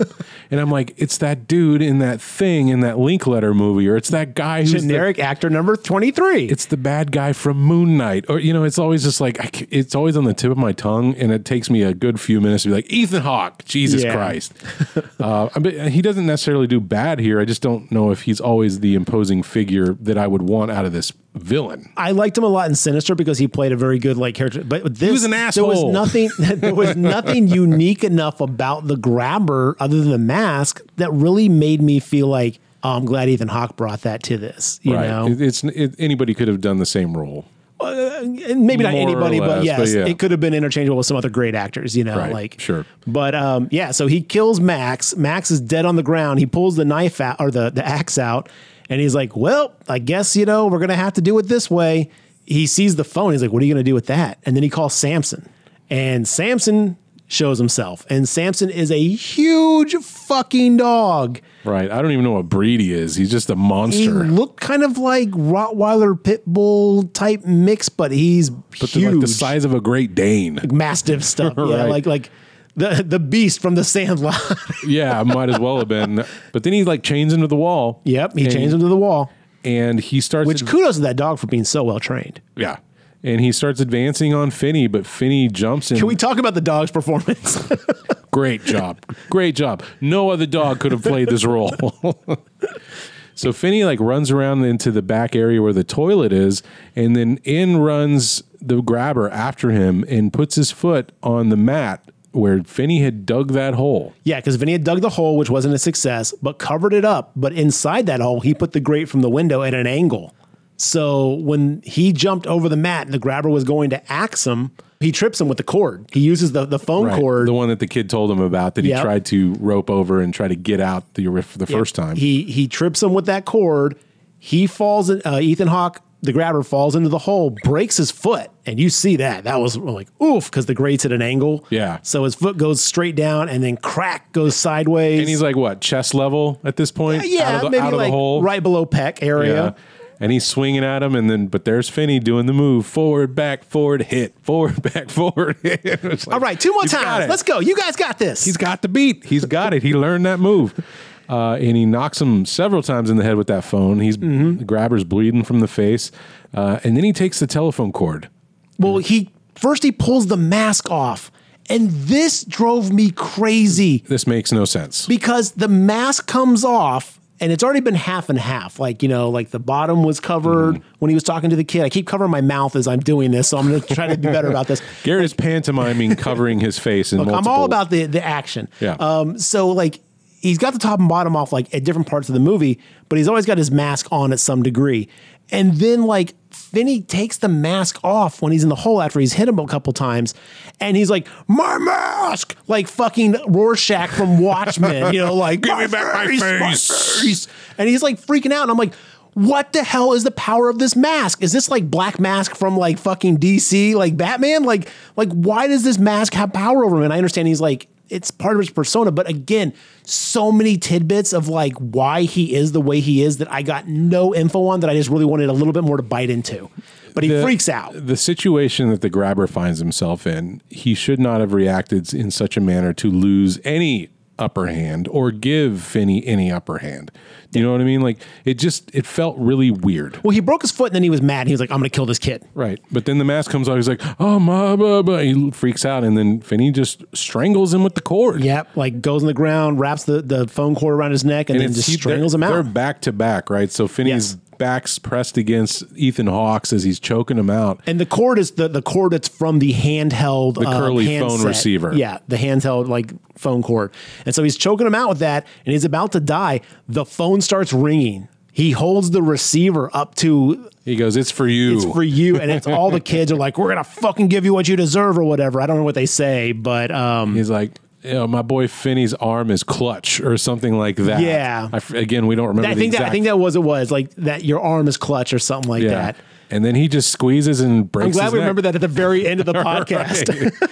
Speaker 1: and I'm like, it's that dude in that thing in that Link Letter movie, or it's that guy who's the-
Speaker 2: Generic actor number twenty three.
Speaker 1: it's the bad guy from Moon Knight, or you know, it's always just like I c it's always on the tip of my tongue, and it takes me a good few minutes to be like Ethan Hawke, Jesus
Speaker 2: Yeah.
Speaker 1: Christ. uh, I mean, he doesn't necessarily do bad here. I just don't know if he's always the imposing figure that I would want out of this villain.
Speaker 2: I liked him a lot in Sinister because he played a very good like character. But with this,
Speaker 1: was an
Speaker 2: There
Speaker 1: asshole.
Speaker 2: was nothing. there was nothing unique enough about the grabber other than the mask that really made me feel like oh, I'm glad Ethan Hawke brought that to this. You know,
Speaker 1: It- It's it, anybody could have done the same role.
Speaker 2: Uh, and maybe not
Speaker 1: More or
Speaker 2: anybody, but
Speaker 1: less,
Speaker 2: yes,
Speaker 1: but yeah.
Speaker 2: it could have been interchangeable with some other great actors, you know,
Speaker 1: Right,
Speaker 2: like
Speaker 1: sure.
Speaker 2: But um, yeah, so he kills Max. Max is dead on the ground. He pulls the knife out or the the axe out, and he's like, "Well, I guess you know we're gonna have to do it this way." He sees the phone. He's like, "What are you gonna do with that?" And then he calls Samson, and Samson shows himself, and Samson is a huge fucking dog.
Speaker 1: Right. I don't even know what breed he is. He's just a
Speaker 2: He
Speaker 1: monster.
Speaker 2: looked kind of like Rottweiler pit bull type mix, but he's
Speaker 1: But they're
Speaker 2: huge.
Speaker 1: like the size of a Great Dane.
Speaker 2: mastiff stuff. Yeah,
Speaker 1: Right.
Speaker 2: like like the the beast from the Sandlot.
Speaker 1: yeah, might as well have been. But then he like chains him to the wall.
Speaker 2: yep, he
Speaker 1: and,
Speaker 2: chains him to the wall.
Speaker 1: and he starts
Speaker 2: Which kudos to that dog for being so well trained.
Speaker 1: Yeah. And he starts advancing on Finney, but Finney jumps in.
Speaker 2: Can we talk about the dog's performance?
Speaker 1: Great job. Great job. No other dog could have played this role. so Finney like runs around into the back area where the toilet is, and then in runs the grabber after him and puts his foot on the mat where Finney had dug that hole.
Speaker 2: yeah, because Vinny had dug the hole, which wasn't a success, but covered it up. But inside that hole, he put the grate from the window at an angle. So when he jumped over the mat and the grabber was going to axe him, he trips him with the cord. He uses the, the phone
Speaker 1: Right.
Speaker 2: cord.
Speaker 1: The one that the kid told him about that
Speaker 2: Yep.
Speaker 1: he tried to rope over and try to get out the for the first time.
Speaker 2: He he trips him with that cord. He falls. In, uh, Ethan Hawke, the grabber, falls into the hole, breaks his foot, and you see that. That was like oof because the grate's at an angle.
Speaker 1: Yeah.
Speaker 2: So his foot goes straight down, and then crack goes sideways. Uh,
Speaker 1: and he's like what chest level at this point?
Speaker 2: yeah,
Speaker 1: out of the,
Speaker 2: maybe
Speaker 1: out of
Speaker 2: like
Speaker 1: the hole.
Speaker 2: right below pec
Speaker 1: Yeah.
Speaker 2: area.
Speaker 1: And he's swinging at him, and then but there's Finney doing the move forward, back, forward, hit, forward, back, forward. hit. It's like,
Speaker 2: All right, two more
Speaker 1: "You've got
Speaker 2: times.
Speaker 1: it."
Speaker 2: Let's go. You guys got this.
Speaker 1: He's got the beat. He's got it. He learned that move. Uh, and he knocks him several times in the head with that phone. He's
Speaker 2: Mm-hmm.
Speaker 1: the grabber's bleeding from the face, uh, and then he takes the telephone cord.
Speaker 2: Well, he first he pulls the mask off, and this drove me crazy.
Speaker 1: This makes no sense.
Speaker 2: because the mask comes off and it's already been half and half like you know like the bottom was covered
Speaker 1: Mm-hmm.
Speaker 2: when he was talking to the kid i keep covering my mouth as i'm doing this so i'm going to try to be better about this
Speaker 1: Garrett is pantomiming, covering his face, and
Speaker 2: Look, I'm all about the the action.
Speaker 1: Yeah.
Speaker 2: Um. So like, he's got the top and bottom off like at different parts of the movie, but he's always got his mask on at some degree. And then like Finney takes the mask off when he's in the hole after he's hit him a couple times, and he's like, "My mask!" Like fucking Rorschach from Watchmen, you know, like "Give
Speaker 1: me back my face."
Speaker 2: And he's like freaking out, and I'm like. What the hell is the power of this mask? Is this like Black Mask from like fucking DC, like Batman? Like, like why does this mask have power over him? And I understand he's like it's part of his persona, but again, so many tidbits of like why he is the way he is that I got no info on that I just really wanted a little bit more to bite into. But he
Speaker 1: the-
Speaker 2: freaks out.
Speaker 1: The situation that the grabber finds himself in, he should not have reacted in such a manner to lose any upper hand or give Finney any upper hand. You know what I mean? Like it just it felt really weird.
Speaker 2: Well, he broke his foot and then he was mad. and He was like, "I'm gonna kill this kid."
Speaker 1: Right. But then the mask comes off. He's like, oh, my, blah, blah. He freaks out. And then Finney just strangles him with the cord.
Speaker 2: Yep, like goes on the ground, wraps the, the phone cord around his neck, and,
Speaker 1: And
Speaker 2: then
Speaker 1: it's-
Speaker 2: just
Speaker 1: he-
Speaker 2: strangles
Speaker 1: they're-
Speaker 2: him out.
Speaker 1: They're back to back, right? So Finney's
Speaker 2: Yes.
Speaker 1: back's pressed against Ethan Hawke's as he's choking him out.
Speaker 2: And the cord is the, the cord that's from the handheld the
Speaker 1: curly phone receiver.
Speaker 2: Yeah, the handheld like phone cord. And so he's choking him out with that, and he's about to die. The phone starts ringing. He holds the receiver up to
Speaker 1: He goes, "It's for you."
Speaker 2: it's for you, and it's all the kids are like, "We're gonna fucking give you what you deserve" or whatever. I don't know what they say, but um,
Speaker 1: He's like, "Yeah, my boy Finney's arm is clutch or something like that."
Speaker 2: Yeah.
Speaker 1: I f again, we don't remember.
Speaker 2: I
Speaker 1: the
Speaker 2: think that I
Speaker 1: exact-
Speaker 2: think that was it was like that. Your arm is clutch or something like
Speaker 1: Yeah.
Speaker 2: that.
Speaker 1: And then he just squeezes and breaks.
Speaker 2: I'm glad
Speaker 1: his
Speaker 2: we
Speaker 1: neck.
Speaker 2: remember that at the very end of the podcast.
Speaker 1: Right.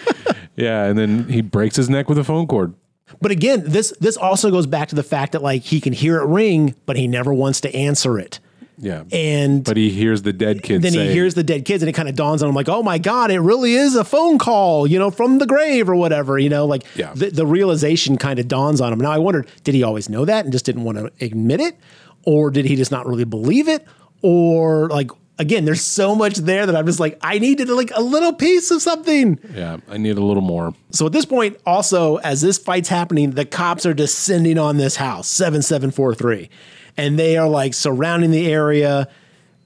Speaker 1: yeah, and then he breaks his neck with a phone cord.
Speaker 2: But again, this this also goes back to the fact that like he can hear it ring, but he never wants to answer it.
Speaker 1: Yeah,
Speaker 2: And
Speaker 1: but he hears the dead kid.
Speaker 2: then
Speaker 1: say,
Speaker 2: he hears the dead kids and it kind of dawns on him like, oh my God, it really is a phone call, you know, from the grave or whatever, you know, like
Speaker 1: Yeah.
Speaker 2: the, the realization kind of dawns on him. Now I wondered, did he always know that and just didn't want to admit it? Or did he just not really believe it? Or like, again, there's so much there that I'm just like, I needed like a little piece of something.
Speaker 1: "Yeah, I need a little more."
Speaker 2: So at this point, also, as this fight's happening, the cops are descending on this house, 7743. And they are like surrounding the area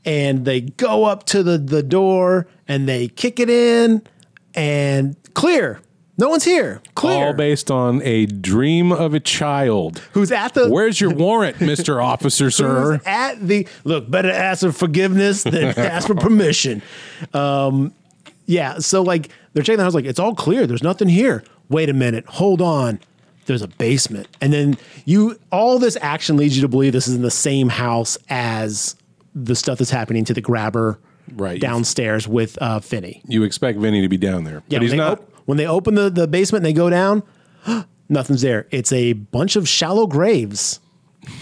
Speaker 2: and they go up to the, the door and they kick it in and clear. No one's here.
Speaker 1: All
Speaker 2: Clear.
Speaker 1: based on a dream of a child.
Speaker 2: who's at the
Speaker 1: Where's your warrant, Mister Officer,
Speaker 2: who's
Speaker 1: sir?
Speaker 2: at the look, better ask for forgiveness than ask for permission. Um, yeah. So like they're checking the house, like, it's all clear. There's nothing here. Wait a minute. Hold on. There's a basement. And then you all this action leads you to believe this is in the same house as the stuff that's happening to the grabber
Speaker 1: Right.
Speaker 2: downstairs with uh Finney.
Speaker 1: You expect Vinny to be down there,
Speaker 2: Yeah,
Speaker 1: but he's
Speaker 2: when,
Speaker 1: not.
Speaker 2: They op- when they open the, the basement and they go down, nothing's there. It's a bunch of shallow graves.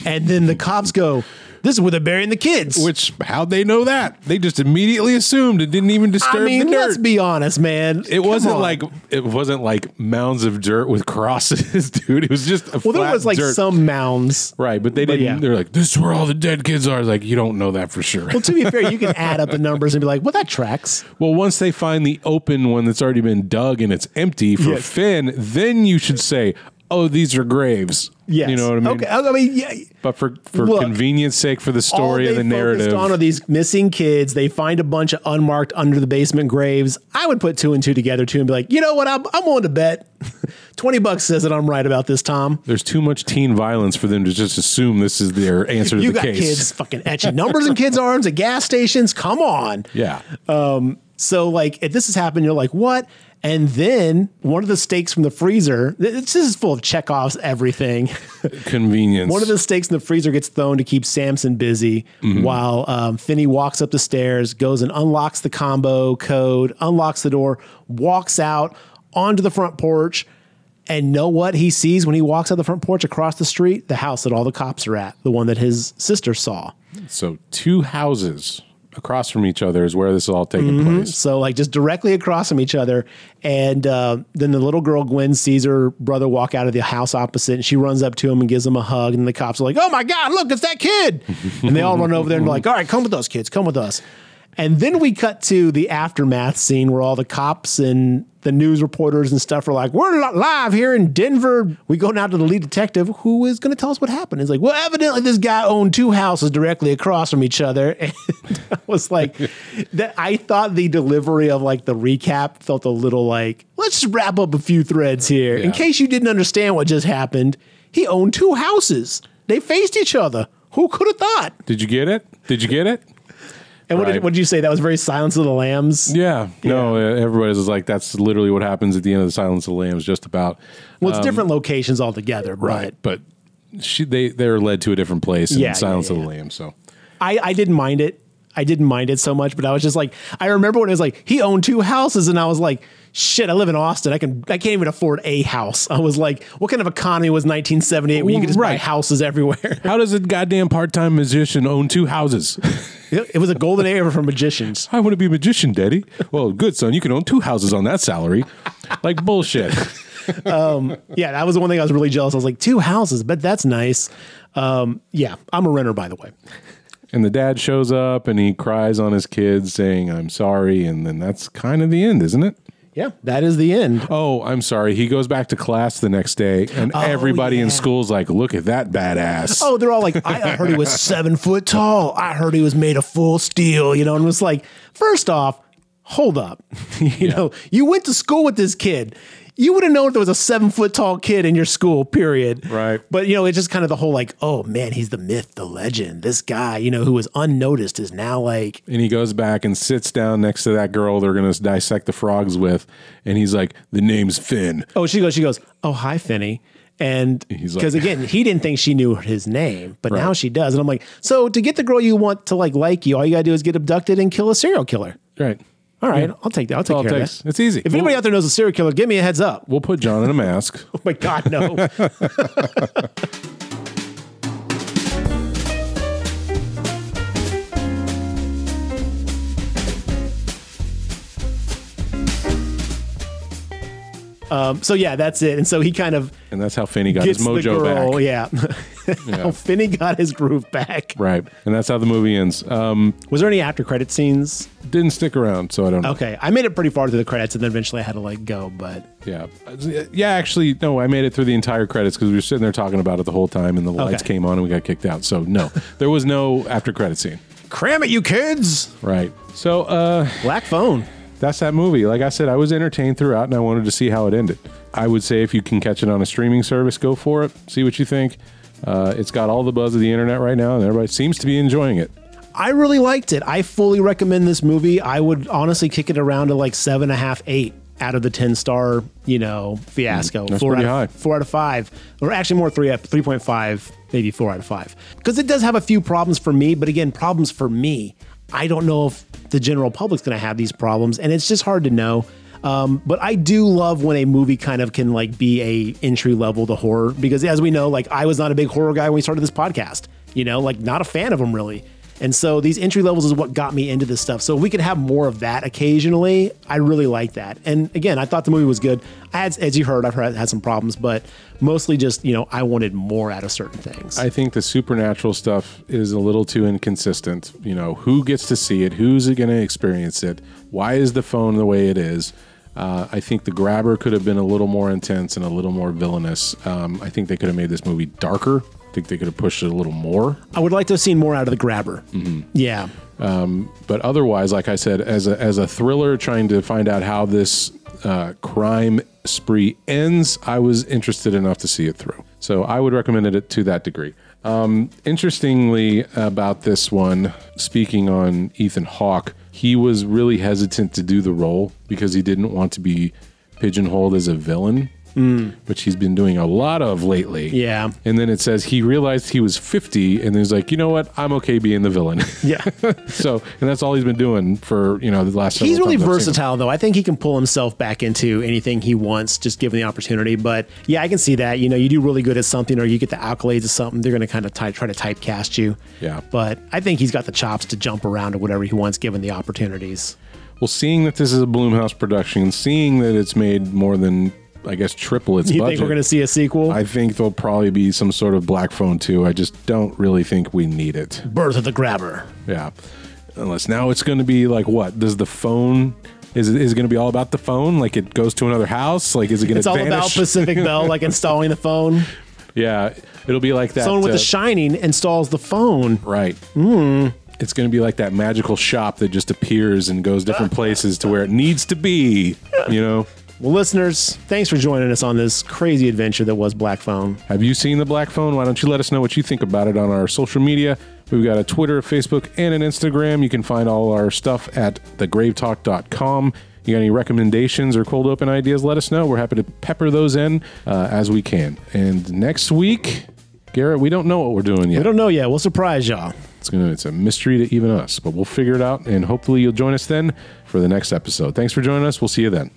Speaker 2: And then the cops go, This is where they're burying the kids.
Speaker 1: Which how'd they know that? They just immediately assumed it didn't even disturb
Speaker 2: I mean,
Speaker 1: the dirt.
Speaker 2: let's be honest, man.
Speaker 1: it
Speaker 2: Come
Speaker 1: wasn't
Speaker 2: on.
Speaker 1: like it wasn't like mounds of dirt with crosses, dude. It was just a
Speaker 2: Well, there
Speaker 1: flat
Speaker 2: was like
Speaker 1: dirt.
Speaker 2: some mounds.
Speaker 1: right, but they
Speaker 2: But
Speaker 1: didn't.
Speaker 2: yeah.
Speaker 1: They're like, this is where all the dead kids are. It's like you don't know that for sure.
Speaker 2: Well, to be fair, you can add up the numbers and be like, well, that tracks.
Speaker 1: Well, once they find the open one that's already been dug and it's empty for
Speaker 2: Yes.
Speaker 1: Finn, then you should say, "Oh, these are graves."
Speaker 2: Yes.
Speaker 1: you know what I mean.
Speaker 2: Okay. I mean, yeah.
Speaker 1: But for for
Speaker 2: Look,
Speaker 1: convenience sake, for the story and
Speaker 2: all
Speaker 1: the
Speaker 2: they focused
Speaker 1: narrative,
Speaker 2: on are these missing kids. They find a bunch of unmarked under the basement graves. I would put two and two together too and be like, you know what? I'm, I'm willing to bet 20 bucks says that I'm right about this, Tom.
Speaker 1: there's too much teen violence for them to just assume this is their answer to
Speaker 2: You
Speaker 1: the
Speaker 2: got
Speaker 1: case.
Speaker 2: kids fucking etching numbers in kids' arms at gas stations. Come on.
Speaker 1: Yeah,
Speaker 2: So like if this has happened, you're like, what? And then one of the steaks from the freezer, th- this is full of Chekhov's everything.
Speaker 1: convenience.
Speaker 2: one of the steaks in the freezer gets thrown to keep Samson busy while um, Finney walks up the stairs, goes and unlocks the combo code, unlocks the door, walks out onto the front porch. And know what he sees when he walks out the front porch across the street? The house that all the cops are at, the one that his sister saw.
Speaker 1: So two houses across from each other is where this is all taking place.
Speaker 2: So like just directly across from each other. And uh, then the little girl Gwen sees her brother walk out of the house opposite, and she runs up to him and gives him a hug. And the cops are like, "Oh my God, look, it's that kid!" and they all run over there and are like, "All right, come with us, kids, come with us." And then we cut to the aftermath scene where all the cops and the news reporters and stuff are like, "We're li- live here in Denver." We go now to the lead detective, who is going to tell us what happened. He's like, "Well, evidently this guy owned two houses directly across from each other." And I was like, "That." I thought the delivery of like the recap felt a little like, "Let's just wrap up a few threads here in
Speaker 1: Yeah.
Speaker 2: case you didn't understand what just happened." He owned two houses. They faced each other. Who could have thought?
Speaker 1: Did you get it? Did you get it?
Speaker 2: And what, did,
Speaker 1: Right.
Speaker 2: what did you say? That was very Silence of the Lambs.
Speaker 1: Yeah. No, uh, everybody's just like, that's literally what happens at the end of the Silence of the Lambs, just about.
Speaker 2: Well,
Speaker 1: Um,
Speaker 2: it's different locations altogether, right?
Speaker 1: But she, they, they're led to a different place in
Speaker 2: Yeah, yeah,
Speaker 1: Silence
Speaker 2: yeah,
Speaker 1: of the Lambs. So
Speaker 2: I, I didn't mind it. I didn't mind it so much, but I was just like, I remember when it was like he owned two houses, and I was like, shit, I live in Austin. I can I can't even afford a house. I was like, what kind of economy was 1978 when you could just buy
Speaker 1: Right.
Speaker 2: houses everywhere?
Speaker 1: how does a goddamn part-time magician own two houses?
Speaker 2: it it was a golden era for magicians.
Speaker 1: I want to be a magician, daddy. Well, good son, you can own two houses on that salary. Like bullshit.
Speaker 2: Yeah, that was the one thing I was really jealous. I was like, two houses, but that's nice. Um, yeah, I'm a renter, by the way.
Speaker 1: And the dad shows up and he cries on his kids saying, I'm sorry. And then that's kind of the end, isn't it?
Speaker 2: Yeah, that is the end.
Speaker 1: Oh, I'm sorry. He goes back to class the next day, and everybody in
Speaker 2: Oh, yeah.
Speaker 1: school's like, "Look at that badass!"
Speaker 2: Oh, they're all like, I heard he was seven foot tall. I heard he was made of full steel, you know, and it was like, first off, hold up. you know, you went to school with this kid. You would have known if there was a seven foot tall kid in your school, period.
Speaker 1: Right.
Speaker 2: But, you know, it's just kind of the whole like, oh man, he's the myth, the legend. This guy, you know, who was unnoticed is now like,
Speaker 1: And he goes back and sits down next to that girl they're going to dissect the frogs with. And he's like, the name's Finn.
Speaker 2: oh, she goes, she goes, oh, hi, Finny. And
Speaker 1: He's like-
Speaker 2: because again, he didn't think she knew his name, but now she does. And I'm like, so to get the girl you want to like like you, all you gotta do is get abducted and kill a serial killer.
Speaker 1: Right.
Speaker 2: All right, I'll take that. I'll take
Speaker 1: all it
Speaker 2: care of
Speaker 1: takes.
Speaker 2: that.
Speaker 1: It's easy.
Speaker 2: If anybody out there knows a serial killer, give me a heads up.
Speaker 1: We'll put John in a mask.
Speaker 2: Oh my God, no. um, so yeah, that's it. And so he kind of
Speaker 1: And that's how Finney got
Speaker 2: gets
Speaker 1: his
Speaker 2: the
Speaker 1: mojo
Speaker 2: girl.
Speaker 1: back.
Speaker 2: Yeah. How Finney got his groove back.
Speaker 1: Right. And that's how the movie ends. Um,
Speaker 2: Was there any after credit scenes?
Speaker 1: didn't stick around, so I don't know.
Speaker 2: Okay, I made it pretty far through the credits, and then eventually I had to like go. But
Speaker 1: Yeah. Yeah, actually, no, I made it through the entire credits because we were sitting there talking about it the whole time and the lights
Speaker 2: Okay.
Speaker 1: came on and we got kicked out. So, no, there was no after credit scene.
Speaker 2: cram it, you kids!
Speaker 1: Right. So, uh,
Speaker 2: Black phone.
Speaker 1: that's that movie. Like I said, I was entertained throughout and I wanted to see how it ended. I would say if you can catch it on a streaming service, go for it. See what you think. Uh, it's got all the buzz of the internet right now and everybody seems to be enjoying it.
Speaker 2: I really liked it. I fully recommend this movie. I would honestly kick it around to like seven and a half, eight out of the ten star, you know, fiasco.
Speaker 1: Mm, that's
Speaker 2: four
Speaker 1: pretty
Speaker 2: out
Speaker 1: high.
Speaker 2: of, four out of five, or actually more three out three point five, maybe four out of five, because it does have a few problems for me. But again, problems for me. I don't know if the general public's going to have these problems, and it's just hard to know. Um, but I do love when a movie kind of can like be a entry level to horror because as we know, like I was not a big horror guy when we started this podcast. You know, like not a fan of them really. And so these entry levels is what got me into this stuff. So if we could have more of that occasionally. I really like that. And again, I thought the movie was good. I had, as you heard, I've heard, had some problems, but mostly just you know I wanted more out of certain things.
Speaker 1: I think the supernatural stuff is a little too inconsistent. You know, who gets to see it? Who's going to experience it? Why is the phone the way it is? Uh, I think the grabber could have been a little more intense and a little more villainous. Um, I think they could have made this movie darker. I think they could have pushed it a little more.
Speaker 2: I would like to have seen more out of the grabber. Yeah,
Speaker 1: But otherwise, like I said, as a, as a thriller trying to find out how this uh, crime spree ends, I was interested enough to see it through. So I would recommend it to that degree. Um, interestingly, about this one, speaking on Ethan Hawke, he was really hesitant to do the role because he didn't want to be pigeonholed as a villain, which he's been doing a lot of lately.
Speaker 2: Yeah.
Speaker 1: And then it says he realized he was 50 and he's like, you know what? I'm okay being the villain.
Speaker 2: yeah.
Speaker 1: So, and that's all he's been doing for you know the last.
Speaker 2: He's
Speaker 1: several
Speaker 2: really
Speaker 1: times I've seen him.
Speaker 2: versatile, though. I think he can pull himself back into anything he wants, just given the opportunity. But yeah, I can see that. You know, you do really good at something, or you get the accolades of something, they're going to kind of ty- try to typecast you.
Speaker 1: Yeah.
Speaker 2: But I think he's got the chops to jump around to whatever he wants, given the opportunities.
Speaker 1: Well, seeing that this is a Bloomhouse production, seeing that it's made more than I guess triple its
Speaker 2: Do you
Speaker 1: budget,
Speaker 2: think we're going to see a sequel?
Speaker 1: I think there'll probably be some sort of Black Phone too. I just don't really think we need it.
Speaker 2: Birth of the Grabber.
Speaker 1: Yeah, unless now it's going to be like what? Does the phone? Is it, is it going to be all about the phone? Like it goes to another house? Like is it going to
Speaker 2: It's all about Pacific Bell, like installing the phone.
Speaker 1: yeah, it'll be like that.
Speaker 2: Someone with
Speaker 1: uh,
Speaker 2: The Shining installs the phone.
Speaker 1: Right. It's going to be like that magical shop that just appears and goes different places to where it needs to be. You know,
Speaker 2: Well, listeners, thanks for joining us on this crazy adventure that was Black Phone.
Speaker 1: have you seen the black phone? Why don't you let us know what you think about it on our social media? We've got a Twitter, a Facebook, and an Instagram. You can find all our stuff at thegravetalk.com. You got any recommendations or cold open ideas? Let us know. We're happy to pepper those in uh, as we can. And next week, Garrett, we don't know what we're doing yet.
Speaker 2: We don't know yet. We'll surprise y'all.
Speaker 1: It's gonna it's a mystery to even us, but we'll figure it out and hopefully you'll join us then for the next episode. Thanks for joining us. We'll see you then.